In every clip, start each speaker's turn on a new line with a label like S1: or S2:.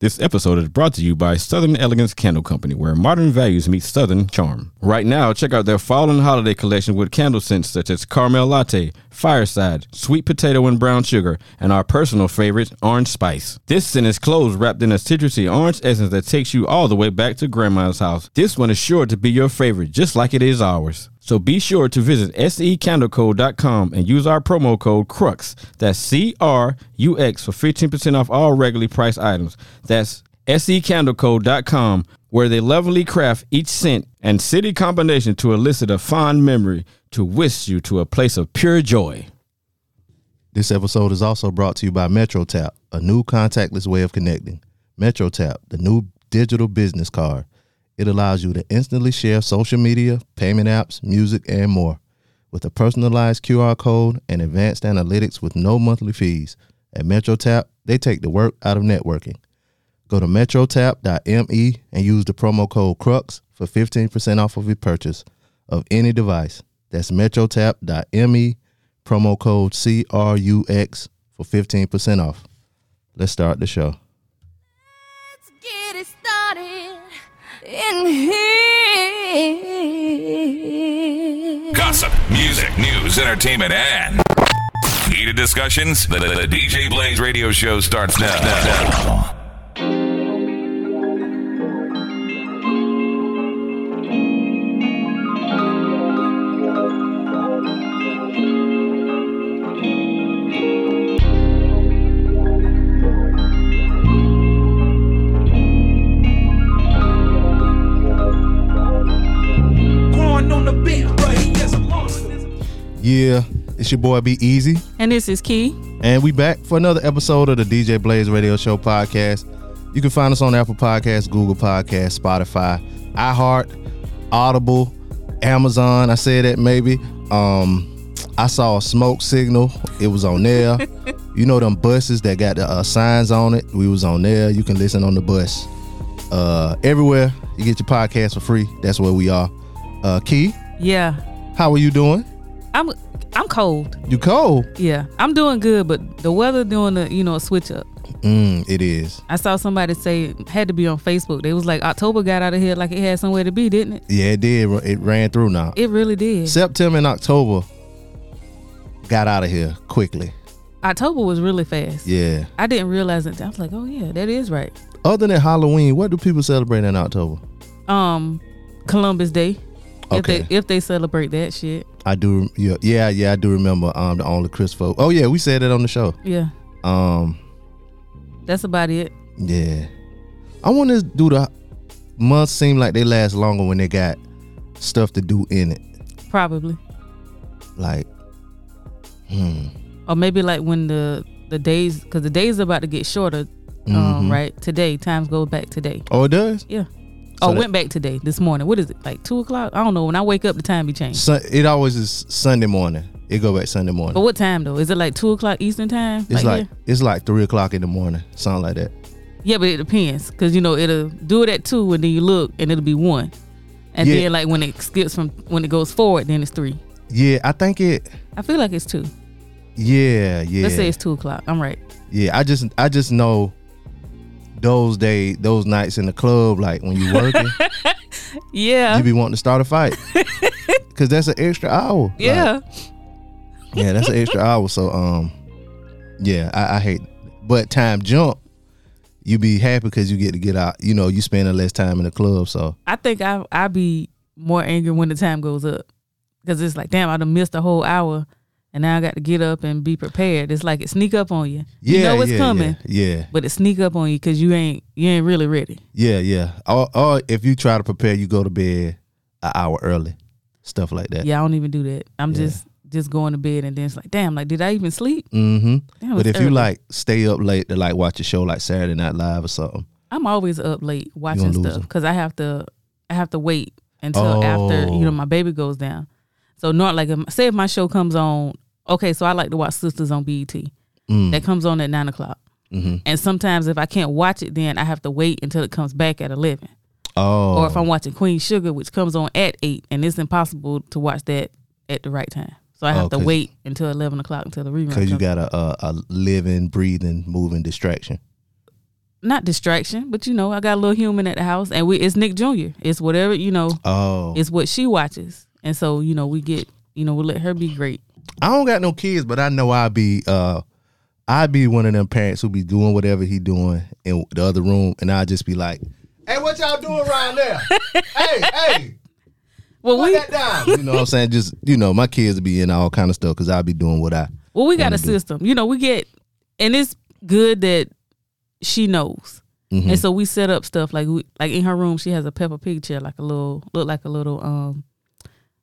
S1: This episode is brought to you by Southern Elegance Candle Company, where modern values meet Southern charm. Right now, check out their fall and holiday collection with candle scents such as Caramel Latte, Fireside, Sweet Potato and Brown Sugar, and our personal favorite, Orange Spice. This scent is cloves wrapped in a citrusy orange essence that takes you all the way back to Grandma's house. This one is sure to be your favorite, just like it is ours. So be sure to visit E secandleco.com and use our promo code CRUX, that's C R U X, for 15% off all regularly priced items. That's E secandleco.com, where they lovingly craft each scent and city combination to elicit a fond memory to whisk you to a place of pure joy.
S2: This episode is also brought to you by MetroTap, a new contactless way of connecting. MetroTap, the new digital business card. It allows you to instantly share social media, payment apps, music, and more. With a personalized QR code and advanced analytics with no monthly fees. At MetroTap, they take the work out of networking. Go to metrotap.me E and use the promo code CRUX for 15% off of your purchase of any device. That's metrotap.me, E, promo code CRUX for 15% off. Let's start the show.
S3: Let's get it started in here.
S4: Gossip, music, news, entertainment, and heated discussions. The, the- the DJ Blaze radio show starts now.
S5: Going on the bent, but he is a monster.
S2: Yeah, it's your boy Be Easy.
S6: And this is Key.
S2: And we back for another episode of the DJ Blaze Radio Show podcast. You can find us on Apple Podcasts, Google Podcasts, Spotify, iHeart, Audible, Amazon. I said that maybe. Um, I saw a smoke signal. It was on there. you know them buses that got the uh, signs on it. We was on there. You can listen on the bus. Uh, everywhere you get your podcast for free. That's where we are. Uh, Key,
S6: Yeah.
S2: how are you doing?
S6: I'm I'm cold.
S2: You cold?
S6: Yeah. I'm doing good, but the weather doing a you know a switch up.
S2: Mm, it is.
S6: I saw somebody say had to be on Facebook. They was like October got out of here like it had somewhere to be, didn't it?
S2: Yeah, it did. It ran through now.
S6: It really did.
S2: September and October got out of here quickly.
S6: October was really fast.
S2: Yeah.
S6: I didn't realize it. I was like, oh yeah, that is right.
S2: Other than Halloween, what do people celebrate in October?
S6: Um, Columbus Day.
S2: Okay.
S6: If they if they celebrate that shit.
S2: I do. Yeah, yeah, yeah. I do remember. Um, the only Christopher. Oh yeah, we said that on the show.
S6: Yeah.
S2: Um,
S6: That's about it.
S2: yeah. I want to do the months seem like they last longer when they got stuff to do in it.
S6: Probably.
S2: Like,
S6: Or maybe like when the the days because the days are about to get shorter.
S2: Mm-hmm.
S6: Um, right today times go back today.
S2: oh, it does.
S6: Yeah.
S2: So
S6: oh,
S2: that-
S6: went back today, this morning. What is it? Like two o'clock? I don't know. When I wake up, the time be changed.
S2: Sun, it always is Sunday morning. It go back Sunday morning.
S6: But Oh, what time though? Is it like two o'clock Eastern time?
S2: it's like
S6: yeah?
S2: it's like three o'clock in the morning. Something like that.
S6: yeah, but it depends because you know it'll do it at two, and then you look, and it'll be one, and
S2: Yeah.
S6: then like when it skips from when it goes forward, then it's three.
S2: Yeah, I think it.
S6: I feel like it's two.
S2: Yeah, yeah.
S6: Let's say it's two o'clock. I'm right.
S2: Yeah, I just I just know those day those nights in the club, like when you working,
S6: Yeah,
S2: you be wanting to start a fight because that's an extra hour. Like,
S6: yeah.
S2: yeah, that's an extra hour. So um, yeah, I, I hate, but time jump, you be happy because you get to get out. You know, you spending less time in the club, so
S6: I think I I be more angry when the time goes up because it's like damn, I done missed a whole hour, and now I got to get up and be prepared. It's like it sneak up on you.
S2: yeah,
S6: you know it's
S2: yeah,
S6: coming.
S2: Yeah, yeah,
S6: but it sneak up on you because you ain't you ain't really ready.
S2: yeah, yeah. Or, or if you try to prepare, you go to bed an hour early, stuff like that.
S6: Yeah, I don't even do that. I'm just just going to bed and then it's like, damn, like did I even sleep?
S2: Mm-hmm.
S6: That was
S2: But if you
S6: early.
S2: like stay up late to like watch a show like Saturday Night Live or something,
S6: I'm always up late watching
S2: gonna lose
S6: stuff
S2: them.
S6: because I have to I have to wait until
S2: Oh.
S6: after you know my baby goes down. So not like if, say if my show comes on. Okay, so I like to watch Sisters on BET.
S2: Mm.
S6: That comes on at nine o'clock. And sometimes if I can't watch it, then I have to wait until it comes back at eleven.
S2: oh,
S6: Or if I'm watching Queen Sugar, which comes on at eight, and it's impossible to watch that at the right time. So I have
S2: Oh,
S6: to
S2: 'cause-
S6: wait until eleven o'clock until the rerun.
S2: because you
S6: comes.
S2: got a, a a living, breathing, moving distraction.
S6: not distraction, but you know, I got a little human at the house, and we it's Nick Jr. It's whatever you know.
S2: Oh,
S6: It's what she watches, and so you know we get you know we let her be great.
S2: I don't got no kids, but I know I be uh I be one of them parents who be doing whatever he doing in the other room, and I just be like, "Hey, what y'all doing around there? hey, hey,
S6: Well,
S2: put
S6: we
S2: that down." You know what I'm saying? Just you know, my kids be in all kind of stuff because I be doing what I.
S6: well we got
S2: Wanna
S6: a
S2: do.
S6: system. You know we get, and it's good that she knows.
S2: Mhm.
S6: And so we set up stuff like we, like in her room she has a Peppa Pig chair like a little look like a little um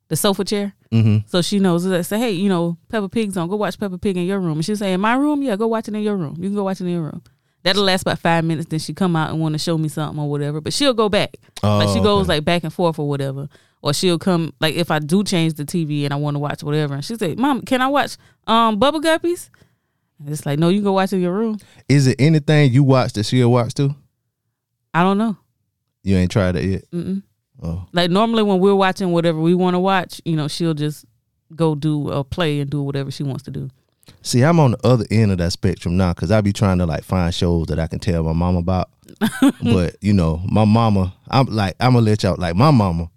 S6: the sofa chair.
S2: Mm-hmm.
S6: So she knows that say, hey, you know, Peppa Pig's on. Go watch Peppa Pig in your room. And she say, in my room, yeah, go watch it in your room. You can go watch it in your room. That'll last about five minutes. Then she come out and want to show me something or whatever. But she'll go back.
S2: Oh,
S6: like she goes
S2: okay.
S6: like back and forth or whatever. Or she'll come like if I do change the TV and I want to watch whatever, and she say, mom, can I watch um Bubble Guppies? And it's like, no, you can go watch it in your room.
S2: Is it anything you watch that she'll watch too?
S6: I don't know.
S2: You ain't tried it yet.
S6: Mm-mm.
S2: Oh,
S6: Like normally when we're watching whatever we want to watch, you know, she'll just go do or play and do whatever she wants to do.
S2: see, I'm on the other end of that spectrum now because I be trying to like find shows that I can tell my mom about. but you know, my mama, I'm like, I'm gonna let y'all like my mama.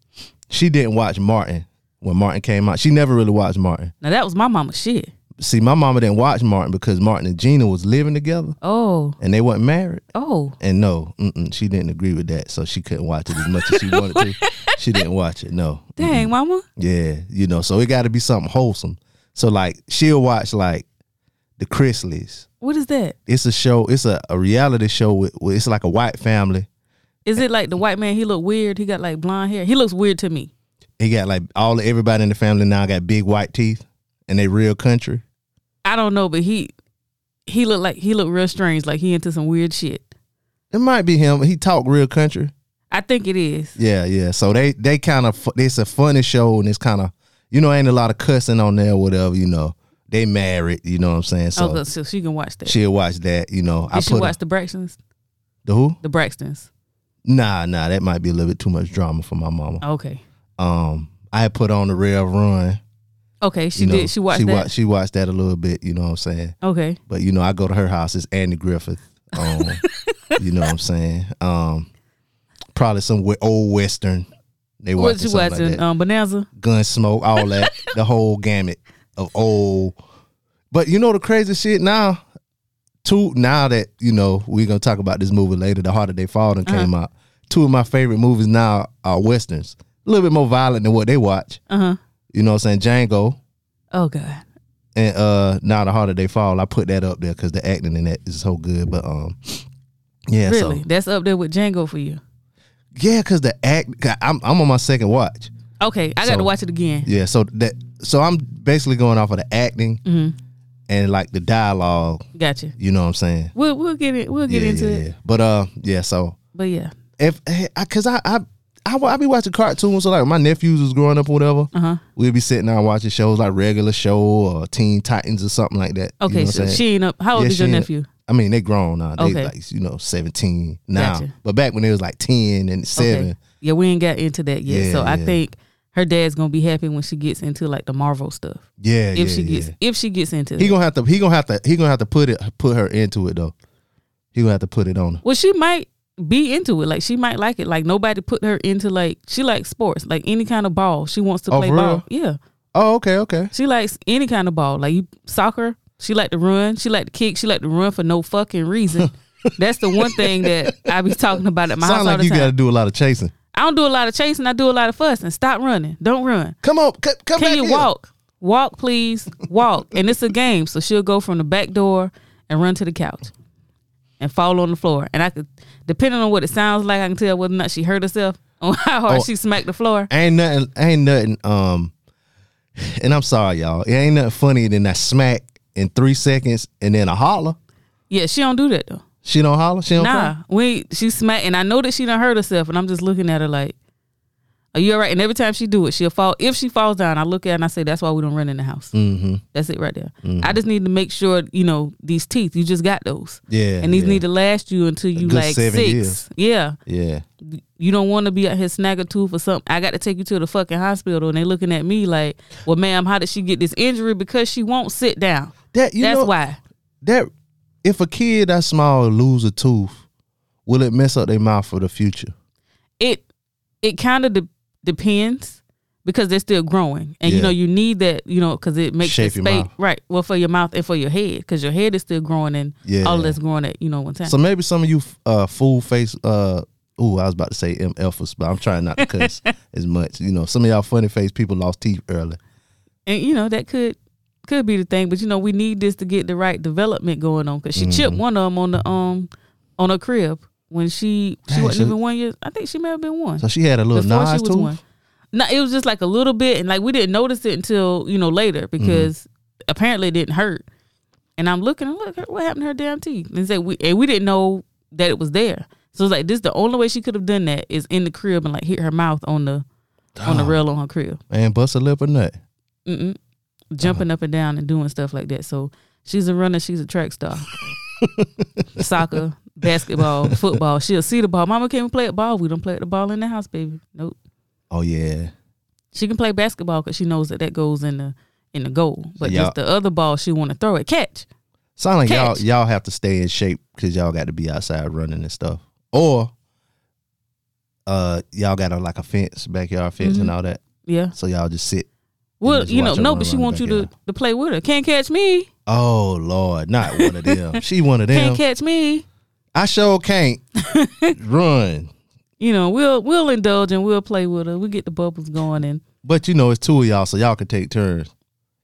S2: She didn't watch Martin when Martin came out. She never really watched Martin.
S6: Now that was my mama shit.
S2: See, my mama didn't watch Martin because Martin and Gina was living together
S6: Oh,
S2: and they wasn't married.
S6: oh,
S2: And no, mm-mm, she didn't agree with that, so she couldn't watch it as much as she wanted to. She didn't watch it. No,
S6: dang, mama.
S2: Yeah, you know, so it got to be something wholesome. So like she'll watch like the Chrisleys.
S6: What is that?
S2: It's a show. It's a, a reality show. With, with- it's like a white family.
S6: Is it like the white man? He look weird. He got like blonde hair. He looks weird to me.
S2: He got like all everybody in the family now got big white teeth, and they real country.
S6: I don't know, but he he looked like he looked real strange. Like he into some weird shit.
S2: It might be him. He talk real country.
S6: I think it is.
S2: Yeah, yeah. So they they kind of it's a funny show, and it's kind of you know ain't a lot of cussing on there, whatever. You know, they married. You know what I'm saying? So
S6: oh, good. so she can watch that.
S2: she'll watch that. You know,
S6: Did she
S2: her-
S6: watch the Braxtons?
S2: the who?
S6: The Braxtons.
S2: Nah, nah. That might be a little bit too much drama for my mama.
S6: Okay,
S2: um I had put on the rail run.
S6: okay. She
S2: you know,
S6: did. She watched
S2: she
S6: that.
S2: Watched, she watched that a little bit, you know what I'm saying?
S6: Okay.
S2: But you know, I go to her house, it's Andy Griffith. Um, you know what I'm saying? Um probably some we- old western. They
S6: What
S2: watching
S6: you
S2: something
S6: watching?
S2: like that.
S6: um, Bonanza.
S2: Gun smoke, all that, the whole gamut of old But you know the crazy shit now? Two now that, you know, we're gonna talk about this movie later, The Harder They Fall done came out. Two of my favorite movies now are westerns. A little bit more violent than what they watch.
S6: Uh huh.
S2: You know what I'm saying? Django
S6: Oh God.
S2: and uh Now the Harder They Fall. I put that up there because the acting in that is so good. But um yeah,
S6: Really?
S2: so
S6: That's up there with Django for you.
S2: yeah, cause the act I'm I'm on my second watch.
S6: Okay, I got
S2: So-
S6: to watch it again.
S2: Yeah, so that so I'm basically going off of the acting
S6: Mm-hmm.
S2: and like the dialogue,
S6: Gotcha.
S2: you know what I'm saying?
S6: We'll we'll get it. We'll get
S2: yeah,
S6: into
S2: yeah,
S6: it.
S2: yeah. But uh yeah, so
S6: But yeah.
S2: if I, cause I I I, wa- I be watching cartoons. So like my nephews was growing up, or whatever.
S6: Uh-huh.
S2: We'd be sitting down watching shows like regular show or Teen Titans or something like that. You know
S6: Okay,
S2: what I'm
S6: so
S2: saying?
S6: she ain't up. How old
S2: Yeah,
S6: is your
S2: she ain't-
S6: nephew?
S2: I mean, they grown now. They
S6: Okay.
S2: like you know seventeen now,
S6: Gotcha.
S2: but back when they was like ten and seven.
S6: Yeah, we ain't got into that yet.
S2: Yeah,
S6: so I
S2: yeah.
S6: think her dad's gonna be happy when she gets into like the Marvel stuff.
S2: Yeah,
S6: If
S2: yeah,
S6: she gets
S2: yeah.
S6: if she gets into
S2: He
S6: it.
S2: gonna have to. He gonna have to. He gonna have to put it. Put her into it though. He gonna have to put it on. her.
S6: Well, she might be into it. Like she might like it. Like nobody put her into like she likes sports, like any kind of ball. She wants to
S2: Oh,
S6: play
S2: for real?
S6: ball. Yeah.
S2: Oh, okay, okay.
S6: She likes any kind of ball. Like you soccer. She like to run. She like to kick. She like to run for no fucking reason. That's the one thing that I be talking about at my
S2: Sound
S6: house all
S2: like
S6: the
S2: you
S6: time.
S2: gotta do a lot of chasing.
S6: I don't do a lot of chasing. I do a lot of fussing. Stop running. Don't run.
S2: Come on, c- come back
S6: Can you
S2: here.
S6: walk? Walk, please. Walk. and it's a game. So she'll go from the back door and run to the couch and fall on the floor. And I could, depending on what it sounds like, I can tell whether or not she hurt herself or how hard
S2: Oh.
S6: she smacked the floor.
S2: ain't nothing ain't nothing um and I'm sorry y'all. It ain't nothing funnier than that smack in three seconds and then a holler.
S6: Yeah, she don't do that though.
S2: She don't holler, she don't
S6: Nah,
S2: cry?
S6: we she smack, and I know that she done hurt herself, and I'm just looking at her like, "Are you all right?" And every time she do it, she'll fall. If she falls down, I look at her and I say, "That's why we don't run in the house." Mm-hmm. That's it right there.
S2: Mm-hmm.
S6: I just need to make sure you know these teeth. You just got those,
S2: Yeah.
S6: and these
S2: yeah,
S6: need to last you until you
S2: good
S6: like
S2: seven
S6: six.
S2: years.
S6: Yeah,
S2: Yeah.
S6: you don't want to be out here snag a tooth or something. I got to take you to the fucking hospital, and they looking at me like, "Well, ma'am, how did she get this injury? Because she won't sit down.
S2: That you
S6: That's
S2: know
S6: why."
S2: that if a kid that small lose a tooth, Will it mess up their mouth for the future?
S6: it it kind of de- depends because they're still growing and
S2: Yeah.
S6: you know you need that you know because it makes
S2: Shape
S6: the
S2: your
S6: space
S2: mouth.
S6: right well for your mouth and for your head because your head is still growing and
S2: Yeah.
S6: all that's growing at you know one time
S2: So maybe some of you uh, fool face. Uh, ooh, I was about to say M alphas, but I'm trying not to cuss as much. You know, some of y'all funny face people lost teeth early.
S6: and you know that could could be the thing but you know we need this to get the right development going on because
S2: Mm-hmm.
S6: she chipped one of them on the um on her crib when she she
S2: Dang,
S6: wasn't
S2: so-
S6: even one year i think she may have been one
S2: So she had a little
S6: before
S2: Nas
S6: she was
S2: too.
S6: one. No, it was just like a little bit, and like we didn't notice it until you know later because apparently it didn't hurt. And I'm looking, and look, what happened to her damn teeth? And said we and we didn't know that it was there. So it's like this, the only way she could have done that is in the crib and like hit her mouth on the on the rail on her crib,
S2: And bust a lip or nut.
S6: Mm-mm. jumping up and down and doing stuff like that. So she's a runner, she's a track star, soccer, basketball, football. She'll see the ball. Mama can't play at ball. We don't play at the ball in the house, baby. Nope.
S2: Oh yeah.
S6: She can play basketball because she knows that that goes in the in the goal. But
S2: Yeah.
S6: just the other ball she want to throw it catch.
S2: Sound like y'all
S6: Catch.
S2: y'all have to stay in shape because y'all got to be outside running and stuff, or uh y'all got a, like a fence, backyard fence,
S6: Mm-hmm.
S2: and all that.
S6: Yeah.
S2: So y'all just sit.
S6: Well,
S2: just
S6: you know,
S2: watch her
S6: no,
S2: run
S6: but she
S2: around the
S6: wants you to,
S2: backyard.
S6: to play with her. Can't catch me.
S2: Oh Lord, not one of them. she one of them.
S6: Can't catch me.
S2: I sure can't run.
S6: You know, we'll we'll indulge and we'll play with her. We get the bubbles going and
S2: But you know, it's two of y'all, so y'all can take turns.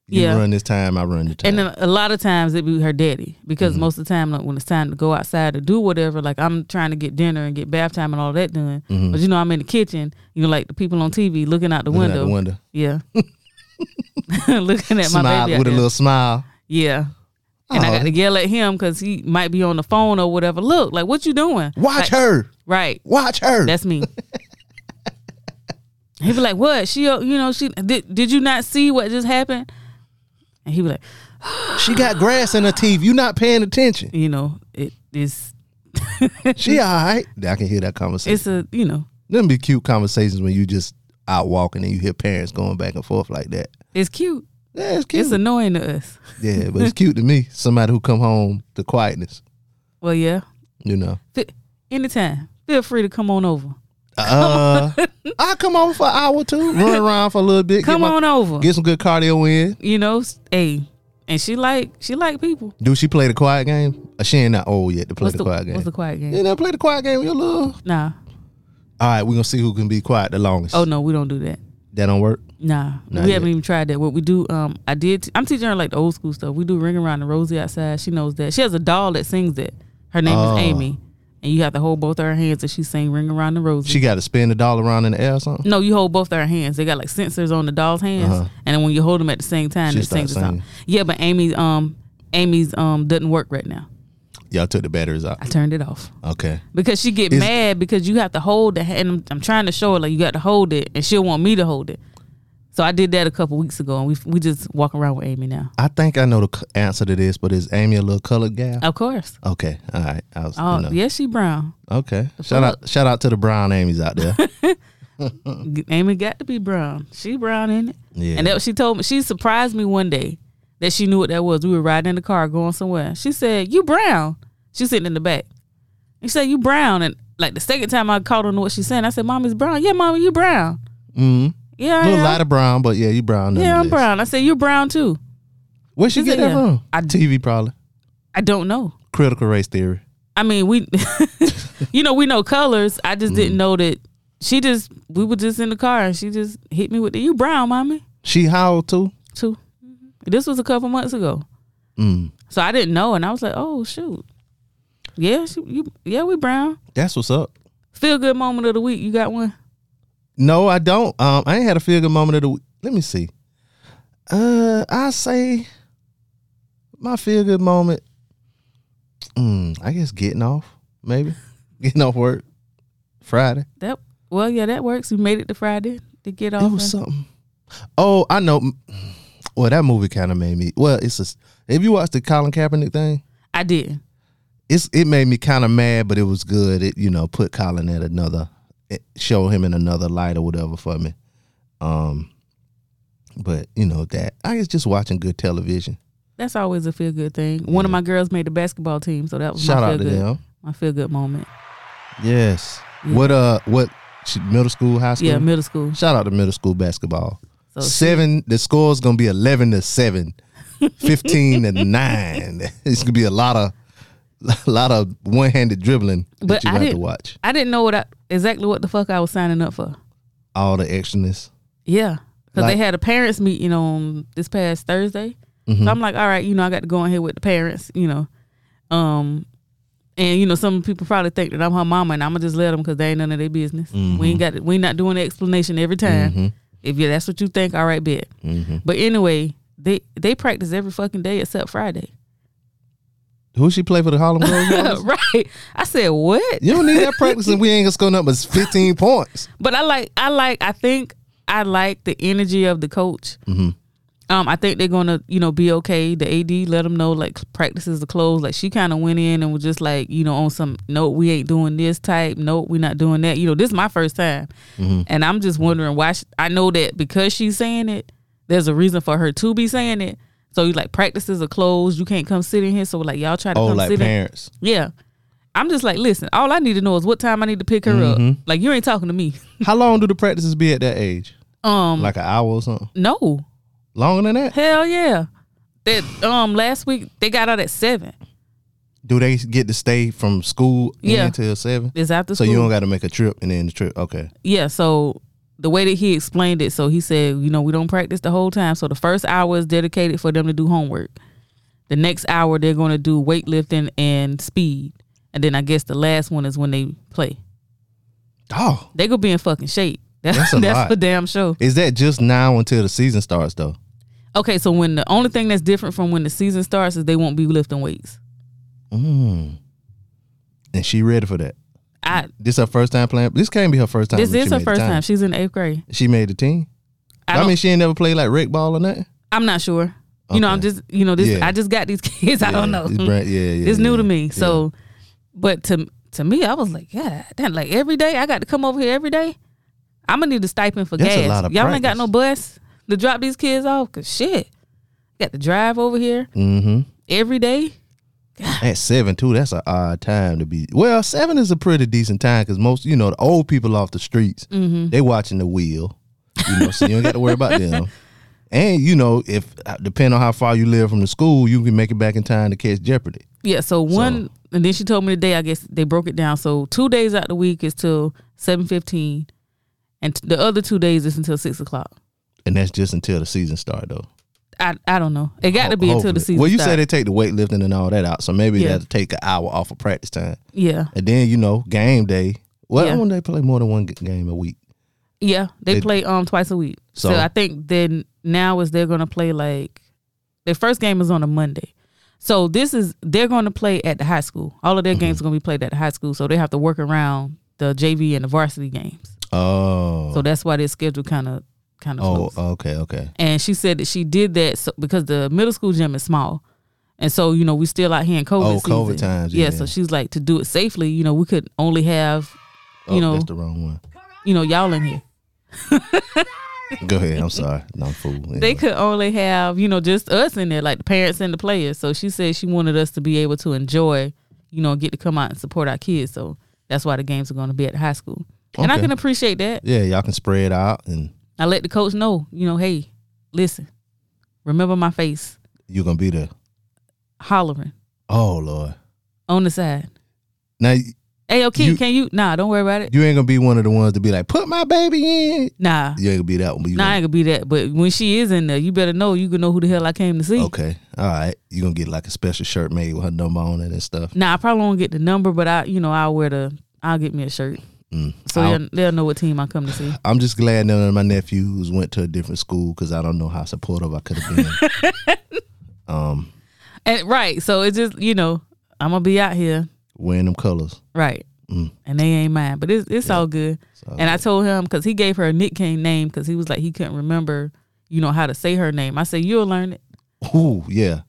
S2: You
S6: Yeah.
S2: run this time, I run the time.
S6: and then a lot of times it be her daddy because
S2: Mm-hmm.
S6: most of the time like when it's time to go outside to do whatever, like I'm trying to get dinner and get bath time and all that done. But you know, I'm in the kitchen. You know, like the people on TV looking out the,
S2: Mm-hmm. Looking out
S6: window.
S2: the window.
S6: Yeah. looking at my
S2: smile
S6: baby out
S2: with a
S6: there.
S2: little smile.
S6: Yeah. And
S2: Oh.
S6: I got to yell at him because he might be on the phone or whatever. Look, like what you doing?
S2: Watch
S6: Like,
S2: her.
S6: Right.
S2: Watch her.
S6: That's me. He'd be like, "What? She, uh, you know, she did. Did you not see what just happened?" And he'd be like,
S2: she got grass in her teeth. You not paying attention.
S6: "You know, it is.
S2: She all right. I can hear that conversation.
S6: It's a, you know,
S2: Them be cute conversations when you just out walking and you hear parents going back and forth like that.
S6: it's cute.
S2: Yeah, it's cute.
S6: It's annoying to us.
S2: yeah, but it's cute to me. Somebody who come home to quietness,
S6: Well, yeah.
S2: you know.
S6: Fe- Anytime, feel free to come on over.
S2: Uh, I come over for an hour or two, run around for a little bit.
S6: Come
S2: get my-
S6: on over.
S2: Get some good cardio in.
S6: you know, s- hey, and she like, she like people.
S2: Do she play the quiet game? Uh, She ain't not old yet to play
S6: What's
S2: the,
S6: the,
S2: quiet game.
S6: what's the quiet game?
S2: You know, play the quiet game. You little.
S6: Nah.
S2: All right, we're gonna see who can be quiet the longest.
S6: Oh no, Mm-hmm. we don't do that.
S2: That don't work.
S6: Nah,
S2: Not
S6: we haven't
S2: yet.
S6: even tried that. What we do, um, I did. I'm teaching her like the old school stuff. We do ring around the Rosie outside. She knows that. She has a doll that sings that. Her name
S2: Oh.
S6: is Amy, and you have to hold both of her hands as she sing ring around the Rosie.
S2: She got to spin the doll around in the air or something.
S6: no, you hold both of her hands. They got like sensors on the doll's hands, and then when you hold them at the same time,
S2: Uh-huh. She
S6: it
S2: starts
S6: sings the song.
S2: singing.
S6: Yeah, but Amy's um, Amy's um doesn't work right now.
S2: Y'all took the batteries out.
S6: Mm-hmm. I turned it off.
S2: Okay.
S6: Because she get
S2: Is-
S6: mad because you have to hold the ha- and I'm, I'm trying to show her like you got to hold it and she'll want me to hold it. So I did that a couple weeks ago and we we just walk around with Amy now.
S2: I think I know the c- answer to this, but is Amy a little colored gal?
S6: Of course.
S2: Okay. All right. I was.
S6: Uh, Oh
S2: you know.
S6: yeah, she brown.
S2: Okay. Shout out. Shout out to the brown Amy's out there.
S6: G- Amy got to be brown. She brown in it.
S2: Mm. Yeah.
S6: And that she told me she surprised me one day that she knew what that was. We were riding in the car going somewhere. She said, "You brown." She's sitting in the back. She said, "You brown." And like the second time I caught on to what she's saying, I said, "Mom is brown." Yeah, mama, you brown.
S2: mm.
S6: Yeah,
S2: A
S6: I
S2: little
S6: am.
S2: lighter brown, but yeah, you brown.
S6: Yeah, I'm
S2: nonetheless.
S6: brown. I said, "You brown too."
S2: Where she
S6: She
S2: get
S6: said,
S2: that
S6: yeah.
S2: from?
S6: I-
S2: TV probably.
S6: I don't know.
S2: Critical race theory.
S6: I mean, we, you know, we know colors. I just
S2: Mm-hmm.
S6: didn't know that she just, we were just in the car and she just hit me with the, you brown, mommy,
S2: She how old too?
S6: too. This was a couple months ago.
S2: Mm.
S6: So I didn't know. And I was like, oh, shoot. Yeah, she, you, yeah, we brown.
S2: That's what's up.
S6: Feel good moment of the week. You got one?
S2: No, I don't. Um, I ain't had a feel good moment of the week. Let me see. Uh, I say my feel good moment. Mm, I guess getting off, maybe getting off work Friday.
S6: That, well, yeah, that works. You made it to Friday to get off.
S2: It was
S6: and-
S2: something. Oh, I know. Well, that movie kind of made me. Well, it's a. If you watch the Colin Kaepernick thing,
S6: I did.
S2: it's it made me kind of mad, but it was good. It you know put Colin at another, it show him in another light or whatever for me. Um, but you know that I guess just watching good television.
S6: That's always a feel good thing. One of my girls made the basketball team. So that was
S2: Shout
S6: my
S2: out
S6: feel
S2: to
S6: good.
S2: them.
S6: My feel good moment.
S2: Yes. What uh what sh- middle school, high school?
S6: Yeah, middle Oh, school.
S2: Shout out to middle school basketball.
S6: So she-
S2: seven the score's gonna be eleven to seven. 15 to 9. It's gonna be a lot of a lot of one handed dribbling
S6: But
S2: that you
S6: I
S2: have to
S6: didn't-
S2: watch.
S6: I didn't know what I, exactly what the fuck I was signing up for.
S2: All the extraness.
S6: Yeah, because
S2: Like-
S6: they had a parents meeting on this past Thursday. So I'm like, all right, you know, I got to go in here with the parents, you know, um, and you know, some people probably think that I'm her mama, and I'm gonna just let them because they ain't none of their business. We ain't got, we not doing the explanation every time. If you, that's what you think, all right, bet. But anyway, they they practice every fucking day except Friday.
S2: Who she play for the Harlem Globetrotters?
S6: right? I said what?
S2: you don't need that practice and we ain't gonna score nothing but 15 points.
S6: But I like, I like, I think I like the energy of the coach.
S2: Mm-hmm.
S6: Um, I think they're gonna, you know, be okay. The AD let them know like practices are closed. Like she kind of went in and was just like, you know, on some note, we ain't doing this type. Nope, we're not doing that. You know, this is my first time,
S2: Mm-hmm.
S6: and I'm just wondering why. She, I know that because she's saying it, there's a reason for her to be saying it. So you like practices are closed. You can't come sit in here. So like y'all try to
S2: Oh,
S6: come
S2: like
S6: sit in.
S2: parents.
S6: Yeah. I'm just like, listen, all I need to know is what time I need to pick her
S2: Mm-hmm.
S6: up. Like you ain't talking to me.
S2: How long do the practices be at that age?
S6: Um
S2: Like an hour or something?
S6: no.
S2: Longer than that?
S6: Hell yeah. That um last week they got out at seven.
S2: Do they get to stay from school
S6: Yeah.
S2: until seven?
S6: It's after
S2: So
S6: school.
S2: you don't got to make a trip and then the trip. Okay.
S6: yeah, so the way that he explained it, so he said, you know, we don't practice the whole time. So the first hour is dedicated for them to do homework. The next hour they're gonna do weightlifting and speed. And then I guess the last one is when they play.
S2: Oh,
S6: They gonna be in fucking shape. That's
S2: That's
S6: that's,
S2: a lot.
S6: for damn sure.
S2: is that just now until the season starts though?
S6: Okay, so when the only thing that's different from when the season starts is they won't be lifting weights.
S2: And she ready for that?
S6: I
S2: This her first time playing. This can't be her first time.
S6: this
S2: that
S6: is
S2: she
S6: her
S2: made the
S6: first
S2: team.
S6: time. She's in eighth grade.
S2: She made the team.
S6: I,
S2: I,
S6: don't-
S2: mean, she ain't never played like rec ball or nothing.
S6: I'm not sure. You know, I'm
S2: Okay.
S6: just you know this.
S2: Yeah.
S6: I just got these kids. I don't
S2: Yeah,
S6: know.
S2: It's brand- yeah, yeah.
S6: Oh, it's new
S2: yeah.
S6: to me. So, but to to me, I was like, yeah, damn, like every day I got to come over here every day. I'm gonna need a stipend for
S2: That's a
S6: gas.
S2: lot of
S6: Y'all ain't got
S2: practice.
S6: no bus to drop these kids off. Cause shit, got to drive over here
S2: Mm-hmm.
S6: every day.
S2: At seven too, that's an odd time to be. Well, seven is a pretty decent time because most, you know, the old people off the streets,
S6: Mm-hmm.
S2: they watching the wheel. You know, so you don't got to worry about them. And you know, if uh, depending on how far you live from the school, you can make it back in time to catch Jeopardy.
S6: Yeah, so one and then she told me today I guess they broke it down. So two days out the week is till seven fifteen and t- the other two days is until six o'clock.
S2: And that's just until the season start though.
S6: I I don't know. It got to be until the
S2: Hopefully.
S6: season.
S2: Well, you
S6: start.
S2: say they take the weightlifting and all that out, so maybe
S6: Yeah.
S2: that'll take an hour off of practice time,
S6: Yeah.
S2: and then you know, game day. Well,
S6: Yeah.
S2: when they play more than one g- game a week,
S6: Yeah. They,
S2: They-
S6: play um twice a week. So,
S2: So-
S6: I think then now is they're gonna play like their first game is on a Monday. So this is they're gonna play at the high school. All
S2: Mm-hmm.
S6: of their games are gonna be played at the high school. So they have to work around the J V and the varsity games.
S2: oh,
S6: So that's why their schedule kinda kinda
S2: oh,
S6: floats.
S2: okay, okay,
S6: and she said that she did that so, because the middle school gym is small, and so you know we still out here in COVID.
S2: Oh, COVID
S6: season.
S2: times, yeah.
S6: So she's like to do it safely. You know, we could only have, you
S2: oh,
S6: know,
S2: that's the wrong one.
S6: you know y'all in here.
S2: Go ahead. I'm sorry. No, I'm fooling.
S6: They could only have you know just us in there, like the parents and the players. So she said she wanted us to be able to enjoy, you know, get to come out and support our kids. So that's why the games are going to be at the high school, and I
S2: Okay.
S6: can appreciate that.
S2: yeah, y'all can spread out, and
S6: I let the coach know, you know, hey, listen, remember my face
S2: you're gonna be there.
S6: hollering
S2: Oh Lord.
S6: on the side.
S2: Now y-
S6: Hey, yo, Keith,
S2: You-
S6: can you? Nah, don't worry about it.
S2: you ain't gonna be one of the ones to be like, put my baby in.
S6: Nah,
S2: You ain't gonna be that one. But you
S6: nah, I ain't gonna be that. But when she is in there, you better know you can know who the hell I came to see.
S2: gonna, okay, all right. You gonna get like a special shirt made with her number on it and stuff.
S6: Nah, I probably won't get the number, but I, you know, I'll wear the. I'll get me a shirt, so
S2: Mm. I'll-
S6: they'll, they'll know what team I come to see.
S2: I'm just glad none of my nephews went to a different school because I don't know how supportive I could have been.
S6: And right, so it's just you know I'm gonna be out here,
S2: Wearing them colors.
S6: right,
S2: Mm.
S6: and they ain't mine, but it's it's all good. and I told him because he gave her a nickname name because he was like he couldn't remember, you know, how to say her name. I said you'll learn it.
S2: Ooh, yeah.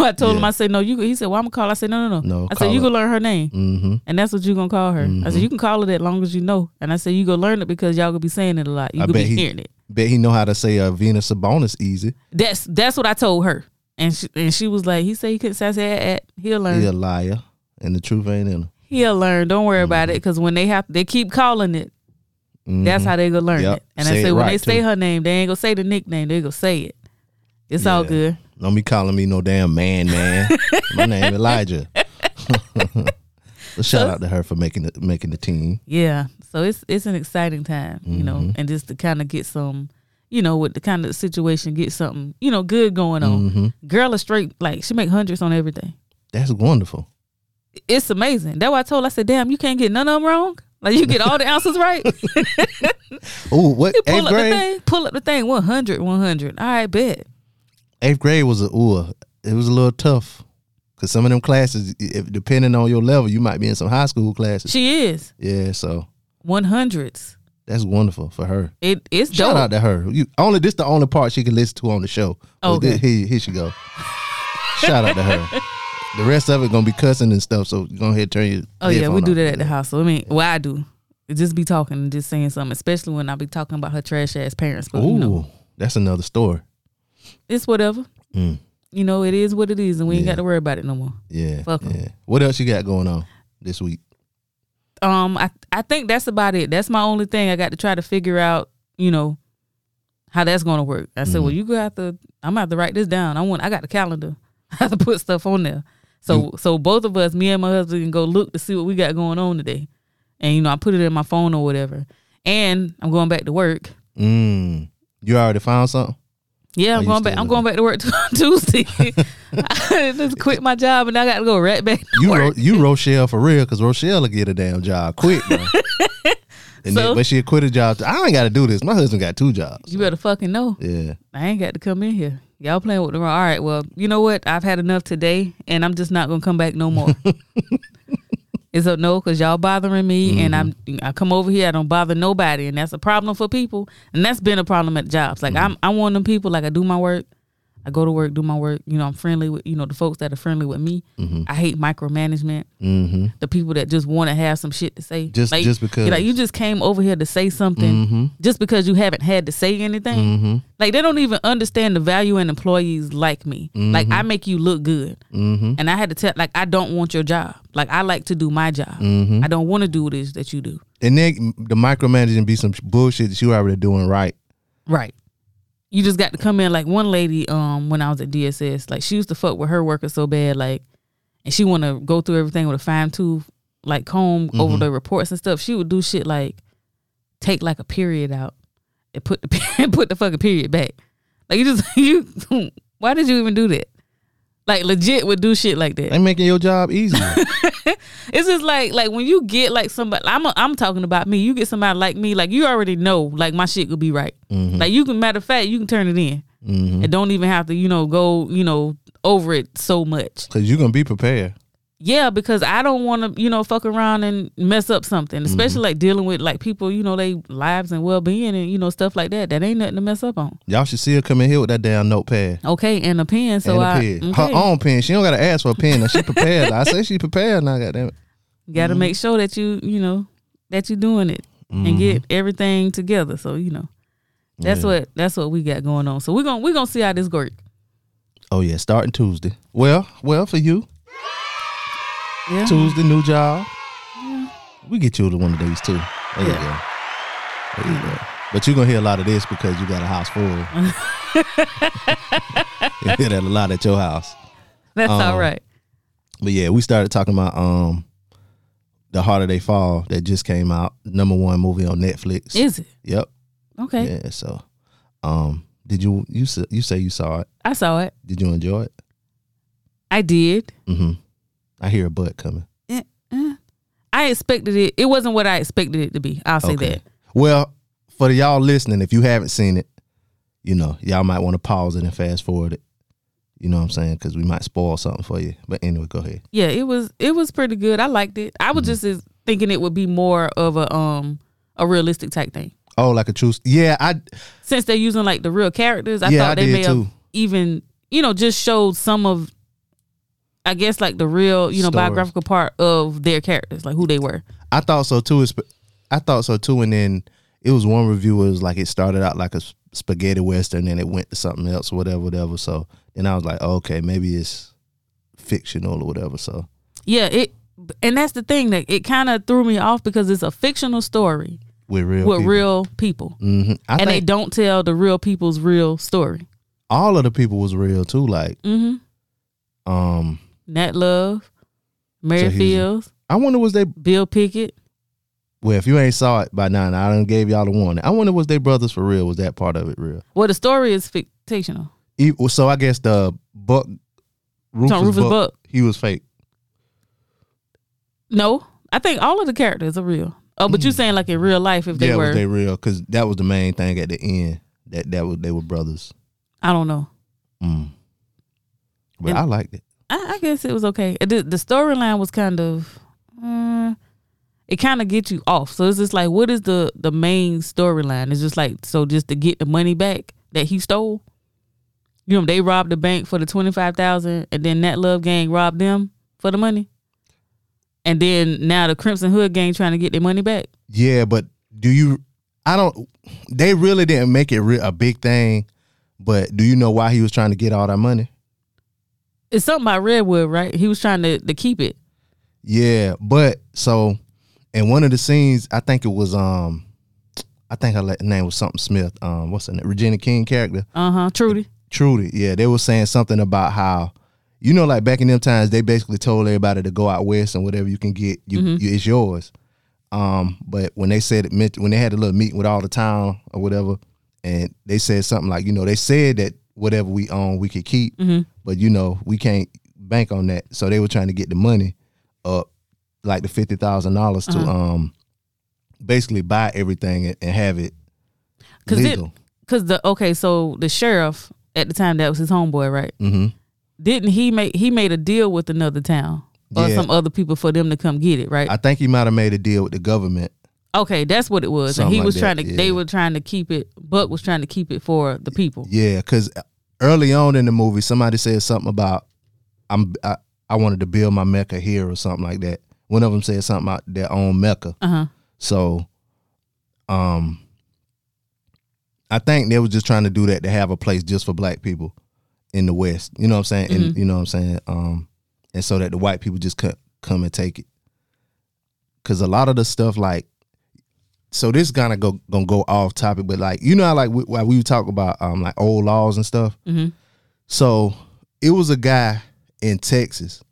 S6: I told him
S2: Yeah.
S6: I said no. You go-" he said well I'm gonna call. I said no no no.
S2: No,
S6: I said
S2: call
S6: you
S2: her.
S6: gonna learn her name.
S2: Mm-hmm.
S6: And that's what you gonna call her. I said you can call it as long as you know. And I said you gonna learn it because y'all gonna be saying it a lot. You
S2: I
S6: gonna be
S2: bet he-
S6: hearing it.
S2: Bet he know how to say uh, Venus Sabonis easy.
S6: That's that's what I told her. And she and she was like, he said he couldn't say I said eh, eh, he'll learn.
S2: He a liar, and the truth ain't in him.
S6: He'll learn. Don't worry about it.
S2: Mm-hmm.
S6: Because when they have, they keep calling it. That's how they gonna learn
S2: Yep.
S6: it. And
S2: Say
S6: I
S2: it
S6: say when
S2: right,
S6: they say
S2: too.
S6: her name, they ain't gonna say the nickname. They gonna say it. It's all
S2: Yeah.
S6: good.
S2: Don't be calling me no damn man, man. My name Elijah. so shout out to her for making the making the team.
S6: Yeah. So it's it's an exciting time, you
S2: Mm-hmm.
S6: know, and just to kind of get some, you know, with the kind of situation, get something, you know, good going on.
S2: Mm-hmm.
S6: Girl is straight like she make hundreds on everything.
S2: That's wonderful.
S6: It's amazing. That's why I told. her, I said, "Damn, you can't get none of them wrong. Like you get all the answers right. you
S2: Oh, what
S6: pull
S2: eighth
S6: up the
S2: grade?
S6: thing, pull up the thing. 100, 100. All right, bet.
S2: Eighth grade was a ooh, it was a little tough because some of them classes, if, depending on your level, you might be in some high school classes.
S6: She is
S2: yeah, so
S6: 100s.
S2: that's wonderful for her.
S6: It it's
S2: Shout
S6: dope.
S2: out to her. You only this the only part she can listen to on the show. Oh,
S6: Okay.
S2: here, here she go. Shout out to her. The rest of it gonna be cussing and stuff. So go ahead, turn your.
S6: Oh yeah, we
S2: headphone
S6: do
S2: off.
S6: that at the house. So I mean, well, I do. Just be talking and just saying something, especially when I be talking about her trash ass parents. But
S2: Ooh,
S6: Oh, you know,
S2: that's another story.
S6: it's whatever.
S2: Mm.
S6: You know, it is what it is, and we ain't got to worry about it no more.
S2: Yeah.
S6: Fuck 'em.
S2: yeah. What else you got going on this week?
S6: Um, I I think that's about it. That's my only thing I got to try to figure out. You know, how that's going to work. I
S2: Mm-hmm.
S6: said, well, you gonna have to. I'm gonna have to write this down. I want. I got the calendar. I have to put stuff on there. So
S2: Mm.
S6: so both of us, me and my husband, can go look to see what we got going on today. And you know, I put it in my phone or whatever. And I'm going back to work.
S2: Mm. You already found something?
S6: Yeah, I'm
S2: Oh, you
S6: going back.
S2: still
S6: I'm going back to work on Tuesday. I just quit my job and I got to go right back. to
S2: You
S6: work.
S2: Ro- you Rochelle for real because Rochelle will get a damn job quick. Now. and
S6: So-
S2: then, but she quit a job. I ain't got to do this. My husband got two jobs.
S6: You better fucking know.
S2: Yeah.
S6: I ain't got to come in here. Y'all playing with the wrong. All right, well, you know what? I've had enough today, and I'm just not gonna come back no more. it's a no because y'all bothering me, and I'm
S2: Mm-hmm.
S6: I come over here, I don't bother nobody, and that's a problem for people, and that's been a problem at jobs. Like
S2: Mm-hmm.
S6: I'm I'm one of them people. Like I do my work, I go to work, do my work. You know, I'm friendly with you know the folks that are friendly with me.
S2: Mm-hmm.
S6: I hate micromanagement. Mm-hmm. The people that just want to have some shit to say,
S2: Just-
S6: like,
S2: just because. Mm-hmm.
S6: you're like you just came over here to say something, just because you haven't had to say anything. Like they don't even understand the value in employees like me.
S2: Mm-hmm.
S6: Like I make you look good, and I had to tell like I don't want your job. Like I like to do my job. I don't want to do this that you do.
S2: And then the micromanaging be some bullshit that you already doing right.
S6: Right. You just got to come in like one lady um when I was at DSS, like she used to fuck with her workers so bad like and she want to go through everything with a fine tooth like comb over the reports and stuff. She would do shit like take like a period out and put the and put the fucking period back. Like you just you why did you even do that? Like legit would do shit like that.
S2: They making your job easier.
S6: It's just like like when you get like somebody I'm a, I'm talking about me. You get somebody like me, like you already know like my shit could be right.
S2: Mm-hmm.
S6: Like you can matter of fact, you can turn it in. And don't even have to, you know, go, you know, over it so much.
S2: Cause you're gonna be prepared.
S6: Yeah, because I don't want to, you know, fuck around and mess up something,
S2: Mm-hmm.
S6: especially like dealing with like people, you know, they lives and well-being and you know stuff like that. That ain't nothing to mess up on.
S2: Y'all should see her come in here with that damn notepad.
S6: Okay, and a pen so
S2: and a
S6: I
S2: pen.
S6: okay.
S2: Her own pen. She don't gotta ask for a pen. Now she prepared. I say she prepared now, goddamn it.
S6: got to make sure that you you know that you're doing it and get everything together so you know that's what that's what we got going on so we're gonna we're gonna see how this work
S2: Oh yeah, starting Tuesday. Well, well for you.
S6: yeah
S2: Tuesday, new job. We get you to one of these too. There you
S6: Yeah.
S2: go. There you go. But you're gonna hear a lot of this because you got a house full. you hear that a lot at your house.
S6: that's all right
S2: But yeah, we started talking about um The Harder They Fall that just came out. Number one movie on Netflix.
S6: is it
S2: yep.
S6: okay
S2: Yeah. So um did you you s- you say you saw it.
S6: i saw it
S2: Did you enjoy it?
S6: i did Uh,
S2: Mm-hmm. I hear a butt coming.
S6: i expected it it wasn't what i expected it to be i'll say that
S2: Well, for y'all listening, if you haven't seen it, you know, y'all might want to pause it and fast forward it. You know what I'm saying? Because we might spoil something for you. But anyway, go ahead.
S6: yeah it was it was pretty good i liked it i was just as- thinking it would be more of a um a realistic type thing
S2: Oh, like a true. s- Yeah, I.
S6: since they're using like the real characters, I
S2: Yeah, I
S6: thought they
S2: did
S6: may have
S2: too.
S6: even you know just showed some of, I guess like the real you know
S2: Stories.
S6: biographical part of their characters, like who they were.
S2: I thought so too. It's- I thought so too, and then it was one review. It was like it started out like a s- spaghetti western, and it went to something else, whatever, whatever. oh, So, and I was like, okay, maybe it's fictional or whatever. So,
S6: Yeah, it and that's the thing that it kind of threw me off because it's a fictional story
S2: with real
S6: with
S2: people.
S6: real people,
S2: hmm I
S6: and they
S2: think
S6: don't tell the real people's real story.
S2: all of the people was real too. Like,
S6: Mm-hmm.
S2: um,
S6: Nat Love, Mary
S2: So he's-
S6: Fields,
S2: I wonder was they
S6: Bill Pickett.
S2: well if you ain't saw it by now, and I done gave y'all the warning. I wonder was they brothers for real? Was that part of it real?
S6: Well, the story is fictional.
S2: E- well, So I guess the Buck Rufus,
S6: Tom Rufus Buck.
S2: he was fake.
S6: No, I think all of the characters are real. Oh, but you're saying like in real life if they
S2: Hmm. yeah,
S6: were?
S2: was they real? Because that was the main thing at the end. That that was they were brothers.
S6: I don't know.
S2: Mm. But
S6: And-
S2: I liked it.
S6: I, I guess it was okay. It, did- the storyline was kind of, uh, it kind of gets you off. So it's just like, what is the the main storyline? It's just like so, just to get the money back that he stole. You know, they robbed the bank for the twenty five thousand, and then that love gang robbed them for the money, and then now the Crimson Hood gang trying to get their money back.
S2: Yeah, but do you? I don't. They really didn't make it re- a big thing. But do you know why he was trying to get all that money?
S6: It's something about Redwood, right? He was trying to to keep it.
S2: Yeah, but so in one of the scenes, I think it was um, I think her la- name was something Smith. Um, what's her name? Regina King character.
S6: Uh huh. Trudy.
S2: Trudy, yeah, they were saying something about how, you know, like back in them times, they basically told everybody to go out west and whatever you can get, you, you it's yours. Um, but when they said it meant when they had a little meeting with all the town or whatever, and they said something like, you know, they said that whatever we own we could keep, but you know we can't bank on that. So they were trying to get the money up, like the fifty thousand dollars to um, basically buy everything and, and have it
S6: Cause it-
S2: legal.
S6: Cause the okay, so the sheriff at the time that was his homeboy, right?
S2: mm-hmm.
S6: Didn't he make he made a deal with another town or
S2: Yeah.
S6: some other people for them to come get it, right?
S2: I think he might have made a deal with the government.
S6: okay, that's what it was. And
S2: Something
S6: he
S2: like
S6: was
S2: that,
S6: trying to they
S2: yeah.
S6: were trying to keep it Buck was trying to keep it for the people.
S2: Yeah, because early on in the movie, somebody said something about I'm I, I wanted to build my mecca here or something like that. One of them said something about their own mecca.
S6: Uh-huh.
S2: So, um, I think they were just trying to do that to have a place just for black people in the West. You know what I'm saying? And
S6: Mm-hmm.
S2: you know what I'm saying? Um, and so that the white people just co- come and take it. Cause a lot of the stuff like, so this kind of go gonna go off topic, but like you know how like we, why we talk about um like old laws and stuff.
S6: Mhm.
S2: So it was a guy in Texas.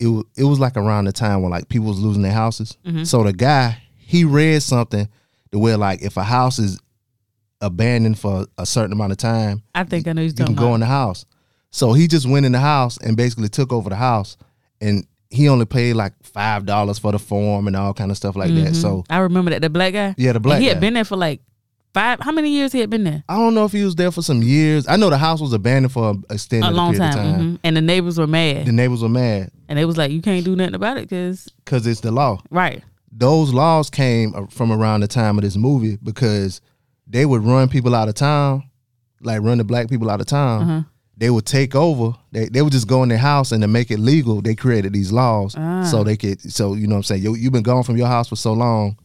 S2: It was it was like around the time when like people was losing their houses. So the guy he read something to where like if a house is abandoned for a certain amount of time,
S6: I think I know you're
S2: you
S6: talking
S2: can go
S6: about.
S2: in the house. So he just went in the house and basically took over the house, and he only paid like five dollars for the form and all kind of stuff like that. So
S6: I remember that the black guy.
S2: Yeah, the
S6: And
S2: black
S6: He had
S2: guy.
S6: been there for like five how many years he had been there?
S2: I don't know if he was there for some years. I know the house was abandoned for a extended
S6: A long
S2: period
S6: time.
S2: of time.
S6: hmm And the neighbors were mad.
S2: The neighbors were mad
S6: and they was like, You can't do nothing about it because
S2: because it's the law.
S6: right.
S2: Those laws came a- from around the time of this movie because they would run people out of town, like run the black people out of town.
S6: Uh-huh.
S2: They would take over. They they would just go in their house and to make it legal, they created these laws
S6: Ah.
S2: so they could. So you know what I'm saying. You you've been gone from your house for so long,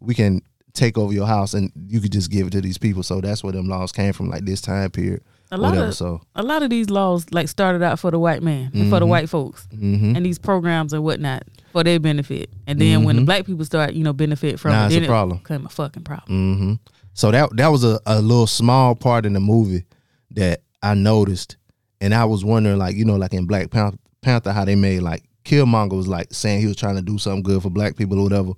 S2: we can take over your house and you could just give it to these people. So that's where them laws came from, like this time period.
S6: A lot
S2: whatever.
S6: of
S2: so Mm-hmm.
S6: a lot of these laws like started out for the white man and for the white folks and these programs and whatnot for their benefit and then when the black people start you know benefit from
S2: Mm-hmm. Nah,
S6: it
S2: it's a
S6: then
S2: problem.
S6: it became a fucking problem
S2: hmm So that that was a, a little small part in the movie that I noticed, and I was wondering, like you know, like in Black Pan- Panther, how they made like Killmonger was like saying he was trying to do something good for black people or whatever,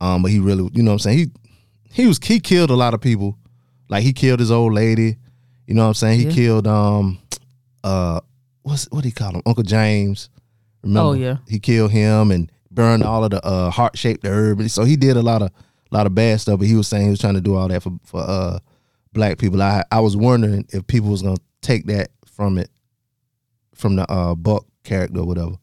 S2: um, but he really, you know, what I'm saying he he was he killed a lot of people, like he killed his old lady, you know, what I'm saying he
S6: Yeah.
S2: killed um uh what's what do you call him Uncle James, remember?
S6: Oh, yeah.
S2: he killed him and burned all of the uh, heart shaped herb. So he did a lot of lot of bad stuff. But he was saying he was trying to do all that for for uh, black people. I I was wondering if people was gonna take that from it from the uh, Buck character or whatever.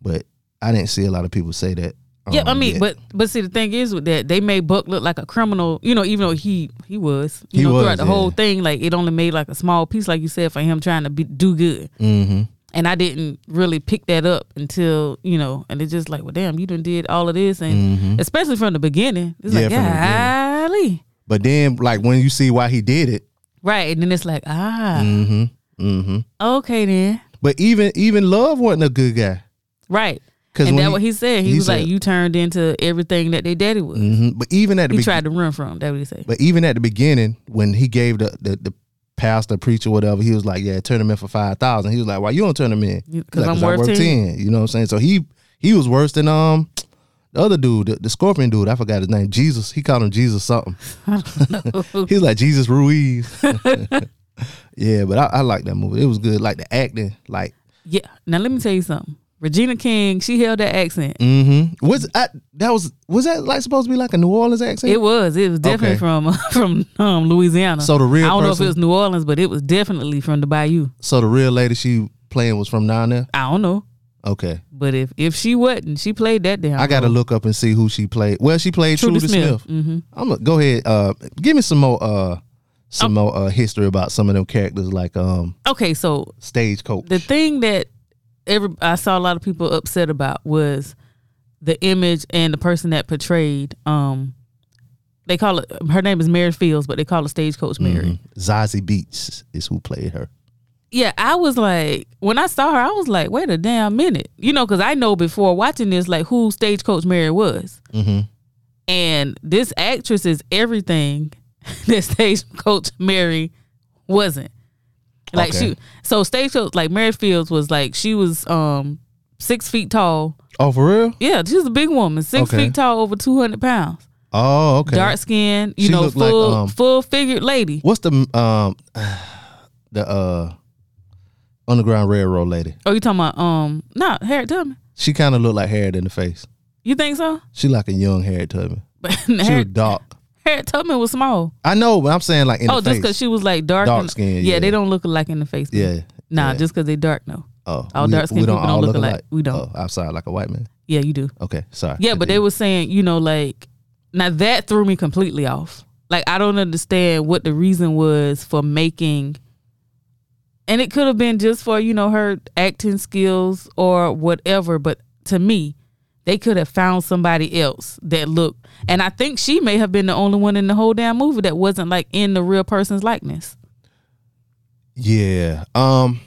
S2: But I didn't see a lot of people say that.
S6: yeah i
S2: um,
S6: mean
S2: yet.
S6: but but see the thing is with that they made buck look like a criminal you know even though he he was you
S2: He
S6: know
S2: was,
S6: throughout the whole
S2: yeah.
S6: thing like it only made like a small piece like you said for him trying to be, do good
S2: Mhm.
S6: and i didn't really pick that up until you know and it's just like well damn you done did all of this and
S2: Mm-hmm.
S6: especially from the beginning it's like
S2: Yeah,
S6: golly.
S2: but then like when you see why he did it.
S6: Right. And then it's like, ah,
S2: Mm-hmm. Mm-hmm.
S6: okay then.
S2: But even even love wasn't a good guy.
S6: Right.
S2: Because
S6: And that's what he said. He,
S2: he
S6: was like,
S2: said-
S6: "You turned into everything that they daddy was."
S2: Mm-hmm. but even at the
S6: He
S2: be-
S6: tried to run from. That what he said.
S2: but even at the beginning when he gave the the, the pastor preacher whatever he was like yeah turn him in for five thousand. He was like why you don't turn him in? He's
S6: You- 'cause
S2: like,
S6: I'm
S2: I
S6: worth 10.
S2: You know what I'm saying? So he he was worse than um the other dude the, the scorpion dude I forgot his name Jesus he called him Jesus something. He's like Jesus Ruiz. yeah, but I, I like that movie. It was good. Like the acting, like
S6: yeah. Now let me tell you something. Regina King, she held that accent.
S2: Mm-hmm. was I, that was was that like supposed to be like a New Orleans accent?
S6: It was. It was definitely
S2: Okay.
S6: from from um, Louisiana.
S2: So the real
S6: I don't know if
S2: person-
S6: it was New Orleans, but it was definitely from the Bayou.
S2: so the real lady she playing was from down there.
S6: I don't know,
S2: Okay,
S6: but if if she wasn't, she played that damn.
S2: I got to
S6: role.
S2: look up and see who she played. Well, she played Trudy,
S6: Trudy
S2: Smith.
S6: Smith. Mhm.
S2: I'm gonna go ahead. Uh, give me some more. Uh, some more uh, history about some of them characters like um
S6: Okay, so
S2: stagecoach.
S6: the thing that every I saw a lot of people upset about was the image and the person that portrayed. Um, they call it her name is Mary Fields, but they call it Stagecoach Mary.
S2: Zazie Beats is who played her.
S6: yeah, I was like, when I saw her, I was like, wait a damn minute, you know, because I know before watching this, like who Stagecoach Mary was,
S2: Mm-hmm.
S6: and this actress is everything that Stagecoach Mary wasn't. Like
S2: Okay.
S6: she, so Stagecoach like Mary Fields was like she was um six feet tall.
S2: Oh, for real?
S6: Yeah, she's a big woman, six
S2: Okay.
S6: feet tall, over two hundred pounds,
S2: Oh, okay.
S6: dark skin, you
S2: She
S6: know,
S2: looked like,
S6: full
S2: um,
S6: full figured lady.
S2: What's the um the uh Underground Railroad lady?
S6: Oh, you talking about um not Harriet Tubman?
S2: She kind of looked like Harriet in the face.
S6: You think so?
S2: She like a young Harriet Tubman.
S6: But
S2: She was
S6: Harriet,
S2: dark.
S6: Harriet Tubman was small.
S2: I know, but I'm saying like in
S6: oh,
S2: the
S6: just
S2: face.
S6: because she was like dark,
S2: Dark
S6: and-
S2: skin, yeah.
S6: they don't look alike in the face.
S2: yeah.
S6: Nah,
S2: yeah.
S6: just because they dark, no.
S2: oh,
S6: all dark-skinned people don't
S2: all
S6: look alike. We don't.
S2: Oh, outside like a white man.
S6: Yeah, you do.
S2: Okay, sorry.
S6: Yeah, but they were saying, you know, like now that threw me completely off. Like I don't understand what the reason was for making and it could have been just for, you know, her acting skills or whatever, but to me, they could have found somebody else that looked and I think she may have been the only one in the whole damn movie that wasn't like in the real person's likeness.
S2: Yeah. Um,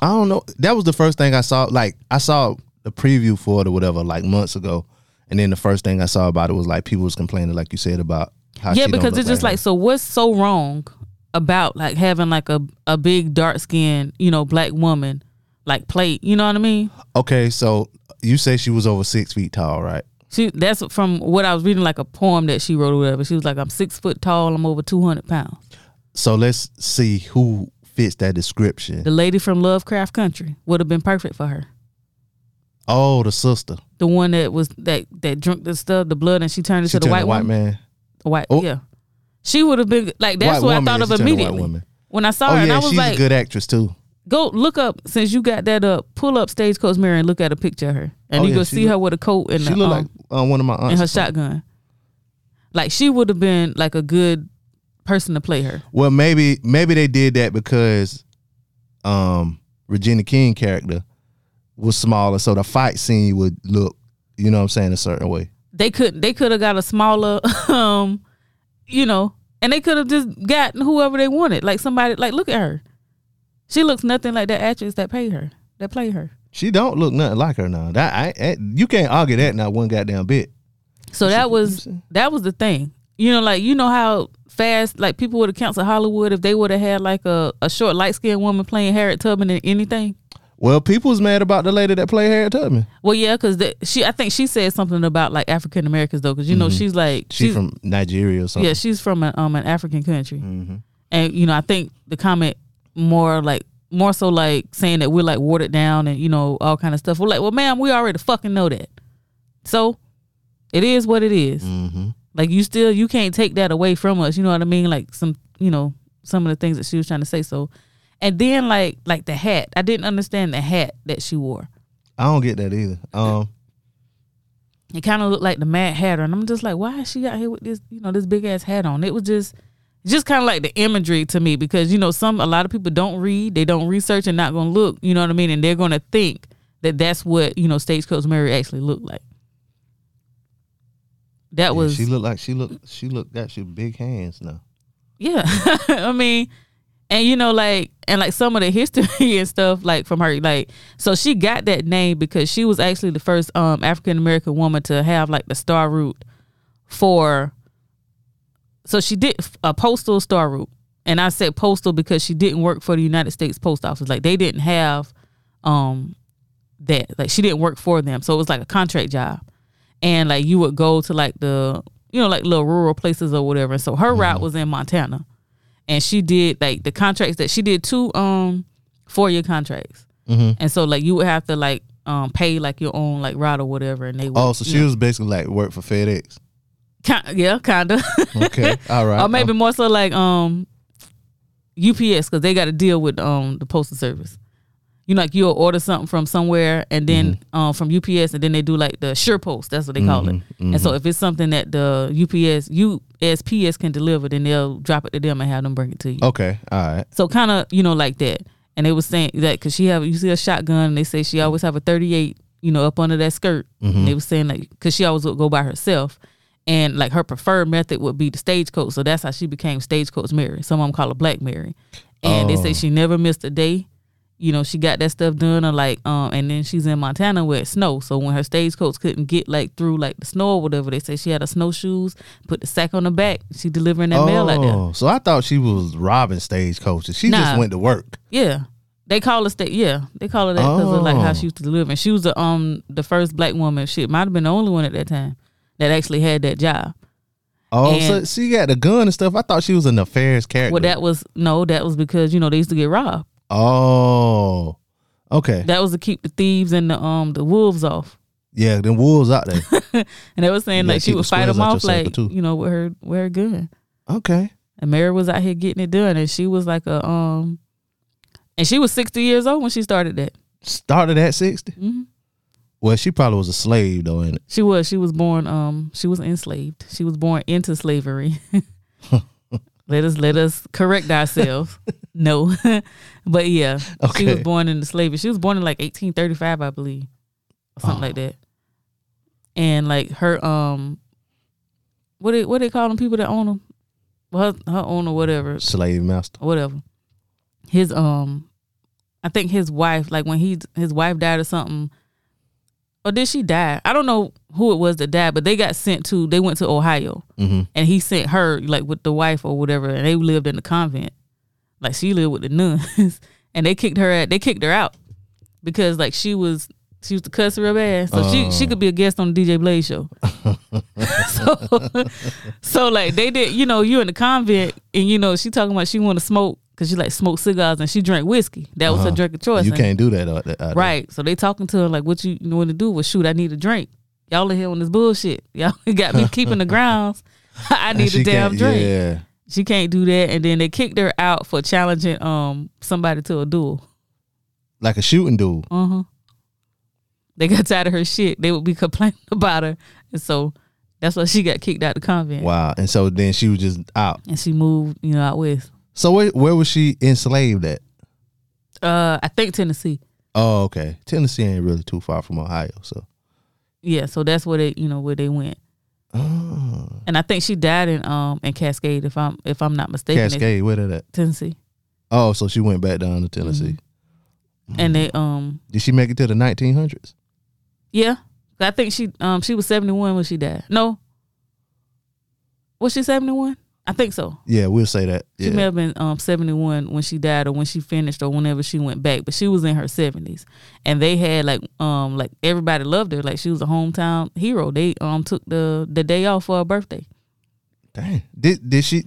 S2: I don't know. That was the first thing I saw. Like I saw the preview for it or whatever, like months ago, and then the first thing I saw about it was like people was complaining, like you said about how
S6: yeah,
S2: she don't
S6: because
S2: look
S6: it's just
S2: her.
S6: like so what's so wrong about like having like a, a big dark skinned, you know, black woman like plate, you know what I mean?
S2: Okay, so you say she was over six feet tall, right?
S6: She that's from what I was reading, like a poem that she wrote or whatever. She was like, "I'm six foot tall. I'm over two hundred pounds."
S2: So let's see who fits that description.
S6: The lady from Lovecraft Country would have been perfect for her.
S2: oh, the sister.
S6: The one that was that that drunk the stuff, the blood, and she turned
S2: She
S6: into
S2: turned
S6: the white,
S2: a white
S6: woman.
S2: man.
S6: The White,
S2: Oh.
S6: yeah. She would have been like that's
S2: White
S6: what
S2: woman,
S6: I
S2: yeah,
S6: thought
S2: she
S6: of
S2: turned a white
S6: immediately
S2: woman.
S6: when I saw
S2: Oh
S6: her, and I
S2: yeah,
S6: was
S2: she's
S6: like,
S2: a good actress too.
S6: "Go look up since you got that up. Pull up stagecoach mirror and look at a picture of her, and
S2: Oh,
S6: you
S2: yeah,
S6: go
S2: she
S6: see
S2: look-
S6: her with a coat and
S2: She
S6: a,
S2: looked
S6: um,
S2: like uh, one of my aunts.
S6: and her
S2: or something.
S6: shotgun. Like she would have been like a good person to play her.
S2: Well, maybe maybe they did that because um Regina King character was smaller, so the fight scene would look, you know what I'm saying, a certain way.
S6: they could they could have got a smaller um you know and they could have just gotten whoever they wanted like somebody like look at her she looks nothing like that actress that paid her that played her
S2: She don't look nothing like her now. That I, I- you can't argue that not one goddamn bit.
S6: so that was that was the thing you know like you know how fast like people would have canceled hollywood if they would have had like a, a short light-skinned woman playing harriet tubman in anything
S2: Well, people was mad about the lady that played Harriet Tubman.
S6: well yeah because she i think she said something about like african americans though because you know she's like
S2: She from Nigeria or something.
S6: Yeah, she's from an, um, an African country, and you know, I think the comment more like more so like saying that we're like watered down and you know all kind of stuff. We're like, well, ma'am, we already fucking know that. So it is what it is. Like you still you can't take that away from us. You know what I mean? Like some you know some of the things that she was trying to say. So and then like like the hat, I didn't understand the hat that she wore.
S2: I don't get that either. Um,
S6: It kind of looked like the Mad Hatter, and I'm just like, why is she out here with this, you know, this big ass hat on? It was just, just kind of like the imagery to me because you know some a lot of people don't read, they don't research, and not gonna look, you know what I mean, and they're gonna think that that's what you know Stagecoach Mary actually looked like. That was
S2: she looked like she looked she looked got she big hands now.
S6: yeah. I mean, and you know like and like some of the history and stuff like from her like so she got that name because she was actually the first um African American woman to have like the star route for so she did a postal star route and i said postal because she didn't work for the united states post office like they didn't have um that like she didn't work for them so it was like a contract job and like you would go to like the you know like little rural places or whatever and so her route was in montana and she did like the contracts that she did two um four year contracts and so like you would have to like um pay like your own like route or whatever and they would
S2: Oh, so
S6: you
S2: she
S6: know,
S2: was basically like work for FedEx.
S6: Ki- yeah, kinda.
S2: Okay, all right.
S6: or maybe more so like um UPS because they got to deal with um the postal service. You know, like you'll order something from somewhere and then
S2: Mm-hmm.
S6: um from UPS and then they do like the sure post. That's what they call it.
S2: Mm-hmm.
S6: And so if it's something that the UPS USPS can deliver, then they'll drop it to them and have them bring it to you.
S2: Okay, all right.
S6: So kind of you know like that. And they was saying that because she have you see a shotgun and they say she always have a thirty eight you know up under that skirt. And they was saying like because she always would go by herself. And like her preferred method would be the stagecoach, so that's how she became stagecoach Mary. Some of them call her Black Mary, and they say she never missed a day. You know, she got that stuff done, or like, um, and then she's in Montana where it's snow. So when her stagecoach couldn't get like through like the snow or whatever, they say she had her snowshoes, put the sack on her back. She delivering that mail out there.
S2: Oh, so I thought she was robbing stagecoaches. She just
S6: Nah.
S2: went to work.
S6: Yeah. They call us that. Yeah, they call her that because of like how
S2: Oh.
S6: she used to deliver. And she was the um the first black woman. Shit, might have been the only one at that time that actually had that job.
S2: Oh, so
S6: And-
S2: she got the gun and stuff. I thought she was a nefarious character.
S6: Well, that was no, that was because you know they used to get robbed.
S2: oh, okay.
S6: That was to keep the thieves and the um the wolves off.
S2: yeah, them wolves out there.
S6: And they were saying
S2: You gotta
S6: like she
S2: keep
S6: would
S2: the
S6: fight
S2: squares
S6: them
S2: out your
S6: off
S2: circle,
S6: like
S2: too.
S6: you know with her with her gun.
S2: okay.
S6: And Mary was out here getting it done, and she was like a um, and she was sixty years old when she started that.
S2: Started at 60.
S6: Mhm.
S2: Well, she probably was a slave, though, in it.
S6: She was. She was born. Um, she was enslaved. She was born into slavery. let us let us correct ourselves. no, but yeah, she was
S2: Okay.
S6: born into slavery. She was born in like 1835, I believe, or something like that. And like her, um, what they what they call them people that own them, well, her, her owner, whatever,
S2: Slave master.
S6: or whatever. His um, I think his wife, like when he his wife died or something, or did she die? I don't know who it was that died, but they got sent to. They went to Ohio,
S2: Mm-hmm.
S6: and he sent her like with the wife or whatever, and they lived in the convent. Like she lived with the nuns, and they kicked her. Out, they kicked her out because like she was. She used to cuss real bad, so she she could be a guest on the DJ Blaze show. so, so like they did, you know, you in the convent, and you know she talking about she want to smoke because she like smoke cigars and she drank whiskey. That was her drink of choice.
S2: Uh-huh. You
S6: And-
S2: can't do that out there. out there.
S6: Right. So they talking to her like, "What you know what to do? Well, shoot, I need a drink. Y'all in here on this bullshit. Y'all got me keeping the grounds. I
S2: And
S6: need
S2: she
S6: a damn
S2: can't-
S6: drink.
S2: Yeah.
S6: She can't do that. And then they kicked her out for challenging um somebody to a duel.
S2: Like a shooting dude.
S6: Uh huh. They got tired of her shit. They would be complaining about her, and so that's why she got kicked out of the convent.
S2: Wow. And so then she was just out.
S6: And she moved, you know, out west.
S2: So where, where was she enslaved at?
S6: Uh, I think Tennessee.
S2: Oh, okay. Tennessee ain't really too far from Ohio. So,
S6: Yeah, so that's where they, you know, where they went.
S2: Oh.
S6: And I think she died in um in Cascade, if I'm if I'm not mistaken, in
S2: Cascade, where that at?
S6: Tennessee.
S2: Oh, so she went back down to Tennessee.
S6: Mm-hmm. And they um
S2: Did she make it to the 1900s?
S6: yeah, I think she um she was seventy one when she died. No, was she seventy one? I think so.
S2: Yeah, we'll say that.
S6: She
S2: Yeah.
S6: may have been um, 71 when she died or when she finished or whenever she went back, but she was in her 70s. And they had like um like everybody loved her like she was a hometown hero. They um took the the day off for her birthday.
S2: Dang. Did did she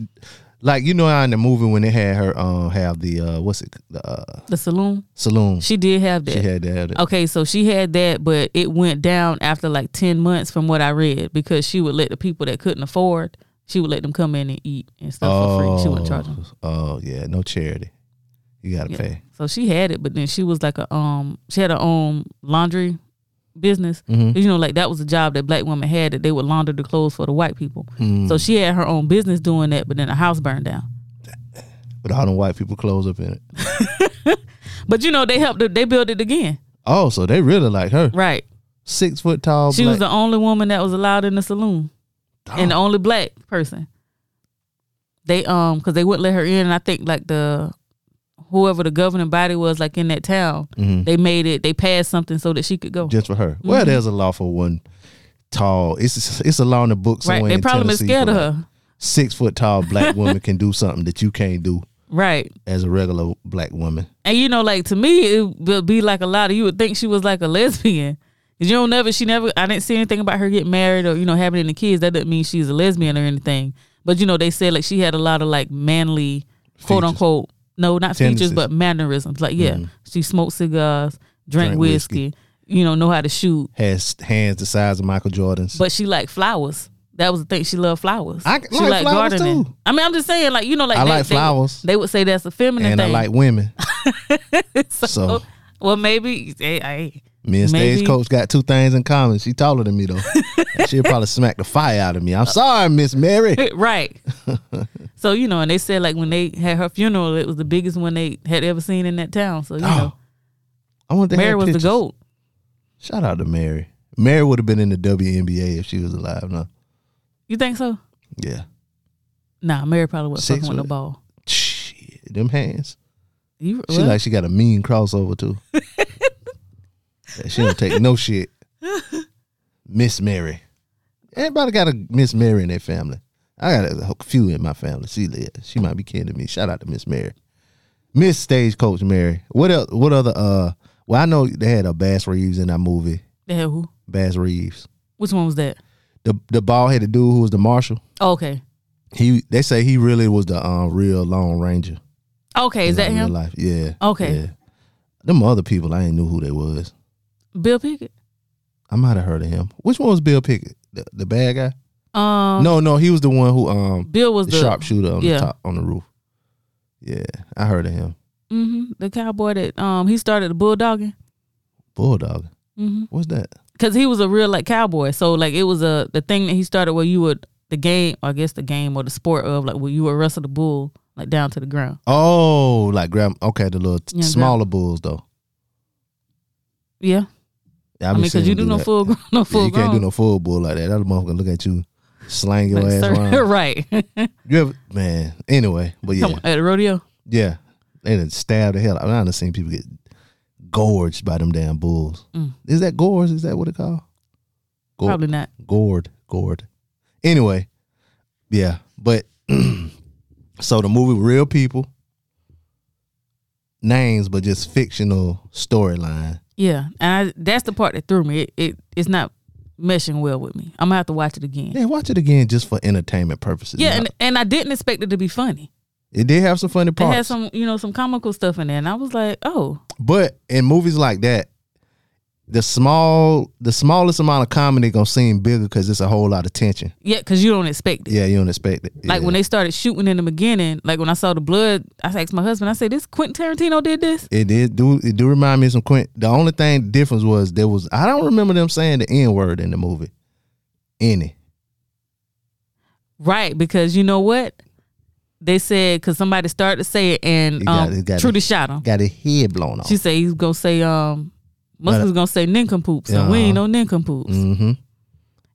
S2: like you know how in the movie when they had her um have the uh what's it the uh,
S6: The saloon.
S2: saloon
S6: She did have that.
S2: she had to have it.
S6: Okay, so she had that, but it went down after like 10 months from what I read because she would let the people that couldn't afford, she would let them come in and eat and stuff for free. She wouldn't charge them.
S2: Oh yeah, no charity. You gotta
S6: Yeah.
S2: pay.
S6: So she had it, but then she was like a um she had her own laundry business. You know, like that was a job that black women had that they would launder the clothes for the white people. So she had her own business doing that, but then the house burned down.
S2: With all them white people clothes up in it.
S6: But you know, they helped her, they built it again.
S2: Oh, so they really like her.
S6: Right.
S2: Six foot tall.
S6: She was
S2: black-
S6: the only woman that was allowed in the saloon. And the only black person. They um cuz they wouldn't let her in and I think like the whoever the governing body was, like in that town, they made it. They passed something so that she could go.
S2: Mm-hmm. just for her.
S6: Mm-hmm.
S2: Well, there's a law for one tall. It's it's a law in the book somewhere.
S6: right? They
S2: in
S6: probably been
S2: Tennessee
S6: scared
S2: for
S6: of
S2: like
S6: her.
S2: Six foot tall black woman can do something that you can't do
S6: Right.
S2: as a regular black woman.
S6: And you know, like to me, it would be like a lot of you would think she was like a lesbian. 'Cause you don't never, she never, I didn't see anything about her getting married or, you know, having any kids. That doesn't mean she's a lesbian or anything. But, you know, they said like she had a lot of like manly, quote
S2: Features.
S6: unquote, no, not
S2: Tendencies. Mm-hmm.
S6: features, but mannerisms. Like, yeah, she smoked cigars, drank
S2: Drank whiskey.
S6: whiskey, you know, know how to shoot.
S2: Has hands the size of Michael Jordan's.
S6: But she liked flowers. That was the thing. She loved flowers.
S2: I
S6: she
S2: like flowers, too.
S6: I mean, I'm just saying, like, you know, like
S2: I like flowers.
S6: They, would say that's a feminine
S2: and I
S6: thing.
S2: like women. so,
S6: well, maybe, hey, hey.
S2: me and
S6: maybe-
S2: Stagecoach got two things in common. She taller than me though. And She'll probably smack the fire out of me. I'm sorry, Miss Mary.
S6: right. so you know, and they said like when they had her funeral, it was the biggest one they had ever seen in that town. So you
S2: Oh,
S6: know,
S2: I want to
S6: Mary
S2: have
S6: was the
S2: pictures.
S6: goat.
S2: Shout out to Mary. Mary would have been in the WNBA if she was alive. No,
S6: You think so?
S2: yeah.
S6: Nah, Mary probably wasn't
S2: Six
S6: fucking with no
S2: foot.
S6: ball.
S2: Shit, them hands.
S6: You
S2: She
S6: what?
S2: like she got a mean crossover too. Yeah, she don't take no shit. Miss Mary. Everybody got a Miss Mary in their family. I got a few in my family. She live. She might be kidding me. Shout out to Miss Mary. Miss Stagecoach Mary. What else? What other? Uh, well, I know they had a Bass Reeves in that movie.
S6: They had who?
S2: Bass Reeves,
S6: Which one was that?
S2: the the bald headed dude who was the marshal.
S6: Oh, okay,
S2: He they say he really was the um, real Lone Ranger.
S6: okay, is that
S2: in real
S6: him?
S2: Life. Yeah.
S6: Okay.
S2: Yeah. Them other people, I ain't knew who they was.
S6: Bill Pickett.
S2: I might have heard of him. Which one was Bill Pickett? The, the bad guy?
S6: Um,
S2: no, no, he was the one who um
S6: Bill was
S2: the,
S6: the,
S2: sharpshooter on
S6: yeah.
S2: the top on the roof. Yeah, I heard of him.
S6: hmm the cowboy that um he started the bulldogging
S2: Bulldog.
S6: Mhm.
S2: What's that?
S6: because he was a real like cowboy. So like it was a the thing that he started where you would the game, or I guess the game or the sport of like where you would wrestle the bull like down to the ground.
S2: Oh, like grab okay, the little t-
S6: Yeah, grab-
S2: smaller bulls though.
S6: Yeah,
S2: Yeah,
S6: I
S2: I've been
S6: mean, because
S2: seeing
S6: you
S2: them
S6: do no
S2: that.
S6: full, grown- no
S2: Yeah,
S6: full
S2: you
S6: grown.
S2: can't do no full bull like that. That motherfucker look at you, slang your ass
S6: Sir,
S2: around.
S6: right.
S2: You ever, man. Anyway, but yeah,
S6: Come on, at the rodeo.
S2: yeah, they done stabbed the hell. out- I mean, I done seen people get gorged by them damn bulls. Is that gorge? Is that what it called? Gor-
S6: Mm. Probably not.
S2: gourd gourd anyway yeah but so the movie real people names but just fictional storyline
S6: Yeah, and I, that's the part that threw me. It, it it's not meshing well with me. I'm gonna have to watch it again. Yeah,
S2: yeah watch it again just for entertainment purposes Not-
S6: and and I didn't expect it to be funny.
S2: it did have some funny
S6: It had
S2: parts
S6: some you know some comical stuff in there, and I was like, oh,
S2: but in movies like that the small the smallest amount of comedy gonna seem bigger because it's a whole lot of tension
S6: yeah, because you don't expect it.
S2: yeah you don't expect it
S6: Like
S2: Yeah.
S6: when they started shooting in the beginning, like when I saw the blood, I asked my husband, I said, "This Quentin Tarantino did this."
S2: It did do it do remind me of some Quint. The only thing difference was there was I don't remember them saying the N word in the movie. Any.
S6: Right, because you know what? They said because somebody started to say it,
S2: He
S6: and
S2: got it,
S6: um,
S2: he got it.
S6: Trudy shot him.
S2: Got his head blown off.
S6: She said he's gonna say um Muslims gonna say nincompoops and we ain't no nincompoops.
S2: mm-hmm.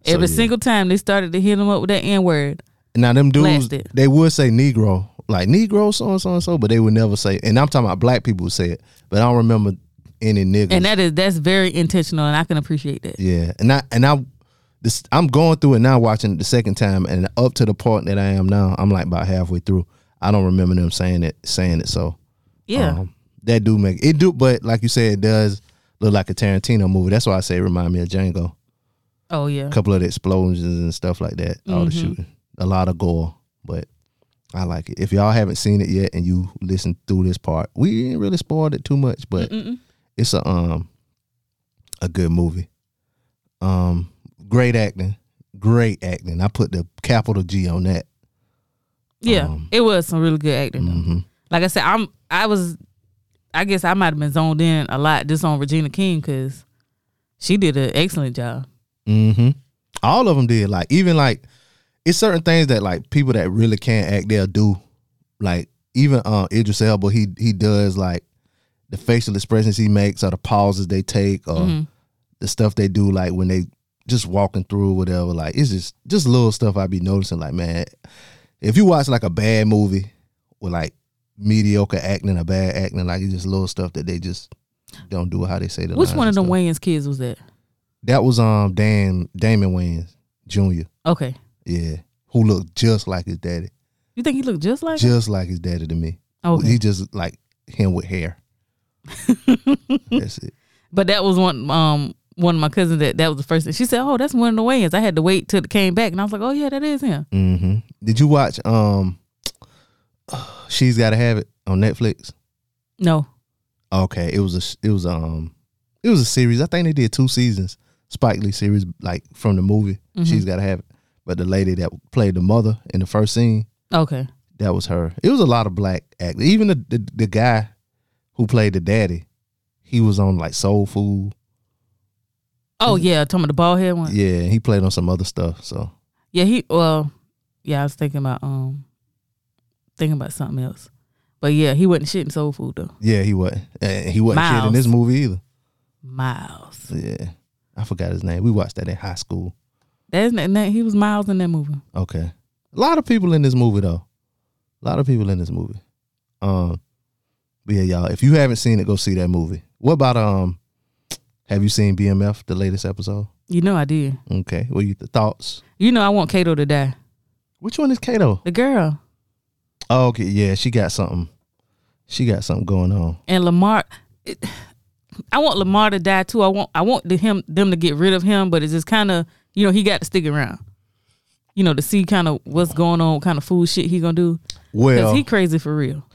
S6: Every
S2: yeah.
S6: single time they started to hit him up with that N word.
S2: Now them dudes
S6: Blasted.
S2: they would say Negro. Like Negro so and so and so, but they would never say and I'm talking about black people who say it, but I don't remember any niggas.
S6: And that is that's very intentional and I can appreciate that.
S2: yeah. And I and I this I'm going through it now watching it the second time and up to the part that I am now, I'm like about halfway through. I don't remember them saying it saying it so
S6: Yeah.
S2: Um, that do make it do, but like you said, it does look like a Tarantino movie. That's why I say it remind me of Django.
S6: oh yeah.
S2: A couple of the explosions and stuff like that, all the shooting, a lot of gore, but I like it. If y'all haven't seen it yet and you listen through this part, we ain't really spoiled it too much, but it's a um a good movie. Um, great acting, great acting. I put the capital G on that.
S6: Yeah. it was some really good acting though.
S2: Mhm.
S6: Like I said, I'm I was I guess I might have been zoned in a lot just on Regina King because she did an excellent job.
S2: hmm All of them did. Like even like it's certain things that like people that really can't act they'll do. Like even uh Idris Elba he he does like the facial expressions he makes or the pauses they take or
S6: Mm-hmm.
S2: the stuff they do like when they just walking through whatever. Like it's just just little stuff I be noticing. Like man, if you watch like a bad movie with like mediocre acting or bad acting, like it's just little stuff that they just don't do how they say the
S6: Which
S2: lines
S6: one of
S2: and
S6: them
S2: stuff.
S6: Wayans kids was that?
S2: That was um Dan Damon Wayans Jr.
S6: Okay.
S2: Yeah, who looked just like his daddy,
S6: You think he looked just like him?
S2: just like his daddy to me.
S6: Okay.
S2: He just like him with hair. That's it.
S6: But that was one um one of my cousins that that was the first thing. She said, Oh, that's one of the Wayans. I had to wait till it came back and I was like, Oh yeah, that is him.
S2: hmm Did you watch um She's Got to Have It on Netflix?
S6: No.
S2: Okay, it was a it was um it was a series. I think they did two seasons. Spike Lee series like from the movie. She's Got to Have It. But the lady that played the mother in the first scene,
S6: Okay.
S2: that was her. It was a lot of black actors. Even the, the the guy who played the daddy, he was on like Soul Food.
S6: Oh yeah, talking about the bald head one. Yeah,
S2: Yeah, he played on some other stuff. So
S6: he well yeah, I was thinking about um thinking about something else. But yeah, he wasn't shitting soul food though.
S2: yeah, he wasn't. And he wasn't shit in
S6: Miles.
S2: this movie either.
S6: Miles.
S2: Yeah, I forgot his name. We watched that in high school.
S6: That's not, that, he was Miles in that movie.
S2: Okay. A lot of people in this movie though. A lot of people in this movie. Um but yeah, y'all, if you haven't seen it, go see that movie. What about um have you seen BMF, the latest episode?
S6: You know I did.
S2: Okay. What you th- thoughts?
S6: You know I want Kato to die.
S2: Which one is Kato?
S6: The girl.
S2: Oh, okay, yeah, she got something. She got something going on.
S6: and Lamar. It, I want Lamar to die too. I want I want the, him them to get rid of him, but it's just kind of you know he got to stick around, you know, to see kind of what's going on, kind of fool shit he gonna do because
S2: Well,
S6: he crazy for real.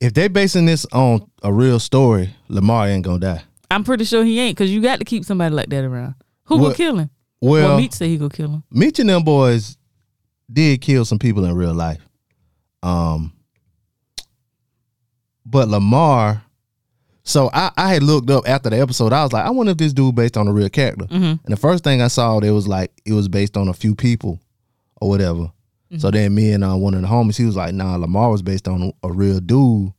S2: if they basing this on a real story, Lamar ain't gonna die.
S6: I'm pretty sure he ain't because you got to keep somebody like that around. Who will
S2: Well-
S6: kill him?
S2: Well,
S6: well, Meat said he gonna kill him.
S2: Meech and them boys did kill some people in real life. Um, but Lamar, so I, I had looked up after the episode. I was like, I wonder if this dude based on a real character. And the first thing I saw, there was like it was based on a few people or whatever. So then me and uh, one of the homies, he was like, Nah, Lamar was based on a real dude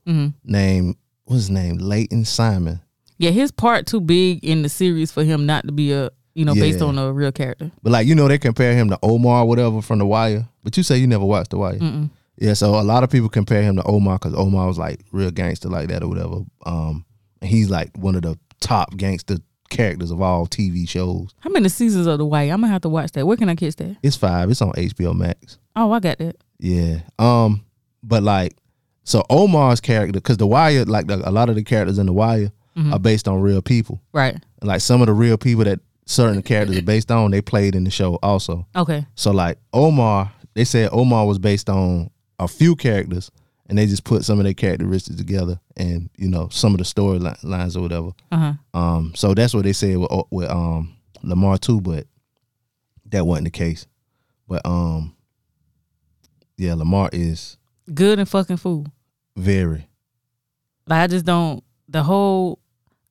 S2: named what's his name, Leighton Simon.
S6: Yeah, his part too big in the series for him not to be a you know based
S2: Yeah.
S6: on a real character.
S2: But like you know, they compare him to Omar, or whatever, from The Wire. But you say you never watched The Wire. Yeah, so a lot of people compare him to Omar because Omar was like real gangster like that or whatever. Um, and he's like one of the top gangster characters of all TV shows.
S6: How many seasons of The Wire? I'm gonna have to watch that. Where can I catch that?
S2: It's five. It's on HBO Max.
S6: Oh, I got that.
S2: Yeah. Um, but like, so Omar's character because The Wire, like the, a lot of the characters in The Wire, are based on real people.
S6: Right.
S2: Like some of the real people that certain characters are based on, they played in the show also.
S6: Okay.
S2: So like Omar, they said Omar was based on a few characters, and they just put some of their characteristics together, and you know some of the storylines or whatever.
S6: Uh
S2: Um, so that's what they said with with um Lamar too, but that wasn't the case. But um, yeah, Lamar is
S6: huh. Good and fucking fool.
S2: very
S6: Like I just don't the whole.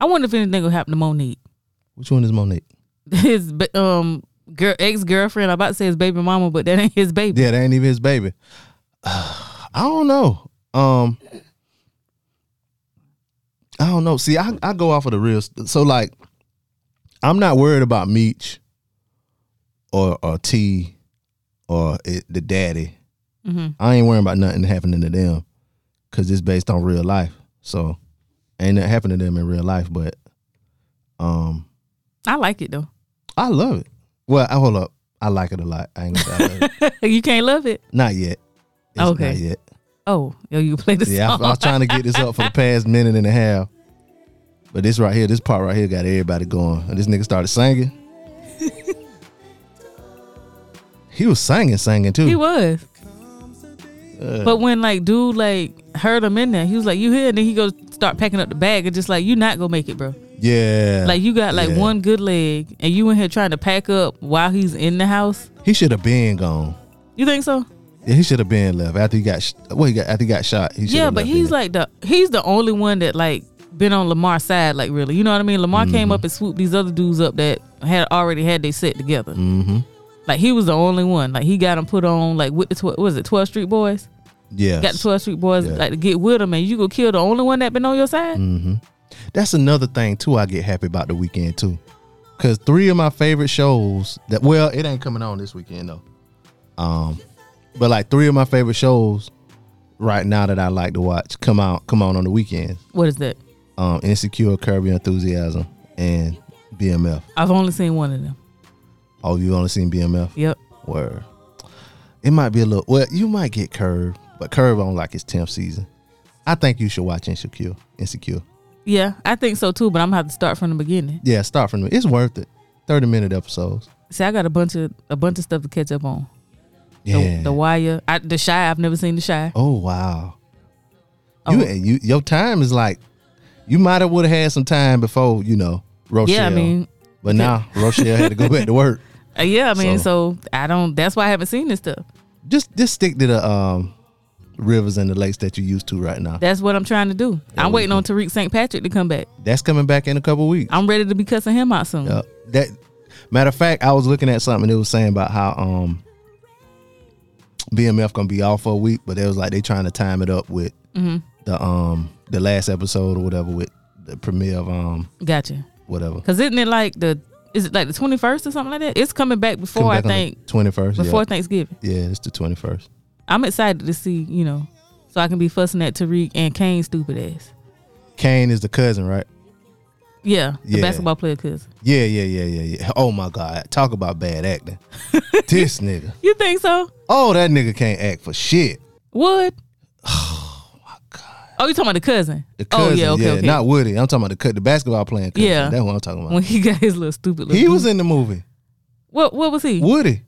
S6: I wonder if anything will happen to Monique.
S2: which one is Monique?
S6: His ba- um girl ex girlfriend. I about to say his baby mama, but that ain't his baby.
S2: Yeah, that ain't even his baby. I don't know. Um, I don't know. See, I, I go off of the real. st- So like, I'm not worried about Meech or or T or it, the daddy.
S6: Mhm.
S2: I ain't worrying about nothing happening to them because it's based on real life. So ain't nothing happened to them in real life. But um,
S6: I like it though.
S2: I love it. Well, I hold up. I like it a lot. I ain't gonna say I love it.
S6: you can't love it.
S2: Not yet. It's
S6: Okay.
S2: Not yet.
S6: Oh, yo, you play the
S2: Yeah, I, I
S6: song.
S2: was trying to get this up for the past minute and a half. But this right here, this part right here got everybody going. And this nigga started singing. he was singing, singing too.
S6: he was.
S2: Uh.
S6: But when like dude like heard him in there, he was like, "You here?" And then he goes start packing up the bag and just like, "You not gonna make it, bro.
S2: yeah.
S6: Like you got like
S2: Yeah.
S6: one good leg, and you in here trying to pack up while he's in the house.
S2: He should have been gone.
S6: You think so?
S2: Yeah, he should have been left after he got. Sh- well, he got after he got shot. He
S6: Yeah, but he's like the he's the only one that like been on Lamar's side, like really. You know what I mean? Lamar
S2: Mm-hmm.
S6: came up and swooped these other dudes up that had already had they set together. Mm-hmm. Like he was the only one. Like he got them put on like with the tw- what was it Twelve Street Boys?
S2: yeah.
S6: Got the Twelve Street Boys
S2: Yeah. Mm.
S6: like to get with him, and you go kill the only one that been on your side.
S2: That's another thing too. I get happy about the weekend too, cause three of my favorite shows that well, it ain't coming on this weekend though. Um, but like three of my favorite shows right now that I like to watch come out come on on the weekends.
S6: What is that?
S2: Um, Insecure, Curb Your Enthusiasm, and BMF.
S6: I've only seen one of them.
S2: Oh, you only seen BMF?
S6: Yep.
S2: Where it might be a little. Well, you might get Curb, but Curb on like its tenth season. I think you should watch Insecure. Insecure.
S6: Yeah, I think so too, but I'm gonna have to start from the beginning.
S2: Yeah, start from the. It's worth it. Thirty minute episodes.
S6: See, I got a bunch of a bunch of stuff to catch up on. The,
S2: Yeah.
S6: the Wire, I, the Shy. I've never seen the Shy.
S2: oh wow.
S6: Oh.
S2: You and you your time is like you might have would have had some time before you know Rochelle.
S6: yeah, I mean,
S2: but now Rochelle had to go back to work.
S6: uh, yeah, I mean,
S2: So-
S6: so I don't. That's why I haven't seen this stuff.
S2: Just just stick to the um rivers and the lakes that you used to right now.
S6: That's what I'm trying to do. I'm waiting on Tariq St. Patrick to come back.
S2: That's coming back in a couple weeks.
S6: I'm ready to be cussing him out soon.
S2: Uh, that matter of fact, I was looking at something it was saying about how um BMF gonna be off for a week, but it was like they trying to time it up with
S6: Mm-hmm.
S2: the um the last episode or whatever with the premiere of um
S6: Gotcha.
S2: whatever.
S6: Cause isn't it like the is it like the 21st or something like that? It's coming back before I think
S2: twenty first.
S6: before
S2: Yeah.
S6: Thanksgiving.
S2: yeah, it's the twenty first.
S6: I'm excited to see you know, so I can be fussing at Tariq and Kane's stupid ass.
S2: Kane is the cousin, right?
S6: Yeah, the
S2: Yeah.
S6: basketball player cousin.
S2: Yeah, yeah, yeah, yeah, yeah. Oh my God, talk about bad acting. this nigga.
S6: You think so?
S2: Oh, that nigga can't act for shit.
S6: Wood. Oh my god. Oh, you talking about the cousin?
S2: The cousin,
S6: oh yeah, okay,
S2: yeah,
S6: okay.
S2: not Woody. I'm talking about the cut, the basketball playing. Cousin.
S6: Yeah.
S2: that's what I'm talking
S6: when
S2: about.
S6: he got his little stupid. Little
S2: He was in the movie.
S6: What? What was he?
S2: Woody.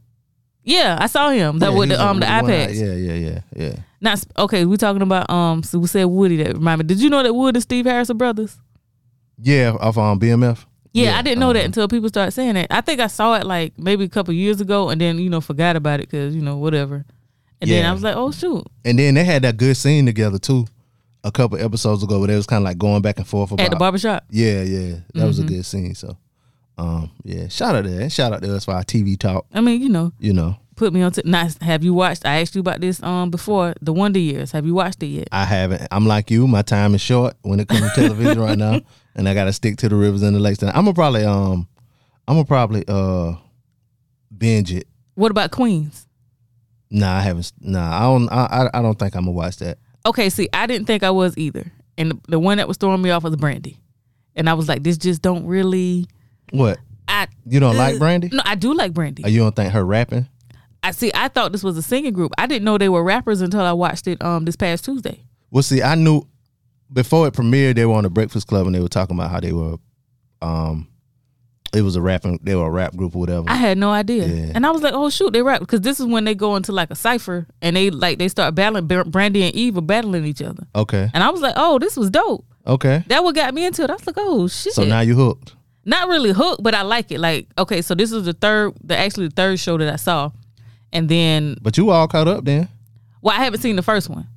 S6: Yeah, I saw him. That
S2: Yeah,
S6: with
S2: he was
S6: the
S2: in
S6: um the
S2: one eye.
S6: iPads.
S2: Yeah, yeah, yeah, yeah.
S6: Not sp- okay. We talking about um. So we said Woody. That remind me. Did you know that Wood and Steve Harris are brothers?
S2: Yeah, off um, on BMF.
S6: Yeah, I didn't know
S2: uh-huh.
S6: that until people started saying it. I think I saw it like maybe a couple years ago, and then you know forgot about it because you know whatever. And then
S2: Yeah.
S6: I was like, oh shoot,
S2: And then they had that good scene together too, a couple episodes ago, where they was kind of like going back and forth about
S6: at the barbershop.
S2: Yeah, yeah, that was a good scene. So, um, yeah, shout out to that. Shout out to us for our TV talk.
S6: I mean, you know,
S2: You know,
S6: put me on. T- not have you watched? I asked you about this um before the Wonder Years. Have you watched it yet?
S2: I haven't. I'm like you. My time is short when it comes to television right now, and I gotta stick to the rivers and the lakes. And I'm gonna probably um, I'm gonna probably uh, binge it.
S6: What about Queens?
S2: Nah, I haven't. Nah, I don't. I I, I don't think I'm gonna watch that.
S6: Okay, see, I didn't think I was either, and the, the one that was throwing me off was Brandy, and I was like, this just don't really.
S2: What
S6: I
S2: you don't
S6: Uh,
S2: like, Brandy?
S6: Mm, no, I do like Brandy.
S2: Or you don't think her rapping?
S6: I see. I thought this was a singing group. I didn't know they were rappers until I watched it um this past Tuesday.
S2: Well, see, I knew before it premiered, they were on the Breakfast Club and they were talking about how they were, um, it was a rapping, they were a rap group or whatever.
S6: I had no idea,
S2: Yeah.
S6: and I was like, "Oh shoot, they rap!" Because this is when they go into like a cipher and they like they start battling. Br- Brandy and Eve are battling each other,
S2: okay,
S6: and I was like, "Oh, this was dope."
S2: okay.
S6: That what got me into it. I was like, "Oh shit!"
S2: So now you hooked.
S6: Not really hooked, but I like it. Like, okay, so this is the third, the actually the third show that I saw, and then
S2: But you all caught up then.
S6: well, I haven't seen the first one.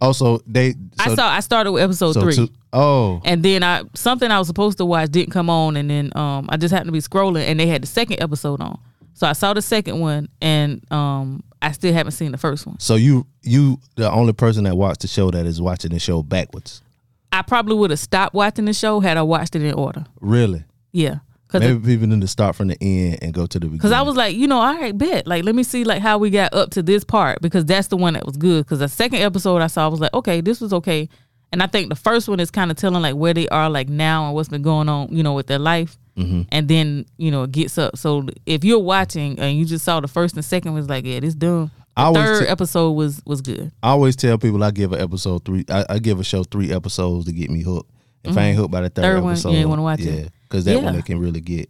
S2: Also, they. So,
S6: I saw I started with episode
S2: so
S6: three.
S2: two- oh,
S6: and then I something I was supposed to watch didn't come on, and then um I just happened to be scrolling, and they had the second episode on, so I saw the second one, and um I still haven't seen the first one.
S2: so you you the only person that watched the show that is watching the show backwards.
S6: I probably would have stopped watching the show had I watched it in order.
S2: Really?
S6: Yeah, because
S2: Maybe people need to start from the end and go to the beginning.
S6: because I was like, you know, all right, bet, like let me see like how we got up to this part because that's the one that was good. Because the second episode I saw, I was like, okay, this was okay, and I think the first one is kind of telling like where they are like now and what's been going on, you know, with their life.
S2: Mm-hmm.
S6: And then you know it gets up. So if you're watching and you just saw the first and second was like, yeah, this dumb.
S2: I
S6: The
S2: always
S6: third
S2: t-
S6: episode was was good.
S2: I always tell people I give an episode three. I, I give a show three episodes to get me hooked. If I ain't hooked by the third,
S6: Mm-hmm. Third one, you
S2: episode,
S6: ain't wanna watch
S2: yeah,
S6: it.
S2: because that one
S6: Yeah.
S2: it can really get.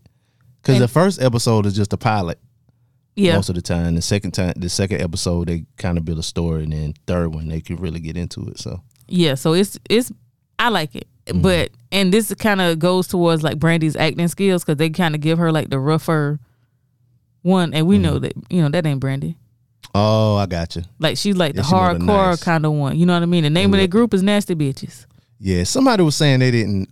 S2: Because the first episode is just a pilot
S6: Yeah,
S2: most of the time. The second time, the second episode, they kind of build a story, and then third one they can really get into it. So
S6: yeah so it's it's i like it
S2: Mm-hmm.
S6: but and this kind of goes towards like brandy's acting skills because they kind of give her like the rougher one and we
S2: Mm-hmm.
S6: know that you know that ain't brandy
S2: oh, I got you.
S6: like she's like the
S2: Yeah, she more the
S6: hardcore
S2: nice.
S6: kind of one you know what i mean the name of their group is nasty bitches
S2: Yeah, somebody was saying they didn't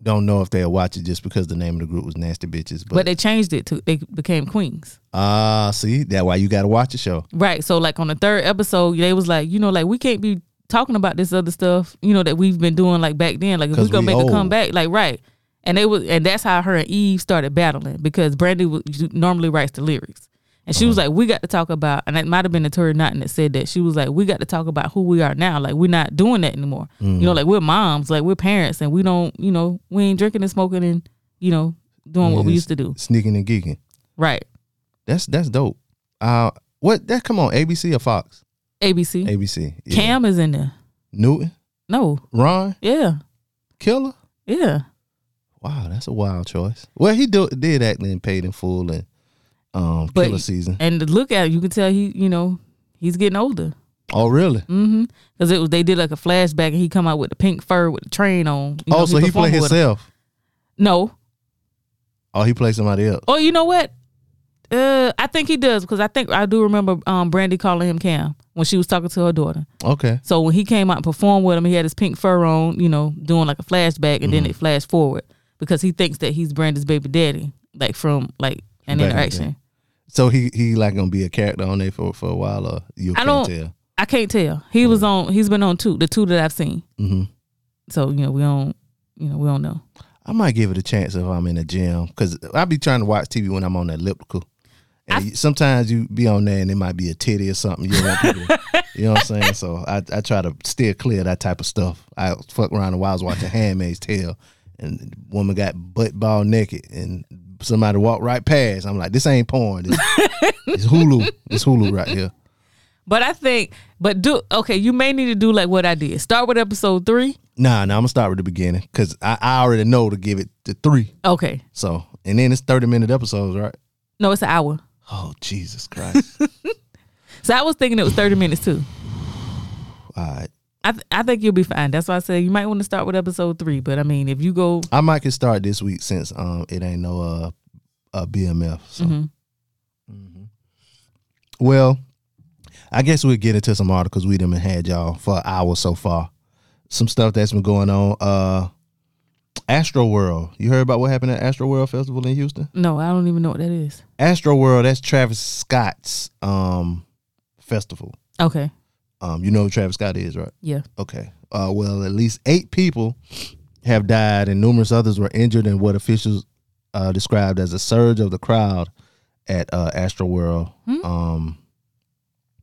S2: don't know if they'll watch it just because the name of the group was Nasty Bitches.
S6: but
S2: But
S6: they changed it to they became queens
S2: ah, see that why you got to watch the show.
S6: right so like on the third episode they was like you know like we can't be talking about this other stuff you know that we've been doing like back then like if
S2: 'Cause
S6: we gonna
S2: we
S6: make
S2: old.
S6: a comeback like right and they was and that's how her and eve started battling because brandy would- normally writes the lyrics And she was
S2: Uh-huh.
S6: like, "We got to talk about," and it might have been the Tory Notton that said that. She was like, "We got to talk about who we are now. Like, we're not doing that anymore. You
S2: Mm.
S6: know, like we're moms, like we're parents, and we don't, you know, we ain't drinking and smoking and you know doing what we used to do,
S2: Sneaking and geeking.
S6: right?"
S2: That's that's dope. Uh, what that? Come on, ABC or Fox?
S6: ABC
S2: ABC. Yeah.
S6: Mm-hmm. Cam is in there.
S2: Newton,
S6: No,
S2: Ron,
S6: yeah,
S2: Killer.
S6: yeah.
S2: Wow, that's a wild choice. Well, he do, did act in paid in full and um
S6: But-
S2: Killer season.
S6: And to look at it, you can tell he, you know, he's getting older.
S2: Oh, really?
S6: Mm-hmm. Cause it was they did like a flashback and he come out with the pink fur with the train on. You know,
S2: oh, so he
S6: performed
S2: played
S6: with-
S2: himself.
S6: No.
S2: Oh, he played somebody else.
S6: Oh, you know what? Uh, I think he does because I think I do remember um Brandy calling him Cam when she was talking to her daughter.
S2: Okay.
S6: So when he came out and performed with him, he had his pink fur on, you know, doing like a flashback, and
S2: Mm-hmm.
S6: then it flashed forward because he thinks that he's Brandy's baby daddy, like from like an
S2: Back in the
S6: interaction.
S2: day. So he he like gonna be a character on there for for a while or you
S6: I
S2: can't
S6: don't-
S2: tell.
S6: I can't tell. He was on. He's been on two. The two that I've seen.
S2: hmm
S6: So you know we don't. You know we don't know.
S2: I might give it a chance if I'm in the gym because I be trying to watch TV when I'm on the elliptical. And you- sometimes you be on there and it might be a titty or something. You, don't want people to- you know what I'm saying? So I, I try to steer clear of that type of stuff. I fuck around and while I was watching Handmaid's Tale and the woman got butt ball naked and somebody walked right past. I'm like, this ain't porn. This, it's Hulu. It's Hulu right here.
S6: But I think. But do okay. You may need to do like what I did. Start with episode three.
S2: Nah, nah, I'm going to start with the beginning because I, I already know to give it the three.
S6: Okay.
S2: So, and then it's 30 minute episodes, right?
S6: No, it's an hour.
S2: Oh, Jesus Christ.
S6: So I was thinking it was thirty minutes too.
S2: All right.
S6: I th- I think you'll be fine. That's why I said you might want to start with episode three. But I mean, if you go,
S2: I might can start this week since um it ain't no uh, uh BMF. So.
S6: Mhm.
S2: Mhm. Well, I guess we'll get into some articles we done had y'all for an hour so far. Some stuff that's been going on. Uh Astro World. You heard about what happened at Astro World Festival in Houston?
S6: no, I don't even know what that is.
S2: Astro World, that's Travis Scott's um festival.
S6: Okay.
S2: Um, you know who Travis Scott is, right?
S6: Yeah.
S2: Okay. Uh, well, at least eight people have died and numerous others were injured in what officials uh, described as a surge of the crowd at uh, Astroworld. Um,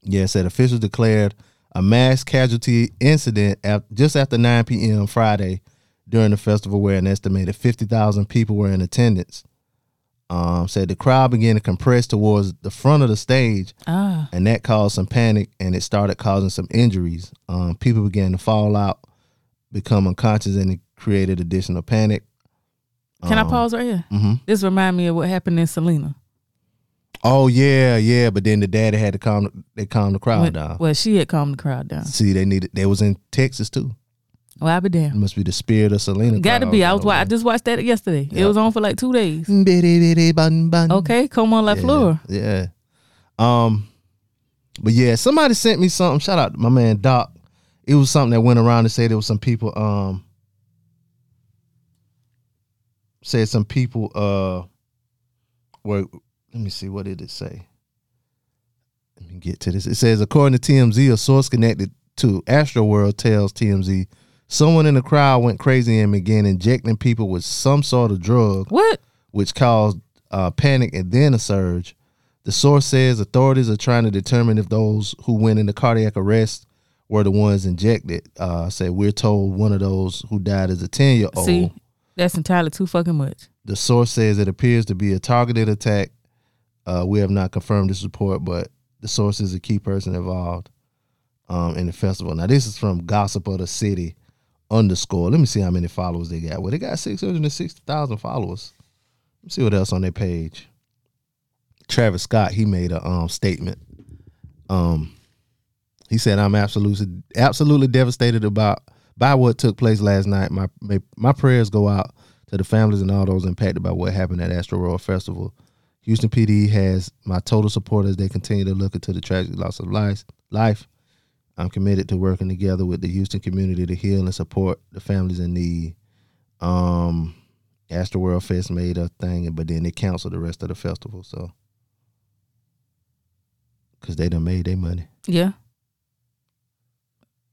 S2: yeah, said officials declared a mass casualty incident at, just after 9 p.m. Friday during the festival where an estimated 50,000 people were in attendance. Um, said the crowd began to compress towards the front of the stage
S6: Ah.
S2: and that caused some panic and it started causing some injuries. Um, people began to fall out, become unconscious, and it created additional panic.
S6: Can I pause right here?
S2: mhm.
S6: This remind me of what happened in Selena.
S2: Oh yeah, yeah. But then the daddy had to calm. They calmed the crowd
S6: When-
S2: down.
S6: Well, she had calmed the crowd down.
S2: See, they needed. They was in Texas too.
S6: Well, I be
S2: It
S6: damned.
S2: must be the spirit of Selena.
S6: Got to be. I was. wa- I just watched that yesterday. It was on for like two days.
S2: Okay.
S6: Okay, come on, La Fleur.
S2: Yeah. Um, but yeah, somebody sent me something. Shout out to my man Doc. It was something that went around and said there was some people um said some people uh were let me see, what did it say? Let me get to this. It says according to TMZ, a source connected to Astroworld tells TMZ someone in the crowd went crazy and began injecting people with some sort of drug
S6: What?
S2: which caused uh, panic and then a surge. The source says authorities are trying to determine if those who went into cardiac arrest were the ones injected. Uh, said we're told one of those who died is a ten year
S6: See,
S2: old.
S6: that's entirely too fucking much.
S2: The source says it appears to be a targeted attack. Uh, we have not confirmed this report, but the source is a key person involved um, in the festival. Now, this is from Gossip of the City underscore. Let me see how many followers they got. Well, they got 660,000 followers. Let me see what else on their page. Travis Scott, he made a um, statement. Um, he said, "I'm absolutely, absolutely devastated about by what took place last night. My may, my prayers go out to the families and all those impacted by what happened at Astro World Festival. Houston PD has my total support as they continue to look into the tragic loss of life. Life. I'm committed to working together with the Houston community to heal and support the families in need. Um, Astro World Fest made a thing, but then they canceled the rest of the festival. So, because they done made their money."
S6: Yeah.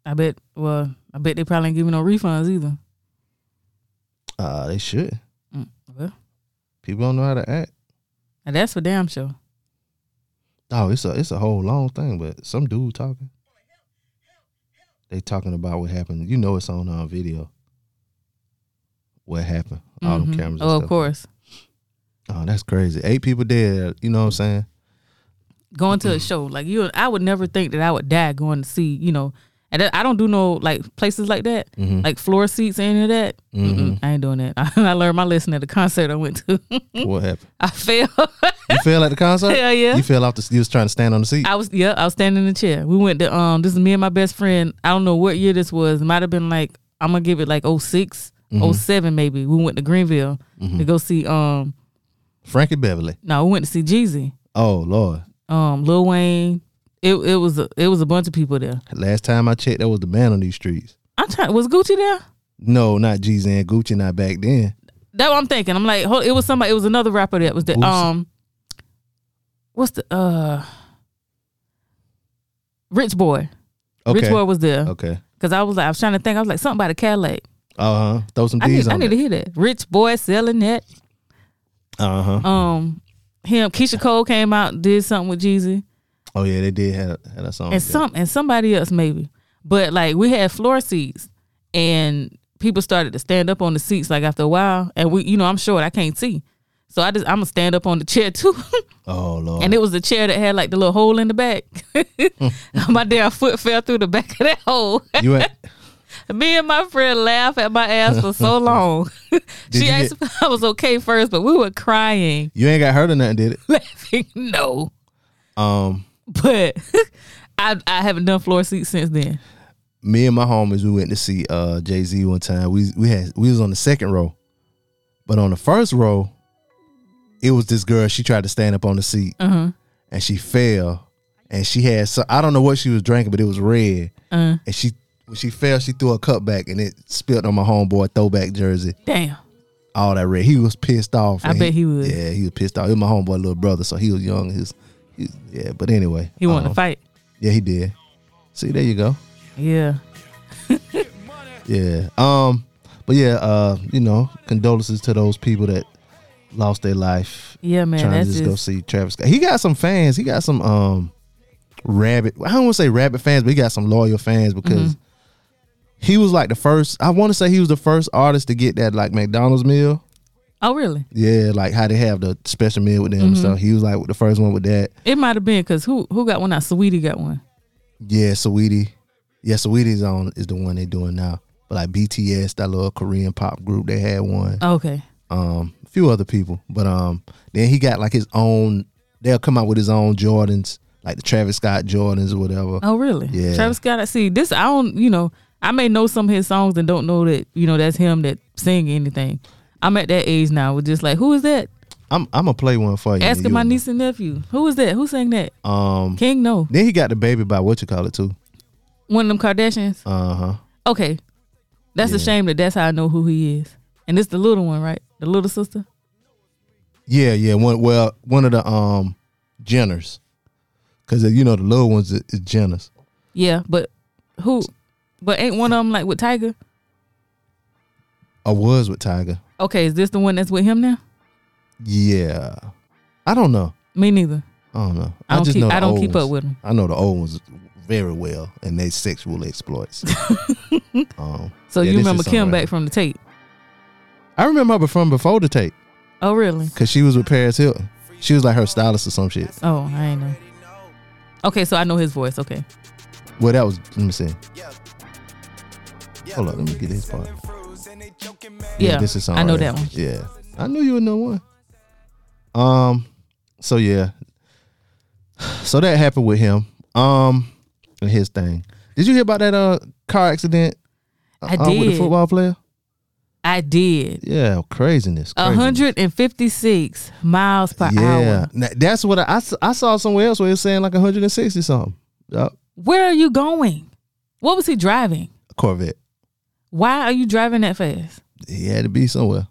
S6: I bet. Well, I bet they probably ain't giving no refunds either.
S2: Uh, they should.
S6: Mm, well,
S2: People don't know how to act.
S6: now that's for damn sure.
S2: Oh, it's a it's a whole long thing, but some dude talking. They talking about what happened. You know, it's on uh, video. What happened? All them cameras. and
S6: Oh, of
S2: stuff.
S6: course.
S2: Oh, that's crazy. Eight people dead. You know what I'm saying?
S6: Going to a show like you, I would never think that I would die going to see. You know, and that- I don't do no like places like that, like floor seats, any of that. Mm-mm, I ain't doing that. I learned my lesson at the concert I went to.
S2: What happened?
S6: I failed.
S2: You fell at the concert?
S6: Yeah, Mm. yeah.
S2: You fell off the. You was trying to stand on the seat.
S6: I was yeah, I was standing in the chair. We went to um this is me and my best friend. I don't know what year this was. It might have been like I'm gonna give it like oh 6
S2: Mm-hmm.
S6: 07 maybe. We went to Greenville to go see um
S2: Frankie Beverly.
S6: no, we went to see Jeezy.
S2: Oh Lord.
S6: Um Lil Wayne. It it was a, it was a bunch of people there.
S2: Last time I checked, that was the man on these streets.
S6: I'm trying was Gucci there?
S2: No, not Jeezy and Gucci. Not back then.
S6: That's what I'm thinking. I'm like, hold, it was somebody. It was another rapper that was the
S2: Who's-
S6: um, what's the uh, Rich Boy.
S2: Okay.
S6: Rich Boy was there
S2: Okay.
S6: because I was like, I was trying to think. I was like, something about a Cadillac.
S2: Uh huh. Throw some
S6: I
S2: D's
S6: need, I
S2: on
S6: need to hear that. Rich boy selling that.
S2: Uh huh.
S6: Um, him Keisha Cole came out and did something with Jeezy
S2: Oh yeah, they did have, have that song.
S6: and some and somebody else maybe. But like we had floor seats and people started to stand up on the seats like after a while and we you know I'm short I can't see. So I just I'm gonna stand up on the chair too,
S2: Oh Lord.
S6: and it was the chair that had like the little hole in the back. my damn foot fell through the back of that hole.
S2: you at,
S6: Me and my friend laughed at my ass for so long.
S2: you
S6: she
S2: get-
S6: asked if I was okay first, but we were crying.
S2: you ain't got hurt or nothing, did it?
S6: laughing. No,
S2: Um,
S6: but I I haven't done floor seats since then.
S2: me and my homies, we went to see uh Jay Z one time. We we had we was on the second row, but on the first row, it was this girl. She tried to stand up on the seat,
S6: Uh-huh.
S2: and she fell, and she had so I don't know what she was drinking, but it was red,
S6: Uh.
S2: and she. When she fell, she threw a cup back and it spilled on my homeboy throwback jersey.
S6: Damn.
S2: all that red. He was pissed off.
S6: I
S2: and
S6: bet he was.
S2: Yeah, he was pissed off. He was my homeboy little brother, so he was young. He was, he was- yeah, but anyway.
S6: He wanted
S2: um,
S6: to fight.
S2: Yeah, he did. See, there you go.
S6: Yeah.
S2: Yeah. Um, but yeah, uh, you know, condolences to those people that lost their life.
S6: Yeah, man.
S2: trying to
S6: that's
S2: just,
S6: just,
S2: go see Travis Scott. He got some fans. He got some um rabbit. I don't want to say rabbit fans, but he got some loyal fans because
S6: Mm-hmm.
S2: he was like the first. I want to say he was the first artist to get that like McDonald's meal.
S6: Oh, really?
S2: Yeah, like how they have the special meal with them
S6: Mm-hmm.
S2: and stuff. He was like the first one with that.
S6: It might have been because who who got one out? Sweetie got one.
S2: Yeah, Saweetie. Yeah, Saweetie's on is the one they're doing now. But like BTS, that little Korean pop group, they had one.
S6: Okay.
S2: Um, a few other people. But um then he got like his own they'll come out with his own Jordans, like the Travis Scott Jordans or whatever.
S6: Oh, really?
S2: Yeah.
S6: Travis Scott. I see this. I don't. You know, I may know some of his songs and don't know that you know that's him that sing anything. I'm at that age now. We're just like, who is that?
S2: I'm I'm gonna play one for you.
S6: Asking
S2: You-
S6: my niece and nephew, who is that? Who sang that?
S2: Um
S6: King? No,
S2: then he got the baby by what you call it too.
S6: one of them Kardashians.
S2: Uh huh.
S6: Okay, that's a shame that that's how I know who he is. And it's the little one, right? The little sister.
S2: Yeah, yeah. One well, one of the um Jenners. Cause you know the little ones is, is Jenners.
S6: Yeah, but who? But ain't one of them like with Tiger?
S2: I was with Tiger.
S6: Okay, is this the one that's with him now?
S2: Yeah. I don't know.
S6: Me neither.
S2: I don't know.
S6: I don't
S2: just
S6: keep-
S2: know the
S6: I don't
S2: old
S6: keep
S2: ones.
S6: up with 'em.
S2: I know the old ones very well and they sexual exploits. um,
S6: So
S2: yeah,
S6: you
S2: this
S6: remember
S2: is
S6: Kim
S2: somewhere.
S6: back from the tape?
S2: I remember her from before the tape
S6: Oh really?
S2: because she was with Paris Hilton. She was like her stylist or some shit.
S6: Oh, I ain't know. Okay, so I know his voice. Okay,
S2: Well, that was, let me see. Hold on, let me get his part.
S6: yeah,
S2: this is
S6: I know
S2: alright.
S6: that one.
S2: Yeah, I knew you would know one. Um, so yeah, so that happened with him. Um, and his thing. Did you hear about that uh car accident?
S6: I
S2: uh, with the
S6: did.
S2: football player.
S6: I did.
S2: Yeah, craziness.
S6: A
S2: craziness.
S6: 156 miles per
S2: Yeah,
S6: hour.
S2: Now, that's what I, I s- I saw somewhere else where it's saying like 160 something. Uh,
S6: Where are you going? What was he driving?
S2: Corvette.
S6: Why are you driving that fast?
S2: He had to be somewhere.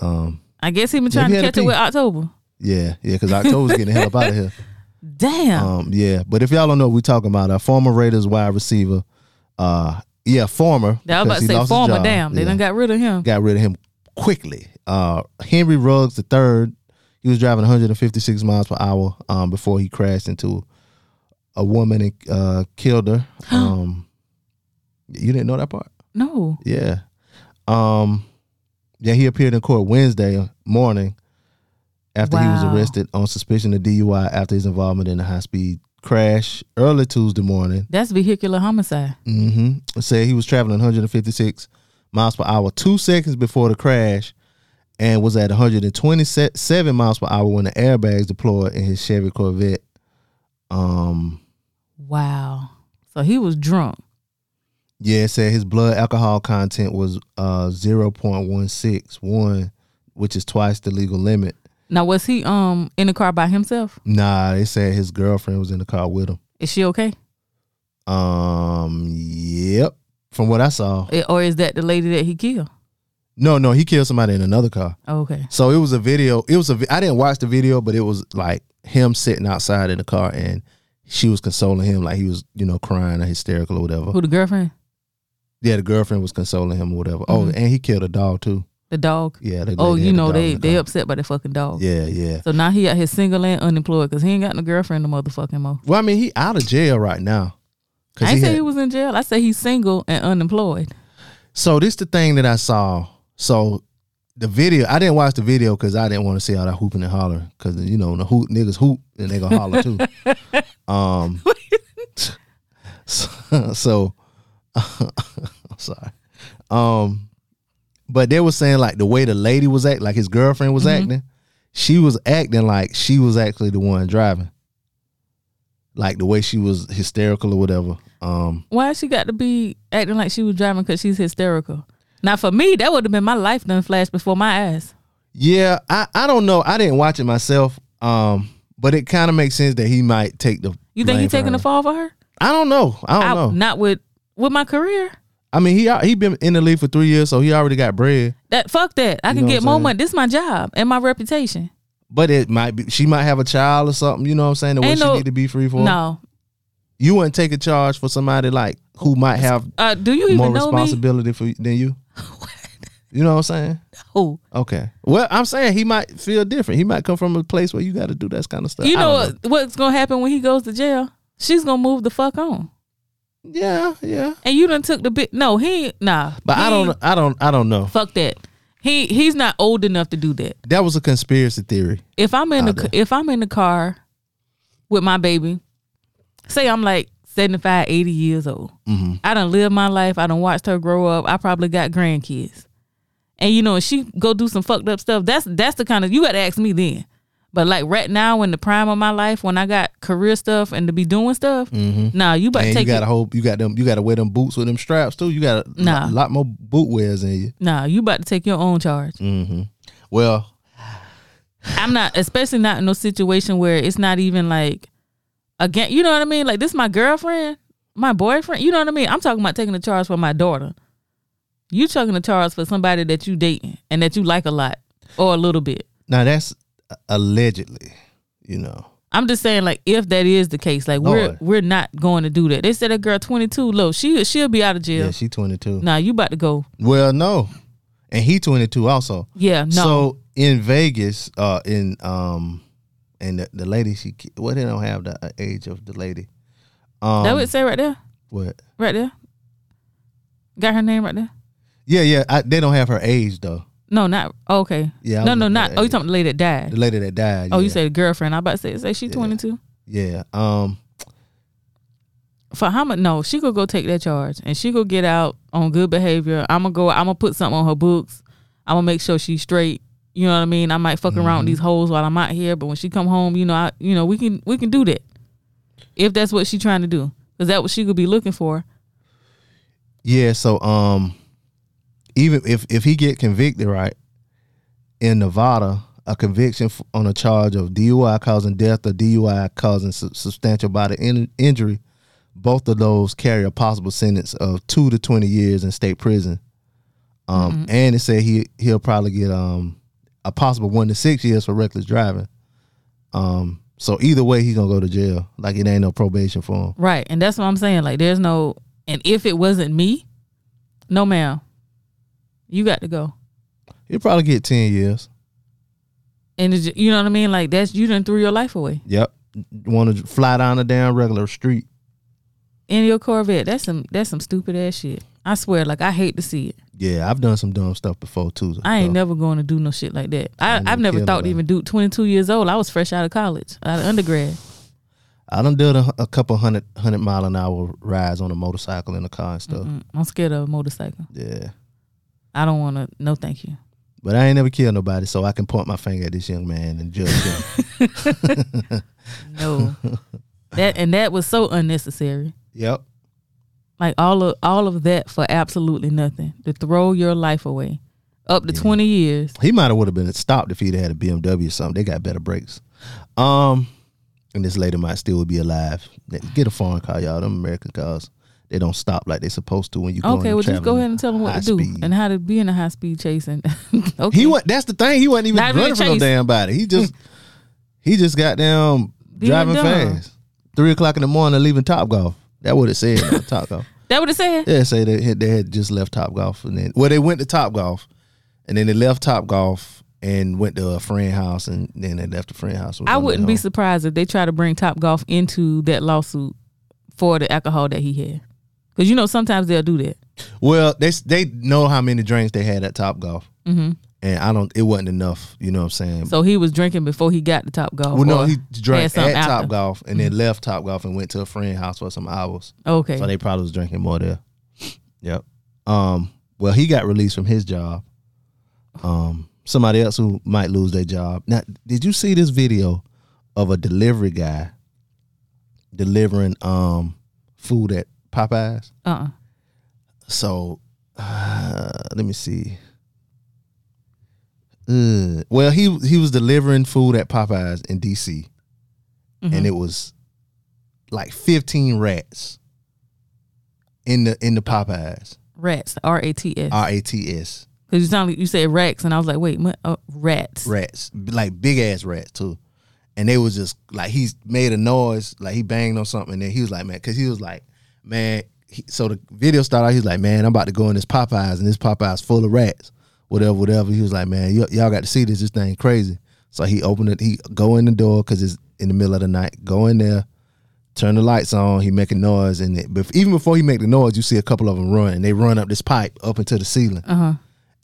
S2: Um.
S6: I guess he been
S2: Maybe
S6: trying
S2: he
S6: to
S2: had
S6: catch
S2: to
S6: it
S2: pee.
S6: with October.
S2: Yeah, yeah, because October's getting the hell up out of here.
S6: Damn.
S2: Um, yeah, but if y'all don't know what we're talking about, a former Raiders wide receiver, uh, yeah, former.
S6: I was about
S2: because
S6: to
S2: he
S6: say
S2: lost his
S6: former.
S2: job.
S6: Damn, they
S2: Yeah.
S6: done got rid of him.
S2: got rid of him quickly. Uh, Henry Ruggs the third, he He was driving 156 miles per hour um, before he crashed into a woman and uh, killed her. Um, you didn't know that part?
S6: No.
S2: Yeah. Um yeah, he appeared in court Wednesday morning after he was
S6: Wow.
S2: arrested on suspicion of DUI after his involvement in a high speed crash early Tuesday morning.
S6: That's vehicular homicide.
S2: hmm said he was traveling 156 miles per hour two seconds before the crash and was at 127 miles per hour when the airbags deployed in his Chevy Corvette. Um
S6: Wow. So he was drunk.
S2: Yeah, it said his blood alcohol content was uh zero point one six one, which is twice the legal limit.
S6: Now was he um in the car by himself?
S2: Nah, they said his girlfriend was in the car with him.
S6: Is she okay?
S2: Um, yep. From what I saw,
S6: Eh, Or is that the lady that he killed? Oh,
S2: no, no, he killed somebody in another car.
S6: Okay.
S2: So it was a video. It was a. vi- I didn't watch the video, but it was like him sitting outside in the car, and she was consoling him, like he was, you know, crying or hysterical or whatever.
S6: Who the girlfriend?
S2: Yeah, the girlfriend was consoling him or whatever. Oh, and he killed a dog too.
S6: The dog.
S2: Yeah. they-
S6: Mm-hmm. oh,
S2: they
S6: you
S2: had a
S6: know
S2: dog
S6: they
S2: in the
S6: they
S2: car.
S6: upset by the fucking dog.
S2: Yeah, yeah.
S6: So now he out here single and unemployed because he ain't got no girlfriend no motherfucking mo.
S2: Well, I mean, he out of jail right now.
S6: I
S2: 'Cause
S6: ain't
S2: he
S6: say
S2: had-
S6: he was in jail. I say he's single and unemployed.
S2: so this the thing that I saw. So the video, I didn't watch the video because I didn't want to see all that hooping and hollering. Because you know the hoop niggas hoop and they gonna holler too. um. so, so I'm sorry. Um, but they were saying like the way the lady was act, like his girlfriend was acting. She was acting like she was actually the one driving. Like the way she was hysterical or whatever. Um,
S6: Why she got to be acting like she was driving because she's hysterical? Now for me, that would have been my life done flashed before my eyes.
S2: Yeah, I, I don't know. I didn't watch it myself. Um, but it kind of makes sense that he might take the.
S6: You think
S2: blame
S6: he
S2: for
S6: taking
S2: her. Oh,
S6: the fall for her?
S2: I don't know. I don't know.
S6: Not with with my career.
S2: I mean, he al- he been in the league for three years, so he already got bread.
S6: That fuck that. I
S2: You
S6: can
S2: know
S6: get
S2: what
S6: more
S2: I'm saying?
S6: money. This is my job and my reputation.
S2: But it might be she might have a child or something. You know what I'm saying? The way
S6: Ain't
S2: she
S6: no-
S2: need to be free for.
S6: No.
S2: you wouldn't take a charge for somebody like who might have
S6: Uh, do you
S2: more
S6: even know me?
S2: responsibility for you than you. You know what I'm saying?
S6: Who?
S2: Okay. Well, I'm saying he might feel different. He might come from a place where you got to do that kind of stuff.
S6: You
S2: I
S6: know,
S2: don't
S6: what- what's gonna happen when he goes to jail? She's gonna move the fuck on.
S2: Yeah, yeah.
S6: And you done took the bit. No, he ain't- nah.
S2: But
S6: he
S2: I
S6: ain't-
S2: don't. I don't. I don't know.
S6: Fuck that. He he's not old enough to do that.
S2: That was a conspiracy theory.
S6: if I'm in the
S2: Out
S6: if I'm in the car with my baby, say I'm like 75, 80 years old. I done lived my life. I done watched her grow up. I probably got grandkids. And you know, if she go do some fucked up stuff, that's that's the kind of you gotta ask me then. But like right now in the prime of my life, when I got career stuff and to be doing stuff, nah, you about to
S2: And you
S6: take
S2: got to
S6: it,
S2: hope you got them. You got to wear them boots with them straps too. You got a
S6: Nah.
S2: lot, lot more boot wears in you.
S6: nah, you about to take your own charge.
S2: Well,
S6: I'm not, especially not in no situation where it's not even like again. You know what I mean? Like this, my girlfriend, my boyfriend. You know what I mean? I'm talking about taking the charge for my daughter. You taking the charge for somebody that you dating and that you like a lot or a little bit.
S2: now that's allegedly. You know,
S6: I'm just saying, like, if that is the case, like
S2: Lord.
S6: we're we're not going to do that. They said a girl 22, low, she she'll be out of
S2: yeah,
S6: jail.
S2: she twenty two.
S6: nah, you about to go.
S2: Well, no, and he twenty two also.
S6: Yeah, no.
S2: So in Vegas, uh, in um, and the, the lady she ki- well they don't have the uh, age of the lady. Um,
S6: that would say right there,
S2: what?
S6: right there. Got her name right there.
S2: Yeah, yeah. I, they don't have her age though.
S6: No, not okay.
S2: Yeah, I
S6: No,
S2: was
S6: no,
S2: looking
S6: not.
S2: at
S6: Oh, you
S2: age.
S6: talking about the lady that died?
S2: The lady that died.
S6: Oh, you
S2: yeah.
S6: said girlfriend. I about to say, say she twenty two.
S2: yeah. Um,
S6: For how much? No, she could go take that charge, and she could get out on good behavior. I'm gonna go. I'm gonna put something on her books. I'm gonna make sure she's straight. You know what I mean? I might fuck around with these hoes while I'm out here, but when she come home, you know, I, you know, we can we can do that if that's what she trying to do, because that what she could be looking for.
S2: Yeah, so um even if if he get convicted, right, in Nevada, a conviction f- on a charge of DUI causing death or DUI causing su- substantial bodily in- injury, both of those carry a possible sentence of 2 to 20 years in state prison. Um and it said he he'll probably get um a possible 1 to 6 years for reckless driving. Um so either way he's going to go to jail. Like it ain't no probation for him.
S6: Right, and that's what I'm saying. Like, there's no, and if it wasn't me, no, ma'am, you got to go.
S2: He'll probably get 10 years.
S6: and it's, ju- you know what I mean. Like that's you done threw your life away
S2: Yep. Want to fly down a damn regular street.
S6: in your Corvette. That's some that's some stupid ass shit. I swear, like I hate to see it.
S2: Yeah, I've done some dumb stuff before too.
S6: I ain't
S2: though.
S6: never going to do no shit like that. I,
S2: ain't
S6: I've never
S2: kill
S6: thought to
S2: nobody.
S6: even do. Twenty two years old, I was fresh out of college, out of undergrad.
S2: I done did a, a couple hundred hundred mile an hour rides on a motorcycle in a car and stuff.
S6: Mm, I'm scared of a motorcycle.
S2: Yeah,
S6: I don't want to. No, thank you.
S2: but I ain't never killed nobody, so I can point my finger at this young man and judge him.
S6: No, that and that was so unnecessary.
S2: yep.
S6: Like all of all of that for absolutely nothing. To throw your life away, up to twenty years.
S2: He might have would have been stopped if he'd had a BMW or something. They got better brakes. Um, and this lady might still be alive. Get a foreign car, y'all. Them American cars, they don't stop like they supposed to when you.
S6: Okay,
S2: going
S6: well, just go ahead and tell them
S2: them
S6: what to do and how to be in a high speed chase. And okay,
S2: He went. That's the thing. He wasn't even
S6: Not even
S2: running for no
S6: chase. Hmm.
S2: damn body. He just he just got down
S6: Being
S2: driving
S6: dumb.
S2: fast. Three o'clock in the morning, leaving Top Golf. That what it said. on Top Golf.
S6: that what it said.
S2: Yeah, say they had, they had just left Top Golf and then well they went to Top Golf, and then they left Top Golf and went to a friend house and then they left the friend house. and
S6: I
S2: went
S6: wouldn't be
S2: home.
S6: surprised if they try to bring Top Golf into that lawsuit for the alcohol that he had, because you know sometimes they'll do that.
S2: Well, they s- they know how many drinks they had at Top Golf, and I don't. It wasn't enough. You know what I'm saying?
S6: Mm-hmm. So he was drinking before he got to Top Golf.
S2: well, no,
S6: or
S2: he
S6: had
S2: drank
S6: something
S2: at
S6: after. Mm-hmm.
S2: Top Golf and then left Top Golf and went to a friend house for some hours.
S6: Okay,
S2: So they probably was drinking more there. Yep. Um. Well, he got released from his job. Um. Somebody else who might lose their job. Now, did you see this video of a delivery guy delivering um food at Popeyes?
S6: uh,
S2: So, uh, let me see. Uh, well, he he was delivering food at Popeyes in D.C. and it was like fifteen rats in the in the Popeyes
S6: rats, R A T S.
S2: R A T S
S6: Because you sound like you said rats, and I was like, wait, what? Oh, rats.
S2: rats like big ass rats too, and they was just like he made a noise like he banged on something and then he was like man because he was like man he, so the video started out he's like man I'm about to go in this Popeyes and this Popeyes full of rats whatever whatever he was like man y- y'all got to see this this thing crazy so he opened it he go in the door because it's in the middle of the night go in there turn the lights on. He making noise, and it, but even before he make the noise, you see a couple of them run, and they run up this pipe up into the ceiling, uh-huh.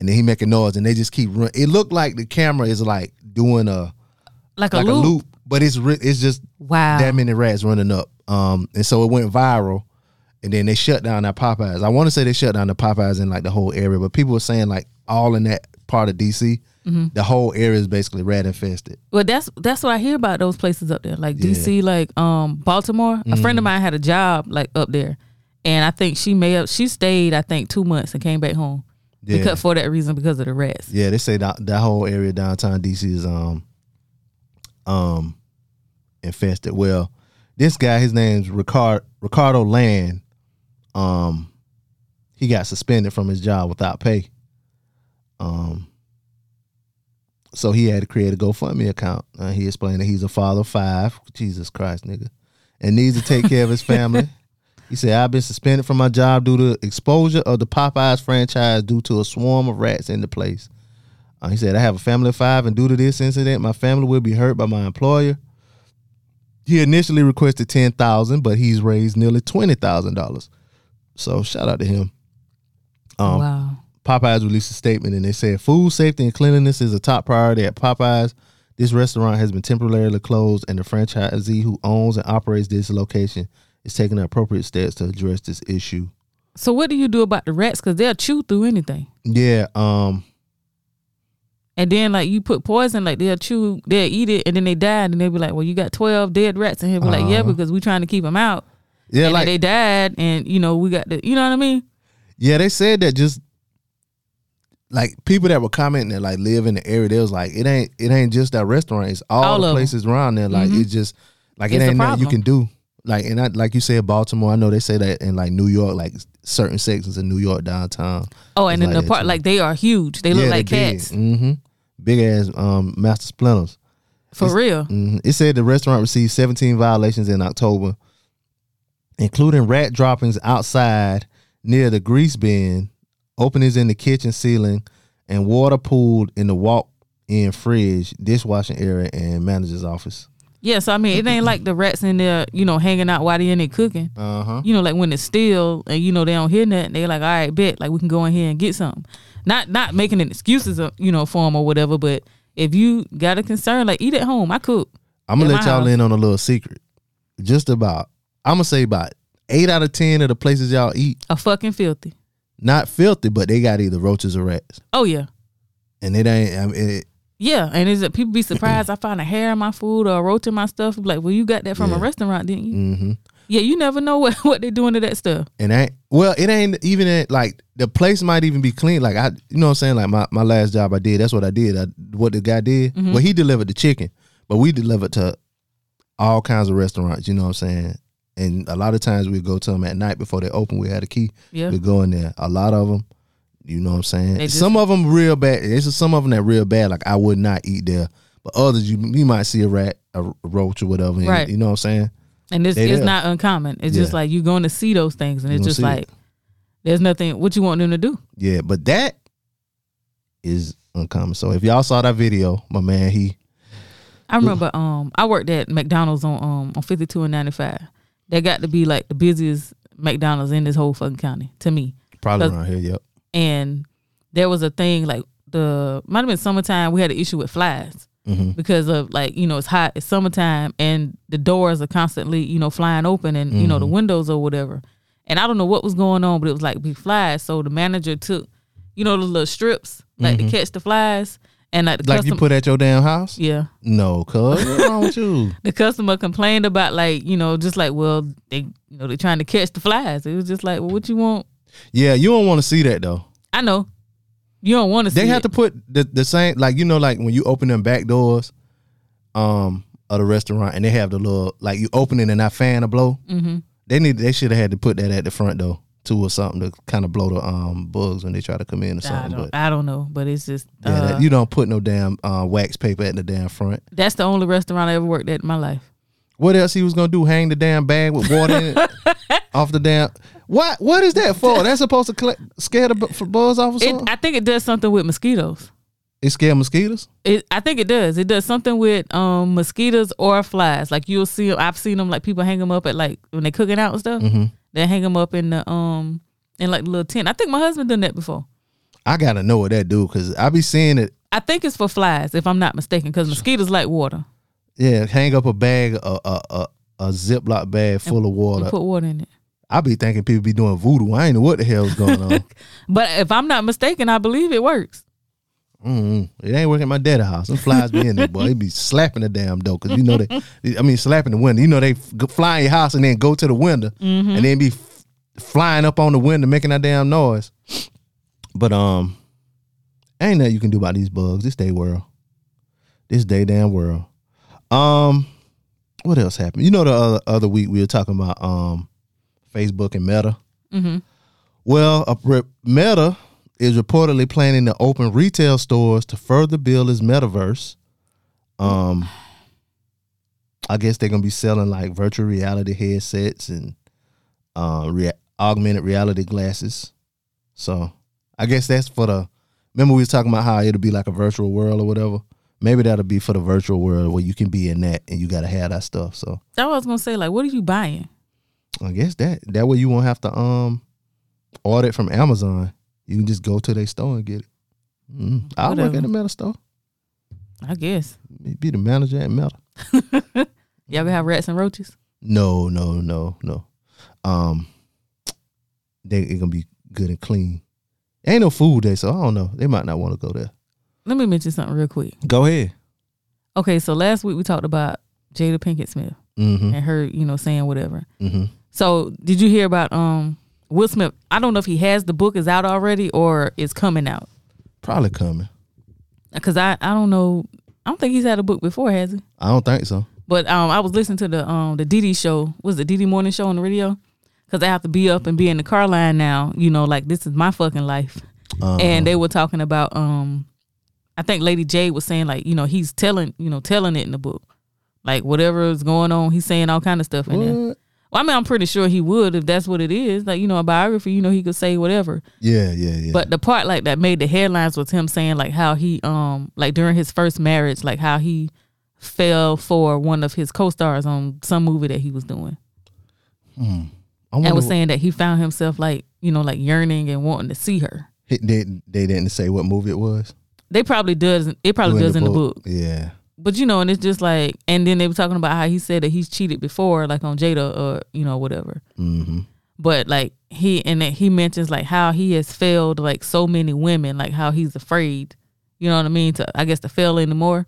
S2: and then he making noise, and they just keep run. It looked like the camera is like doing a
S6: Like,
S2: like
S6: a, loop.
S2: a loop, but it's re- it's just
S6: Wow.
S2: that many rats running up. Um, and so it went viral, and then they shut down that Popeyes. I want to say they shut down the Popeyes in like the whole area, but people were saying like all in that part of DC.
S6: Mm-hmm.
S2: The whole area is basically rat infested.
S6: Well, that's that's what I hear about those places up there, like DC, like um Baltimore. A friend
S2: Mm.
S6: of mine had a job like up there, and I think she may have she stayed I think two months and came back home.
S2: Yeah.
S6: Because for that reason, because of the rats.
S2: Yeah, they say that that whole area downtown DC is um um infested. Well, this guy, his name's Ricard Ricardo Land. Um, he got suspended from his job without pay. Um, so he had to create a GoFundMe account. Uh, he explained that he's a father of five. Jesus Christ, nigga, and needs to take care of his family. He said, I've been suspended from my job due to exposure of the Popeyes franchise due to a swarm of rats in the place. Uh, he said, I have a family of five, and due to this incident, my family will be hurt by my employer. He initially requested ten thousand, but he's raised nearly twenty thousand dollars. So shout out to him. Um,
S6: Wow.
S2: Popeyes released a statement and they said food safety and cleanliness is a top priority at Popeyes. This restaurant has been temporarily closed, and the franchisee who owns and operates this location is taking the appropriate steps to address this issue.
S6: So what do you do about the rats? Because they'll chew through anything,
S2: Yeah, um,
S6: and then like you put poison, like they'll chew, they'll eat it, and then they die, and then they'll be like, well, you got twelve dead rats, and he'll be like, yeah, because we trying to keep them out.
S2: yeah, Uh-huh.
S6: And
S2: like
S6: they died, and you know we got the, you know what I mean?
S2: Yeah, they said that just like people that were commenting that like live in the area, they was like, it ain't it ain't just that restaurant, it's all,
S6: All
S2: the
S6: of 'em. Mm-hmm.
S2: places around there. Like it's just like it
S6: It's a
S2: ain't nothing you
S6: problem.
S2: can do. Like and I, like you said, Baltimore. I know they say that in like New York, like certain sections of New York downtown.
S6: Oh, and
S2: It's
S6: in
S2: like
S6: the
S2: that
S6: part
S2: too.
S6: like they are huge. They look like cats
S2: Mm-hmm. Big ass um, master splinters.
S6: for real.
S2: Mhm. It said the restaurant received 17 violations in October, including rat droppings outside near the grease bin, openings in the kitchen ceiling, and water pooled in the walk in fridge, dishwashing area, and manager's office.
S6: Yeah, so I mean, it ain't like the rats in there, you know, hanging out while they in there cooking.
S2: Uh-huh.
S6: You know, like when it's still and you know they don't hear nothing, they like, all right, bet, like we can go in here and get something. Not not making an excuses, uh, you know, for them or whatever. But if you got a concern, like eat at home. I cook.
S2: I'm gonna
S6: In
S2: let
S6: my
S2: y'all
S6: house.
S2: in on a little secret. Just about, I'm gonna say about eight out of ten of the places y'all eat
S6: A fucking filthy.
S2: not filthy, but they got either roaches or rats,
S6: Oh yeah,
S2: and it ain't. I mean, it,
S6: yeah. And is it people be surprised? I find a hair in my food or a roach in my stuff. Like, well, you got that from a restaurant, didn't you?
S2: mm-hmm.
S6: Yeah, you never know what what they doing to that stuff.
S2: and I well, it ain't even at, like the place might even be clean. Like I, you know what I'm saying? Like my, my last job I did, that's what I did. I, what the guy did,
S6: Mm-hmm.
S2: well, he delivered the chicken, but we delivered to all kinds of restaurants. You know what I'm saying? And a lot of times we go to them at night before they open. We had a key.
S6: Yeah.
S2: we go in there. A lot of them, you know what I'm saying?
S6: They just-
S2: some of them real bad. This is some of them that real bad. Like I would not eat there, but others you you might see a rat, a roach or whatever. and
S6: Right.
S2: You know what I'm saying?
S6: And this
S2: They
S6: is
S2: there.
S6: not uncommon. It's just
S2: Yeah.
S6: like you're going to see those things, and
S2: You
S6: it's
S2: gonna
S6: just
S2: see it.
S6: like there's nothing. What you want them to do?
S2: Yeah, but that is uncommon. So if y'all saw that video, my man, he
S6: I remember um I worked at McDonald's on um on 52 and 95. That got to be like the busiest McDonald's in this whole fucking county to me.
S2: probably
S6: Look.
S2: around here. Yep.
S6: And there was a thing like the might have been summertime we had an issue with flies
S2: Mm-hmm.
S6: because of like you know it's hot it's summertime and the doors are constantly you know flying open and you know
S2: Mm-hmm.
S6: the windows or whatever. And I don't know what was going on, but it was like big flies. So the manager took you know the little strips like to catch the flies and like the
S2: Mm-hmm. Like you
S6: custom-
S2: put at your damn house?
S6: yeah
S2: No, cuz what's wrong with you?
S6: the customer complained about like you know just like well they you know they're trying to catch the flies it was just like well what you want
S2: Yeah, you don't want to see that though.
S6: i know you don't want to
S2: They have to put the, the same like you know, like when you open them back doors um of the restaurant and they have the little like you open it and that fan to blow. Mm-hmm. They need they should have had to put that at the front door too or something to kind of blow the um bugs when they try to come in or
S6: I
S2: something.
S6: don't,
S2: But
S6: I don't know but it's just uh,
S2: yeah, that, you don't put no damn uh, wax paper at the damn front.
S6: that's the only restaurant i ever worked at in my life
S2: What else he was gonna do? Hang the damn bag with water in it off the damn. What? What is that for? That's supposed to collect, scare the bu- for bugs off or
S6: it,
S2: something? It,
S6: i think it does something with mosquitoes
S2: scare mosquitoes.
S6: it, I think it does. It does something with um, mosquitoes or flies. Like you'll see, I've seen them. Like people hang them up at like when they cooking out and stuff.
S2: Mm-hmm.
S6: They hang them up in the um in like the little tent. I think my husband done that before.
S2: I gotta know what that do because I be seeing it.
S6: I think it's for flies, if I'm not mistaken, because mosquitoes like water.
S2: Yeah, hang up a bag, a a a, a ziploc bag full of
S6: You
S2: water.
S6: put water in it.
S2: I be thinking people be doing voodoo. I ain't know what the hell's going on.
S6: But if I'm not mistaken, I believe it works.
S2: Mm-mm. Mm-hmm. It ain't working at my daddy house. Them flies be in there, boy. They be slapping the damn door because you know they. I mean, slapping the window. You know they f- go- fly in your house and then go to the window and then be f- flying up on the window making that damn noise. But um, ain't nothing you can do about these bugs. This day world, this day damn world. Um, what else happened? You know, the other, other week we were talking about um, Facebook and Meta. Well, a re- Meta is reportedly planning to open retail stores to further build its metaverse. Um, I guess they're gonna be selling like virtual reality headsets and uh, rea- augmented reality glasses. So, I guess that's for the. Remember, we was talking about how it'll be like a virtual world or whatever. Maybe that'll be for the virtual world where you can be in that and you gotta have that stuff. So,
S6: That's what I was gonna say. Like, what are you buying?
S2: I guess that that way you won't have to um order it from Amazon. You can just go to their store and get it. Mm. I work
S6: Whatever.
S2: at the Meta store.
S6: I guess
S2: Be the manager at Meta.
S6: y'all gonna have rats and roaches.
S2: No, no, no, no. Um, they it gonna be good and clean. Ain't no food there, so I don't know. They might not want to go there.
S6: Let me mention something real quick.
S2: Go ahead.
S6: Okay, so last week we talked about Jada Pinkett Smith
S2: Mm-hmm.
S6: and her, you know, saying whatever.
S2: Mm-hmm.
S6: So did you hear about um Will Smith? I don't know if he has the book is out already or it's coming out.
S2: Probably coming.
S6: Cause I I don't know. I don't think he's had a book before, has he?
S2: I don't think so.
S6: But um, I was listening to the um the DD show. Was the DD morning show on the radio? Because I have to be up and be in the car line now. You know, like this is my fucking life. And they were talking about um, I think Lady J was saying like you know he's telling you know telling it in the book, like whatever is going on, he's saying all kind of stuff in there. Well, I mean, I'm pretty sure he would if that's what it is. Like, you know, a biography, you know, he could say whatever.
S2: Yeah, yeah, yeah.
S6: But the part like that made the headlines was him saying like how he um like during his first marriage, like how he fell for one of his co stars on some movie that he was doing.
S2: I
S6: And
S2: wonder
S6: was
S2: what-
S6: saying that he found himself like, you know, like yearning and wanting to see her.
S2: He- they, they didn't say what movie it was.
S6: They probably doesn't it probably does in the book.
S2: Yeah.
S6: But you know, and it's just like, and then they were talking about how he said that he's cheated before, like on Jada or you know whatever. Mm-hmm. But like he and that he mentions like how he has failed like so many women, like how he's afraid, you know what I mean? To I guess to fail anymore.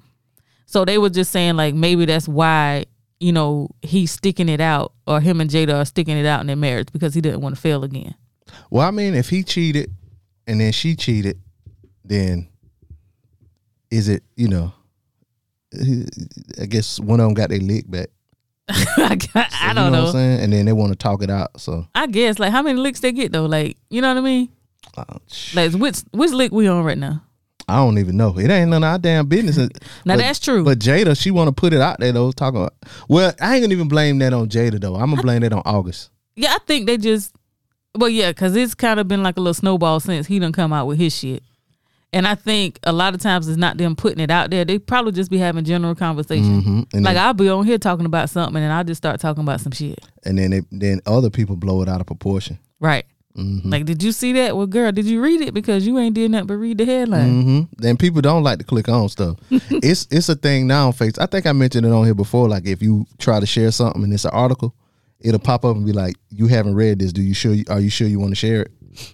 S6: So they were just saying like maybe that's why you know he's sticking it out, or him and Jada are sticking it out in their marriage because he didn't want to fail again.
S2: Well, I mean, if he cheated and then she cheated, then is it, you know, he- I guess one of them got their lick back.
S6: I, got- I
S2: you
S6: don't
S2: know. What
S6: know.
S2: I'm saying? And then they want to talk it out. So,
S6: I guess like how many licks they get though, like you know what I mean?
S2: uh, sh-
S6: Like which which lick we on right now?
S2: I don't even know. It ain't none of our damn business.
S6: Now
S2: But-
S6: that's true.
S2: But Jada, she want to put it out there though. Talking about, well, I ain't gonna even blame that on Jada though. I'm gonna blame that on August.
S6: Yeah, I think they just, well, yeah, because it's kind of been like a little snowball since he done come out with his shit. And I think a lot of times it's not them putting it out there. They probably just be having general conversation.
S2: Mhm. And,
S6: Like
S2: then,
S6: I'll be on here talking about something, and I'll just start talking about some shit.
S2: and then it, then other people blow it out of proportion.
S6: Right. Like, did you see that? Well, girl, did you read it? Because you ain't did nothing but read the headline.
S2: hmm Then people don't like to click on stuff. it's it's a thing now on Facebook. I think I mentioned it on here before. Like if you try to share something and it's an article, it'll pop up and be like, "You haven't read this. Do you sure? You, are you sure you want to share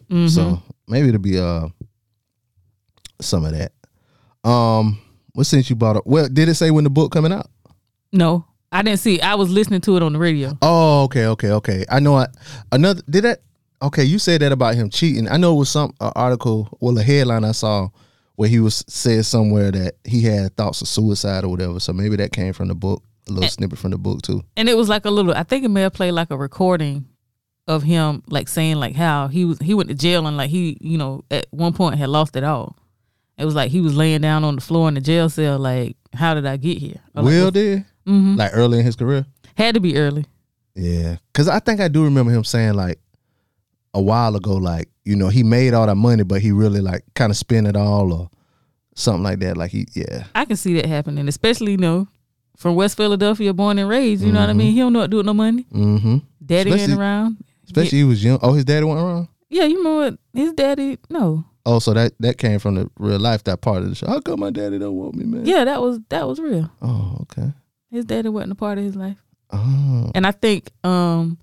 S2: it?" So maybe it'll be uh some of that. Um, well, since you bought up, well, did it say when the book coming out?
S6: No, I didn't see. it. I was listening to it on the radio.
S2: Oh, okay, okay, okay. I know. I another did that. Okay, you said that about him cheating. I know it was some a article, well, a headline I saw where he was said somewhere that he had thoughts of suicide or whatever. So maybe that came from the book, a
S6: Eh.
S2: little snippet from the book too.
S6: and it was like a little i think it may have played like a recording of him like saying like how he was he went to jail and like he you know at one point had lost it all it was like he was laying down on the floor in the jail cell like how did i get here Or, like,
S2: Will did
S6: Mhm.
S2: like early in his career.
S6: had to be early
S2: Yeah, because I think I do remember him saying like a while ago, like you know he made all that money, but he really like kind of spent it all or something like that. Like he, yeah,
S6: i can see that happening especially you know from west philadelphia born and raised you know what i mean he don't know what to do with no money
S2: mm-hmm.
S6: daddy
S2: Especially-
S6: ain't around
S2: Especially he was young. Oh, his daddy went around.
S6: yeah you know what his daddy no
S2: Oh, so that that came from the real life, that part of the show. How come my daddy don't want me, man?
S6: yeah that was that was real
S2: Oh, okay.
S6: his daddy wasn't a part of his life
S2: Oh,
S6: and I think um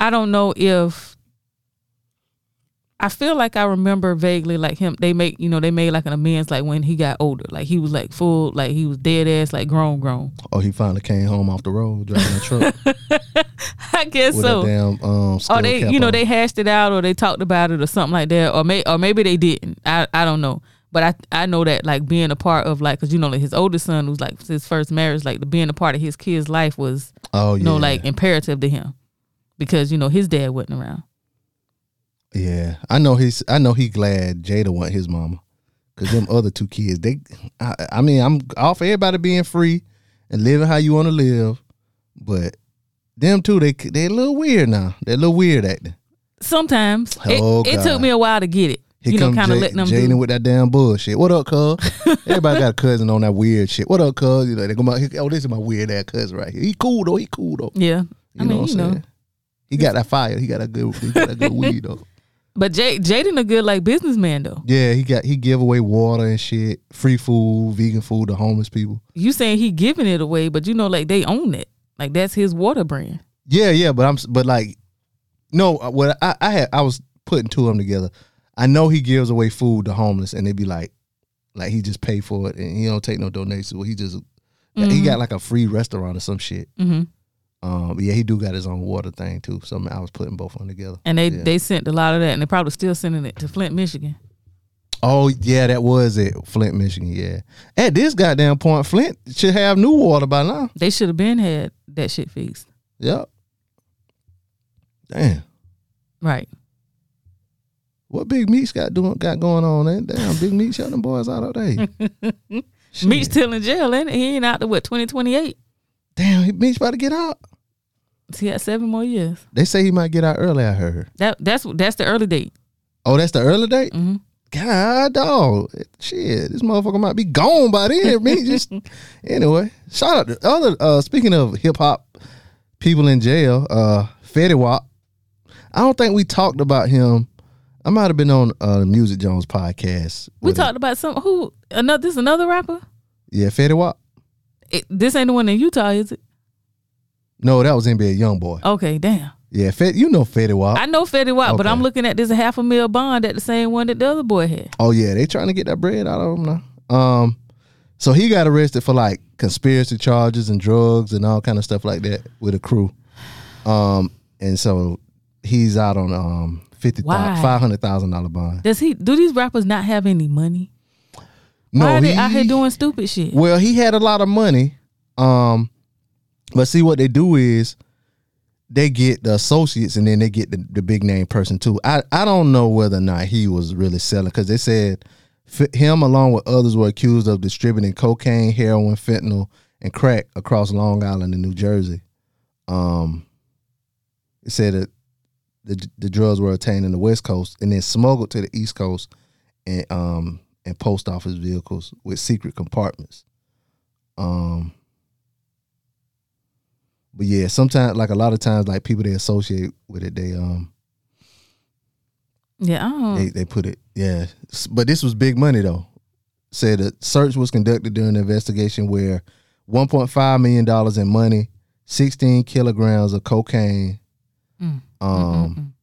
S6: I don't know if I feel like I remember vaguely like him they make you know they made like an amends like when he got older like he was like full like he was dead ass like grown grown
S2: oh, he finally came home off the road driving a truck with
S6: I guess
S2: a
S6: so
S2: damn um.
S6: or
S2: skull
S6: they
S2: cap
S6: you know
S2: on.
S6: they hashed it out or they talked about it or something like that or may or maybe they didn't I I don't know but I I know that like being a part of like because you know like his oldest son was like his first marriage like the being a part of his kid's life was
S2: Oh,
S6: you
S2: yeah.
S6: know like imperative to him because you know his dad wasn't around.
S2: yeah. I know he's. I know he glad Jada want his mama, cause them other two kids. They, I, I mean, I'm all for everybody being free and living how you want to live, but them two, they they a little weird now. They a little weird acting.
S6: sometimes it,
S2: Oh,
S6: it
S2: God.
S6: took me a while to get it.
S2: Here
S6: you know,
S2: come
S6: kind of
S2: Jay-
S6: letting them
S2: Jaden
S6: do.
S2: with that damn bullshit. What up, cuz? Everybody got a cousin on that weird shit. What up, cuz? You know, they come out. here, Oh, this is my weird ass cousin right here. He cool though. He cool though. You
S6: yeah, I
S2: know
S6: mean,
S2: what
S6: you
S2: I'm
S6: know,
S2: saying? He got that fire. He got that good. He got that good weed though.
S6: but Jay Jaden a good like businessman though.
S2: Yeah, he got he give away water and shit, free food, vegan food to homeless people.
S6: You saying he giving it away, but you know, like they own it. Like that's his water brand.
S2: Yeah, yeah, but I'm s- but like, no, uh, what I I had I was putting two of them together. I know he gives away food to homeless, and they be like, like he just pay for it, and he don't take no donations. Well, he just he got like a free restaurant or some shit.
S6: Mhm.
S2: Um, but yeah, he do got his own water thing too. So I, mean, I was putting both of them together.
S6: And they
S2: Yeah.
S6: they sent a lot of that, and they probably still sending it to Flint, Michigan.
S2: Oh yeah, that was it, Flint, Michigan. Yeah, at this goddamn point, Flint should have new water by now.
S6: They should have been had that shit fixed.
S2: Yep. Damn.
S6: Right.
S2: What Big Meats got doing got going on? Ain't damn Big Meats shut them boys out all day. Shit.
S6: Meach still in jail, and he He ain't out to what twenty twenty eight.
S2: Damn, he- Meats about to get out.
S6: He had seven more years.
S2: They say he might get out early. I heard.
S6: That that's that's the early date.
S2: Oh, that's the early date. Mm-hmm. God, dog, shit, this motherfucker might be gone by then. Me just anyway. Shout out to other. Uh, speaking of hip hop people in jail, uh, Fetty Wap. I don't think we talked about him. I might have been on uh, the Music Jones podcast.
S6: We
S2: with him.
S6: talked about some who another this another rapper.
S2: Yeah, Fetty Wap.
S6: It, this ain't the one in Utah, is it?
S2: No, that was NBA YoungBoy.
S6: Okay, damn.
S2: Yeah, Fet, you know Fetty Wap.
S6: I know Fetty Wap, but
S2: Oh, Okay.
S6: I'm looking at this half a mil bond at the same one that the other boy had.
S2: Oh yeah, they trying to get that bread out of him now. Um, so he got arrested for like conspiracy charges and drugs and all kind of stuff like that with a crew. Um, and so he's out on um fifty
S6: Why?
S2: five hundred thousand dollar bond.
S6: Does he? Do these rappers not have any money? Why are they out here doing stupid shit?
S2: Well, he had a lot of money. Um, but see what they do is they get the associates and then they get the, the big name person too. I, I don't know whether or not he was really selling because they said f- him along with others were accused of distributing cocaine, heroin, fentanyl, and crack across Long Island and New Jersey. Um, it said that the the drugs were obtained in the West Coast and then smuggled to the East Coast and um and post office vehicles with secret compartments. Um but yeah, sometimes like a lot of times like people they associate with it, they um
S6: Yeah, I don't.
S2: they, they put it yeah. S- But this was big money though. Said a search was conducted during the investigation where one point five million dollars in money, sixteen kilograms of cocaine,
S6: Mm.
S2: um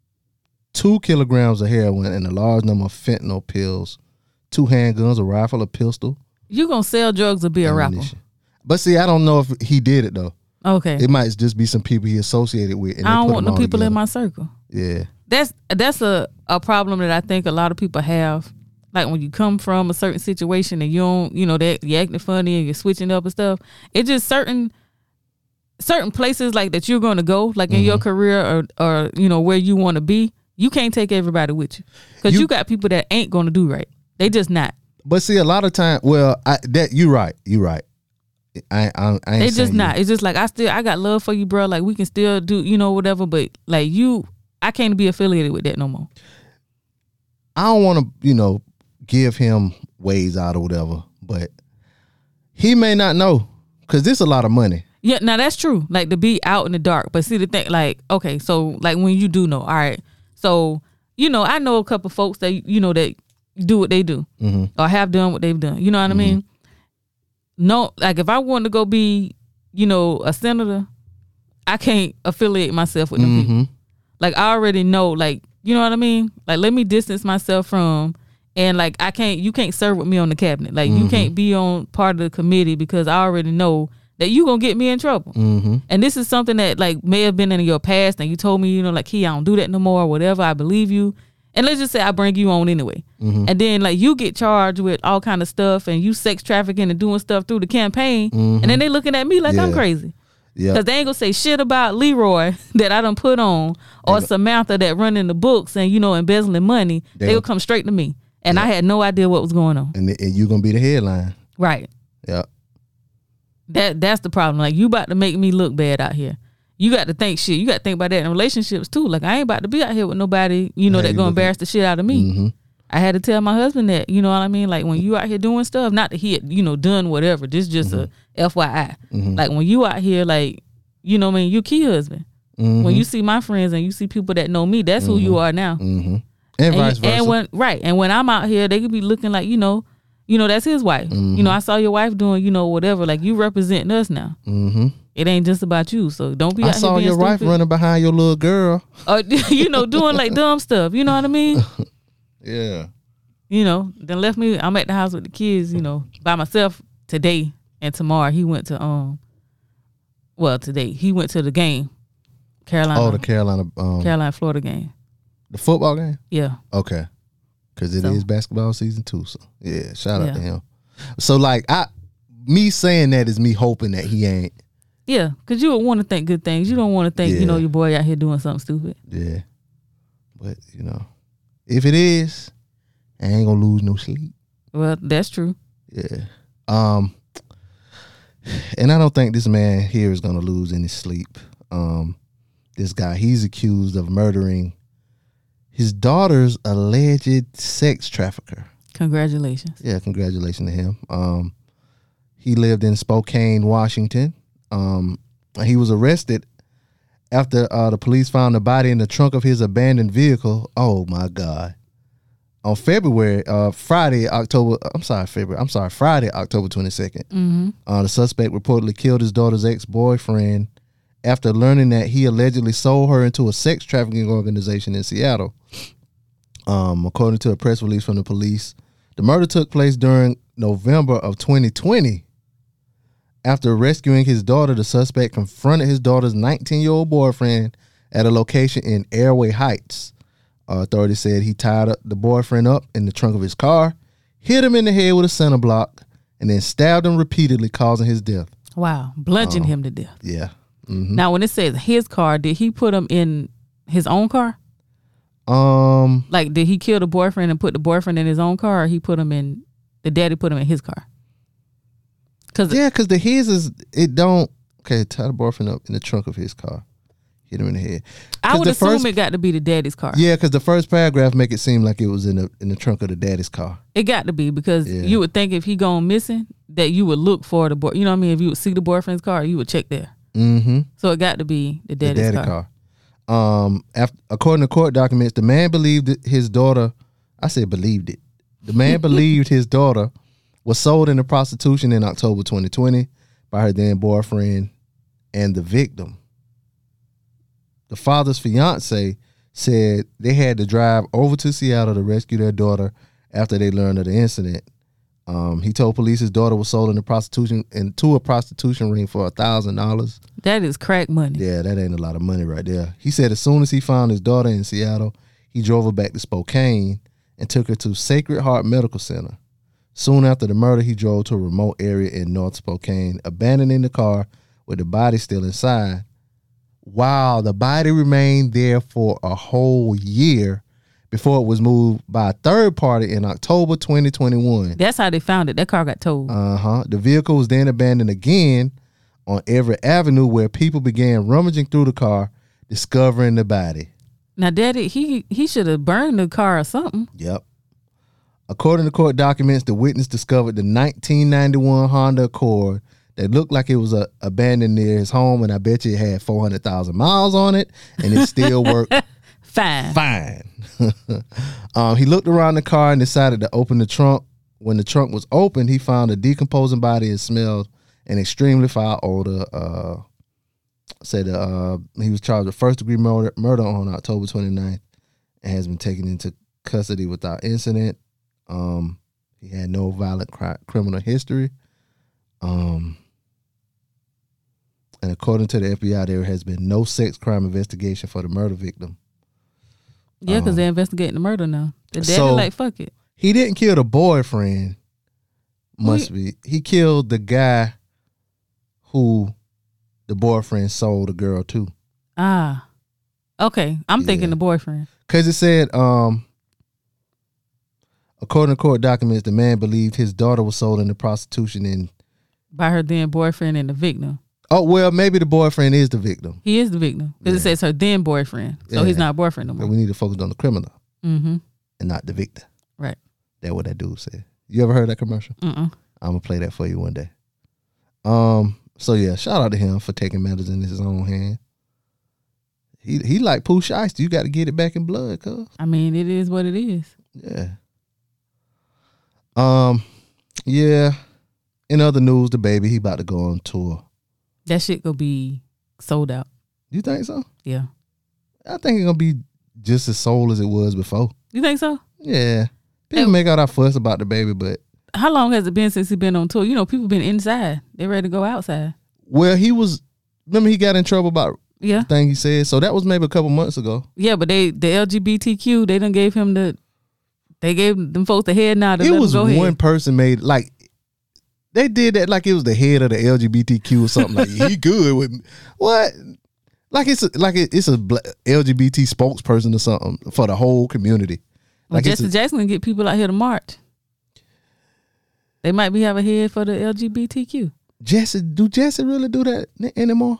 S2: two kilograms of heroin and a large number of fentanyl pills, two handguns, a rifle, a pistol.
S6: you gonna sell drugs or be a rapper?
S2: ammunition. But see, I don't know if he did it though.
S6: Okay,
S2: It might just be some people he associated with. And
S6: I
S2: they
S6: don't
S2: put
S6: want
S2: them
S6: no
S2: all
S6: people in
S2: together.
S6: my circle.
S2: Yeah,
S6: that's that's a, a problem that I think a lot of people have. Like when you come from a certain situation and you don't, you know, that you're acting funny and you're switching up and stuff. It's just certain certain places like that you're going to go, like in your
S2: Mm-hmm.
S6: career or or you know where you want to be. You can't take everybody with you because
S2: You-
S6: you, got people that ain't going to do right. They just not.
S2: but see, a lot of time. Well, I, that you right, you right. I I, I ain't
S6: They
S2: saying
S6: just
S2: you-
S6: not. It's just like I still I got love for you, bro. Like we can still do, you know, whatever. But like you, I can't be affiliated with that no more.
S2: I don't want to, you know, give him ways out or whatever. But he may not know because this a lot of money.
S6: Yeah, now that's true. Like to be out in the dark. But see the thing, like, okay, so like when you do know, all right. So, you know, I know a couple folks that you know that do what they do or have done what they've done. You know what I mean? No, like if I wanted to go be, you know, a senator, I can't affiliate myself with them people. Like I already know, like, you know what I mean? Like let me distance myself from and like I can't you can't serve with me on the cabinet. Like you can't be on part of the committee because I already know that you gonna get me in trouble. And this is something that like may have been in your past, and you told me, you know, like, "Key, I don't do that no more," or whatever. I believe you, and let's just say I bring you on anyway, and then like you get charged with all kind of stuff, and you sex trafficking and doing stuff through the campaign, and then they looking at me like I'm
S2: Yeah.
S6: crazy.
S2: Yeah,
S6: Cause they ain't gonna say shit about Leroy that I done put on or Samantha that running the books and you know embezzling money. They,
S2: They-
S6: will come straight to me, and I had no idea what was going on.
S2: and, and you gonna be the headline.
S6: Right.
S2: Yeah,
S6: That that's the problem. Like you about to make me look bad out here. You got to think shit. You got to think about that in relationships too. Like I ain't about to be out here with nobody, you know,
S2: How
S6: that
S2: you
S6: gonna
S2: looking? Mm-hmm.
S6: embarrass the shit out of me. I had to tell my husband that. You know what I mean? Like when you out here doing stuff, not that he had, you know, done whatever. This just
S2: Mm-hmm.
S6: a FYI. Like when you out here, like you know, what I mean, you key husband.
S2: Mm-hmm.
S6: When you see my friends and you see people that know me, that's who you are now.
S2: and,
S6: And,
S2: vice
S6: you-
S2: versa.
S6: and when right, and when I'm out here, they could be looking like you know, you know that's his wife.
S2: Mm-hmm.
S6: You know, I saw your wife doing you know whatever. Like you representing us now. Mm-hmm. It ain't just about you. So don't be.
S2: I
S6: out here
S2: saw
S6: being
S2: your wife
S6: stupid.
S2: running behind your little girl.
S6: or you know doing like dumb stuff. You know what I mean?
S2: Yeah.
S6: You know, then left me. I'm at the house with the kids. You know, by myself today and tomorrow. He went to um, well today he went to the game, Carolina,
S2: Oh, the Carolina, um,
S6: Carolina Florida game.
S2: the football game.
S6: Yeah,
S2: Okay, because it is
S6: So-
S2: basketball season too. So yeah, shout out
S6: Yeah.
S2: to him. So like I, me saying that is me hoping that he ain't.
S6: yeah. Cause you would want to think good things. You don't want to think
S2: Yeah.
S6: you know your boy out here doing something stupid.
S2: Yeah, but you know, if it is, I ain't gonna lose no sleep.
S6: Well, that's true.
S2: Yeah. Um. And I don't think this man here is gonna lose any sleep. Um. this guy. He's accused of murdering his daughter's alleged sex trafficker.
S6: Congratulations.
S2: Yeah, congratulations to him. Um, he lived in Spokane, Washington. Um, he was arrested after uh, the police found the body in the trunk of his abandoned vehicle. Oh my God! On February, uh, Friday, October. I'm sorry, February. I'm sorry, Friday, October 22nd. Uh, the suspect reportedly killed his daughter's ex-boyfriend after learning that he allegedly sold her into a sex trafficking organization in Seattle. Um, according to a press release from the police, the murder took place during November of 2020. After rescuing his daughter, the suspect confronted his daughter's 19 year old boyfriend at a location in Airway Heights. Uh, authorities said he tied up the boyfriend up in the trunk of his car, hit him in the head with a center block, and then stabbed him repeatedly, causing his death.
S6: Wow. Bludgeoned him to death.
S2: Yeah. Mm-hmm.
S6: Now, when it says his car, did he put him in his own car?
S2: Um.
S6: Like, did he kill the boyfriend and put the boyfriend in his own car, or he put him in the daddy put him in his car? Because
S2: Yeah, because the his is it don't. Okay, tie the boyfriend up in the trunk of his car, hit him in the head.
S6: I
S2: 'Cause
S6: would
S2: the
S6: assume
S2: first-
S6: it got to be the daddy's car.
S2: Yeah, because the first paragraph make it seem like it was in the in the trunk of the daddy's car.
S6: It got to be because
S2: Yeah.
S6: you would think if he gone missing that you would look for the boy. You know what I mean? If you would see the boyfriend's car, you would check there.
S2: Mm-hmm.
S6: So it got to be
S2: The
S6: the daddy's
S2: daddy
S6: car.
S2: car. Um, after, according to court documents, the man believed that his daughter. I said believed it. The man believed his daughter was sold into prostitution in October 2020 by her then boyfriend and the victim. The father's fiance said they had to drive over to Seattle to rescue their daughter after they learned of the incident. Um, he told police his daughter was sold into prostitution into a prostitution ring for a thousand dollars.
S6: That is crack money.
S2: Yeah, that ain't a lot of money right there. He said as soon as he found his daughter in Seattle, he drove her back to Spokane and took her to Sacred Heart Medical Center. Soon after the murder, he drove to a remote area in North Spokane, abandoning the car with the body still inside. Wow, the body remained there for a whole year before it was moved by a third party in October 2021.
S6: That's how they found it. That car got towed.
S2: Uh huh. The vehicle was then abandoned again on every avenue where people began rummaging through the car, discovering the body.
S6: now, daddy, he he should have burned the car or something.
S2: Yep. According to court documents, the witness discovered the 1991 Honda Accord that looked like it was uh, abandoned near his home, and I bet you it had 400,000 miles on it, and it still worked
S6: Fine.
S2: fine. um, he looked around the car and decided to open the trunk. When the trunk was opened, he found a decomposing body and smelled an extremely foul odor. Uh, said uh, he was charged with first degree murder, murder on October 29th and has been taken into custody without incident. Um, he had no violent cri- criminal history. Um, and according to the FBI, there has been no sex crime investigation for the murder victim.
S6: Yeah, because they're investigating the murder now. The daddy
S2: Uh-huh. So-
S6: like, fuck it.
S2: He didn't kill the boyfriend. Must be. He killed the guy who the boyfriend sold the girl to.
S6: Ah. Okay. I'm
S2: Yeah.
S6: thinking the boyfriend.
S2: Cause it said, um, according to court documents, the man believed his daughter was sold into prostitution and
S6: By her then boyfriend and the victim.
S2: oh well, maybe the boyfriend is the victim.
S6: He is the victim. Because it says her then boyfriend. So he's
S2: Yeah.
S6: not a boyfriend no
S2: But
S6: more.
S2: we need to focus on the criminal
S6: Mm-hmm.
S2: and not the victim.
S6: Right.
S2: That what that dude said. You ever heard that commercial?
S6: Mm-mm.
S2: I'm gonna play that for you one day. Um. So yeah, shout out to him for taking matters in his own hand. He he like Pooh Shiesty. You got to get it back in blood, cuz.
S6: I mean, it is what it is.
S2: Yeah. Um. Yeah. In other news, the baby he about to go on tour.
S6: That shit gonna be sold out.
S2: You think so?
S6: Yeah.
S2: I think it's gonna be just as sold as it was before.
S6: You think so?
S2: Yeah. People make all that fuss about the baby, but
S6: How long has it been since he been on tour? You know, people been inside. They ready to go outside.
S2: well, he was. Remember, he got in trouble about
S6: Yeah.
S2: the thing he said. So that was maybe a couple months ago.
S6: Yeah, but they the LGBTQ, they done gave him the they gave them folks the head nod to
S2: it
S6: let
S2: was
S6: him go
S2: one
S6: ahead.
S2: person made like they did that like it was the head of the LGBTQ or something like he good with me. what like it's a, like it, it's a bla- LGBT spokesperson or something for the whole community.
S6: Well,
S2: Like it's
S6: Jesse
S2: a-
S6: Jackson get people out here to march. They might be have a head for the LGBTQ.
S2: Jesse, do Jesse really do that n- anymore?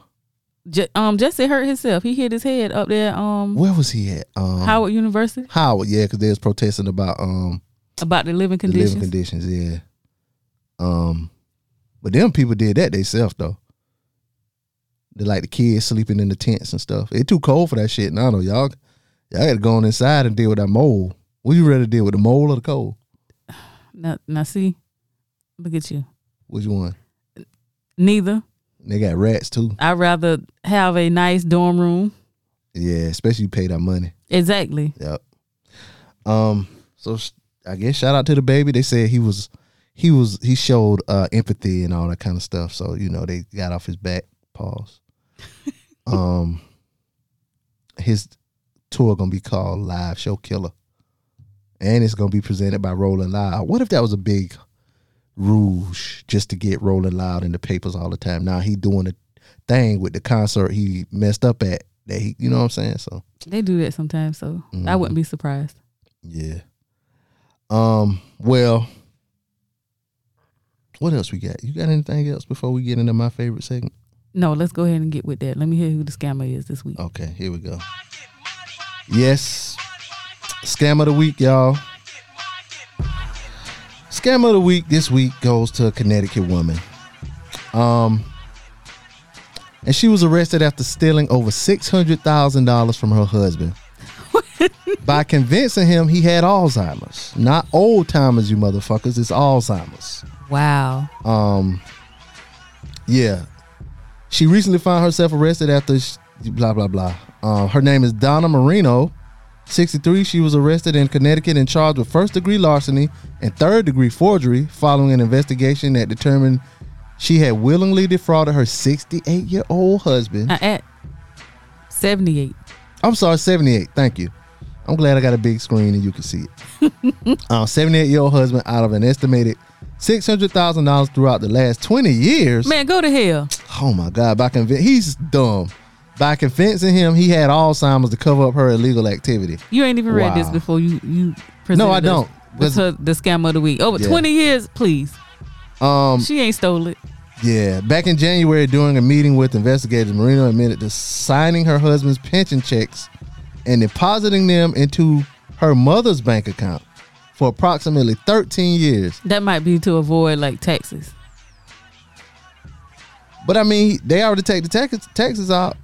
S6: J- um, Jesse hurt himself. He hit his head up there. Um,
S2: Where was he at? Um,
S6: Howard University
S2: Howard, yeah, because they was protesting about um
S6: about the living
S2: the
S6: conditions.
S2: living conditions, yeah. Um, but them people did that themselves though. They like the kids sleeping in the tents and stuff. It too cold for that shit. No, no, y'all, y'all got to go on inside and deal with that mold. What you rather deal with, the mold or the cold?
S6: now, now see, look at you.
S2: Which one?
S6: Neither.
S2: They got rats too.
S6: I'd rather have a nice dorm room.
S2: Yeah, especially you pay that money.
S6: Exactly.
S2: Yep. Um. So sh- I guess shout out to the baby. They said he was, he was, he showed uh, empathy and all that kind of stuff. So you know they got off his back. Pause. um. His tour gonna be called Live Show Killer, and it's gonna be presented by Rolling Loud. What if that was a big rouge just to get Rolling Loud in the papers all the time? Now he doing a thing with the concert he messed up at. That he, you know what I'm saying? So
S6: They do that sometimes, so
S2: Mm-hmm.
S6: I wouldn't be surprised.
S2: yeah. Um. Well, what else we got? You got anything else before we get into my favorite segment?
S6: No, let's go ahead and get with that. Let me hear who the scammer is this week.
S2: Okay, here we go. Yes, scam of the week, y'all. Scam of the week this week goes to a Connecticut woman. Um, and she was arrested after stealing over six hundred thousand dollars from her husband by convincing him he had Alzheimer's, not old timers, you motherfuckers. It's Alzheimer's.
S6: Wow.
S2: Um, Yeah. She recently found herself arrested after sh blah, blah, blah. Uh, her name is Donna Marino, 63. She was arrested in Connecticut and charged with first degree larceny and third degree forgery following an investigation that determined she had willingly defrauded her 68 year old husband.
S6: I at 78.
S2: I'm sorry, 78. Thank you. I'm glad I got a big screen and you can see it. Our 78 year old husband out of an estimated $600,000 throughout the last 20 years.
S6: Man, go to hell.
S2: Oh my God! By convincing he's dumb. By convincing him, he had Alzheimer's to cover up her illegal activity.
S6: You ain't even read this
S2: Wow.
S6: before you you
S2: No, I
S6: us
S2: don't.
S6: with her- the scam of the week. Over
S2: Yeah.
S6: 20 years, please.
S2: Um,
S6: She ain't stole it.
S2: yeah. Back in January, during a meeting with investigators, Marino admitted to signing her husband's pension checks and depositing them into her mother's bank account for approximately 13 years.
S6: That might be to avoid like taxes.
S2: But I mean, they already take the tax- taxes out.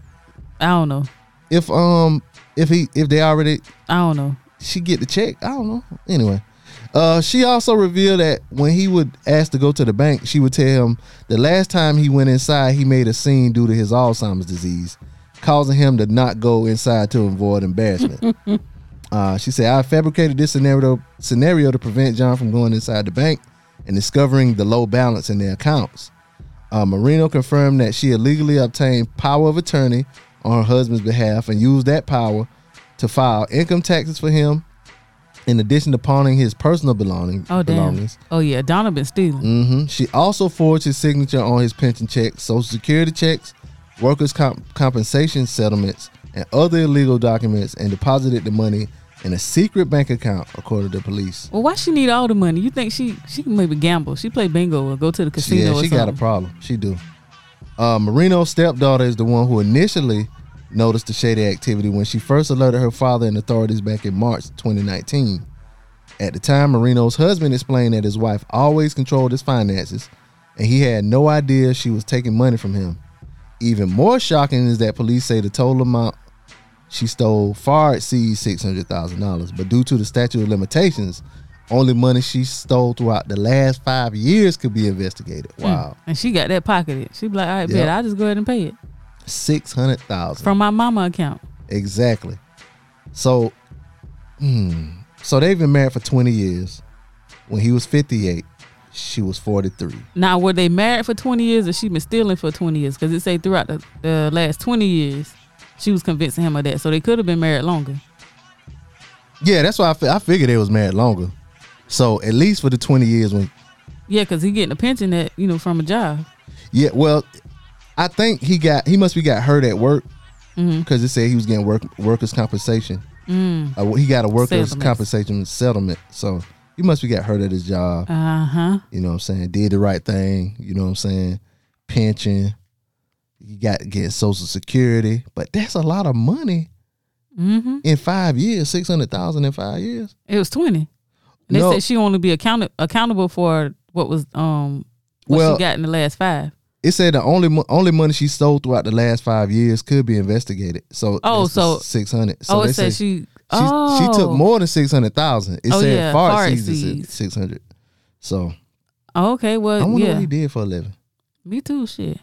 S6: I don't know.
S2: If um, if he if they already
S6: I don't know.
S2: she get the check. I don't know. Anyway, uh, she also revealed that when he would ask to go to the bank, she would tell him the last time he went inside, he made a scene due to his Alzheimer's disease, causing him to not go inside to avoid embarrassment. uh, she said, "I fabricated this scenario scenario to prevent John from going inside the bank and discovering the low balance in their accounts." Uh, Marino confirmed that she illegally obtained power of attorney on her husband's behalf and used that power to file income taxes for him, in addition to pawning his personal belonging,
S6: Oh, damn.
S2: belongings.
S6: Oh, yeah. Donna been stealing.
S2: hmm She also forged his signature on his pension checks, social security checks, workers' comp- compensation settlements, and other illegal documents, and deposited the money in a secret bank account, according to police.
S6: Well, why she need all the money? You think she she can maybe gamble? She play bingo or go to the casino
S2: yeah,
S6: or
S2: she
S6: something.
S2: got a problem. She do. Uh, Marino's stepdaughter is the one who initially noticed the shady activity when she first alerted her father and authorities back in March 2019. At the time, Marino's husband explained that his wife always controlled his finances, and he had no idea she was taking money from him. Even more shocking is that police say the total amount she stole far exceeds six hundred thousand dollars, but due to the statute of limitations, only money she stole throughout the last five years could be investigated. Wow,
S6: and she got that pocketed. She be like, all right,
S2: Yep.
S6: bet I'll just go ahead and pay it
S2: six hundred thousand
S6: from my mama account.
S2: exactly. So, hmm. so they've been married for twenty years. When he was fifty-eight, she was forty-three.
S6: Now, were they married for 20 years or she been stealing for 20 years? Because it say throughout the, the last 20 years, she was convincing him of that. So they could have been married longer.
S2: Yeah, that's why I, fi- I figured they was married longer. So at least for the twenty years when
S6: Yeah, because he getting a pension that, you know, from a job.
S2: Yeah, well, I think he got he must be got hurt at work
S6: Mm-hmm.
S2: because it said he was getting work workers compensation.
S6: Mm.
S2: Uh, he got a workers
S6: Settlements.
S2: compensation settlement, so he must be got hurt at his job.
S6: Uh huh.
S2: Uh-huh. You know what I'm saying? Did the right thing. You know what I'm saying? Pension. you got getting Social Security, but that's a lot of money
S6: Mm-hmm.
S2: in five years, six hundred thousand in five years.
S6: It was twenty. And they
S2: No.
S6: said she only be accounted accountable for what was um what
S2: Well-
S6: she got in the last five.
S2: It said the only mo- only money she stole throughout the last five years could be investigated. So
S6: Oh, so-
S2: six hundred.
S6: oh, it said she.
S2: She,
S6: oh,
S2: she took more than six hundred thousand. It
S6: Oh,
S2: said
S6: yeah,
S2: far,
S6: far
S2: exceeds
S6: exceeds.
S2: six hundred. So
S6: Oh, Okay,
S2: I
S6: well,
S2: wonder what
S6: yeah,
S2: he did for a living.
S6: me too. Shit,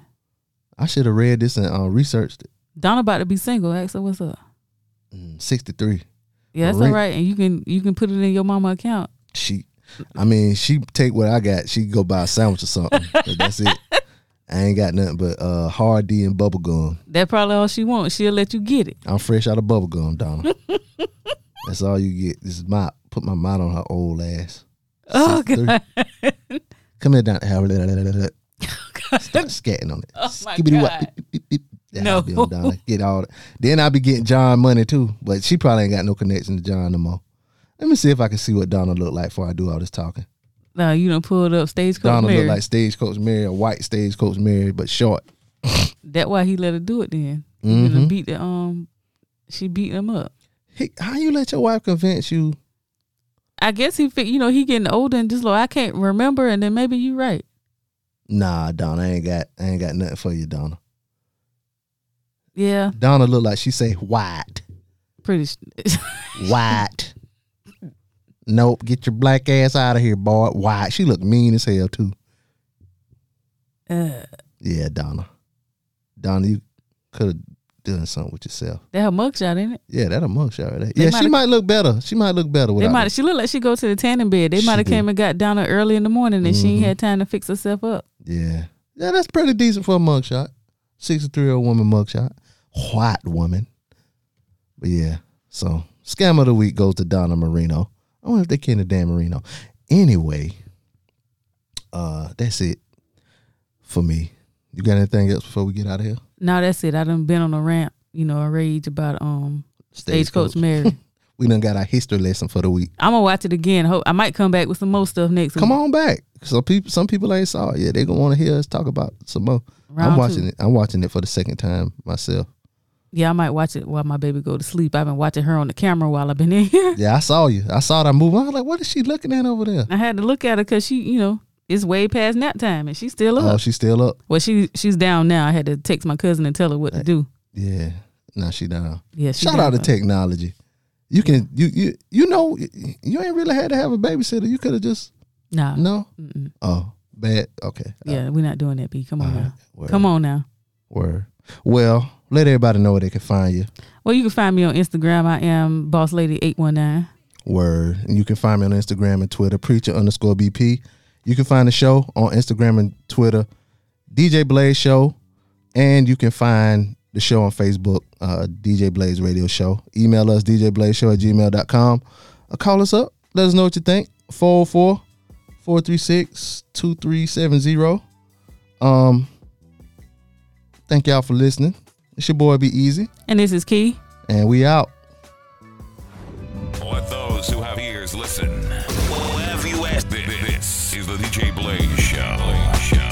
S2: I should have read this and uh, researched it. Mm,
S6: Don about to be single. Ask her what's up.
S2: Sixty three.
S6: Yeah, that's
S2: Re-
S6: all right, and you can you can put it in your mama account.
S2: She, I mean, she take what I got. She go buy a sandwich or something. but that's it. I ain't got nothing but uh, hard D and bubble gum.
S6: That probably all she wants. She'll let you get it.
S2: I'm fresh out of bubble gum, Donna. that's all you get. This is my put my mind on her old ass.
S6: Oh
S2: Sister.
S6: god.
S2: Come here, Donna. Start scatting on it.
S6: Oh, my
S2: Skibbity-wop,
S6: God.
S2: beep, beep, beep, beep. That
S6: No.
S2: I'll be on Donna. Get all that. Then I'll be getting John money too, but she probably ain't got no connection to John no more. Let me see if I can see what Donna look like before I do all this talking.
S6: No, you done pulled up stagecoach
S2: Donna
S6: Mary.
S2: look like stagecoach Mary, a white stagecoach Mary, but short.
S6: that why he let her do it then. He
S2: Mm-hmm.
S6: done beat the um she beat him up.
S2: He, how you let your wife convince you?
S6: I guess he fit you know, he getting older and just like I can't remember and then maybe you right.
S2: Nah, Donna, I ain't got, I ain't got nothing for you, Donna.
S6: Yeah,
S2: Donna look like she say white,
S6: pretty sh-
S2: white. nope, get your black ass out of here, boy. White. She look mean as hell too.
S6: uh,
S2: Yeah, Donna. Donna, you could have done something with yourself.
S6: that her mugshot, ain't it?
S2: Yeah, that a mugshot right there.
S6: They
S2: yeah, she
S6: might've-
S2: might look better. She might look better
S6: They
S2: without.
S6: might she looked like she go to the tanning bed. They
S2: She
S6: might have
S2: do. Mm-hmm.
S6: came and got down there early in the morning and she ain't had time to fix herself up.
S2: it. Yeah, yeah, that's pretty decent for a mugshot. Sixty-three year old woman mugshot, white woman. But yeah, so scam of the week goes to Donna Marino. I wonder if they kin to Dan Marino. Anyway, uh, that's it for me. You got anything else before we get out of here?
S6: Now that's it. I done been on a ramp, you know, a rage about um stagecoach Mary.
S2: We done got our history lesson for the week.
S6: I'm gonna watch it again. Hope I might come back with some more stuff next
S2: Come
S6: week.
S2: on back. So people, some people ain't saw it. Yeah, they gonna want to hear us talk about some more. I'm
S6: Round
S2: watching
S6: two.
S2: it. I'm watching it for the second time myself.
S6: Yeah, I might watch it while my baby go to sleep. I've been watching her on the camera while I've been in here.
S2: Yeah, I saw you. I saw that move. I was like, what is she looking at over there?
S6: I had to look at her because she, you know, it's way past nap time and she's still
S2: Oh,
S6: up.
S2: she's still up.
S6: well, she she's down now. I had to text my cousin and tell her what to do.
S2: Yeah, now she down.
S6: Yeah, she
S2: Shout out to
S6: down.
S2: technology. You can you you you know you- you ain't really had to have a babysitter. You could have just
S6: Nah,
S2: no. Oh, bad. Okay.
S6: yeah, we're not doing that. B, come on now,
S2: Word.
S6: come on now.
S2: Word. Well, let everybody know where they can find you.
S6: Well, you can find me on Instagram. I am Boss Lady Eight One Nine.
S2: Word. And you can find me on Instagram and Twitter, preacher underscore BP. You can find the show on Instagram and Twitter, DJ Blaze Show. And you can find the show on Facebook, uh, DJ Blaze Radio Show. Email us, djblazeshow at gmail.com. Or Uh, call us up. Let us know what you think. 404 436 2370. Um, Thank y'all for listening. It's your boy, Be Easy.
S6: And this is Key.
S2: And we out.
S4: Let those who have ears listen. Whoever you ask, this, this is the DJ Blaze Show.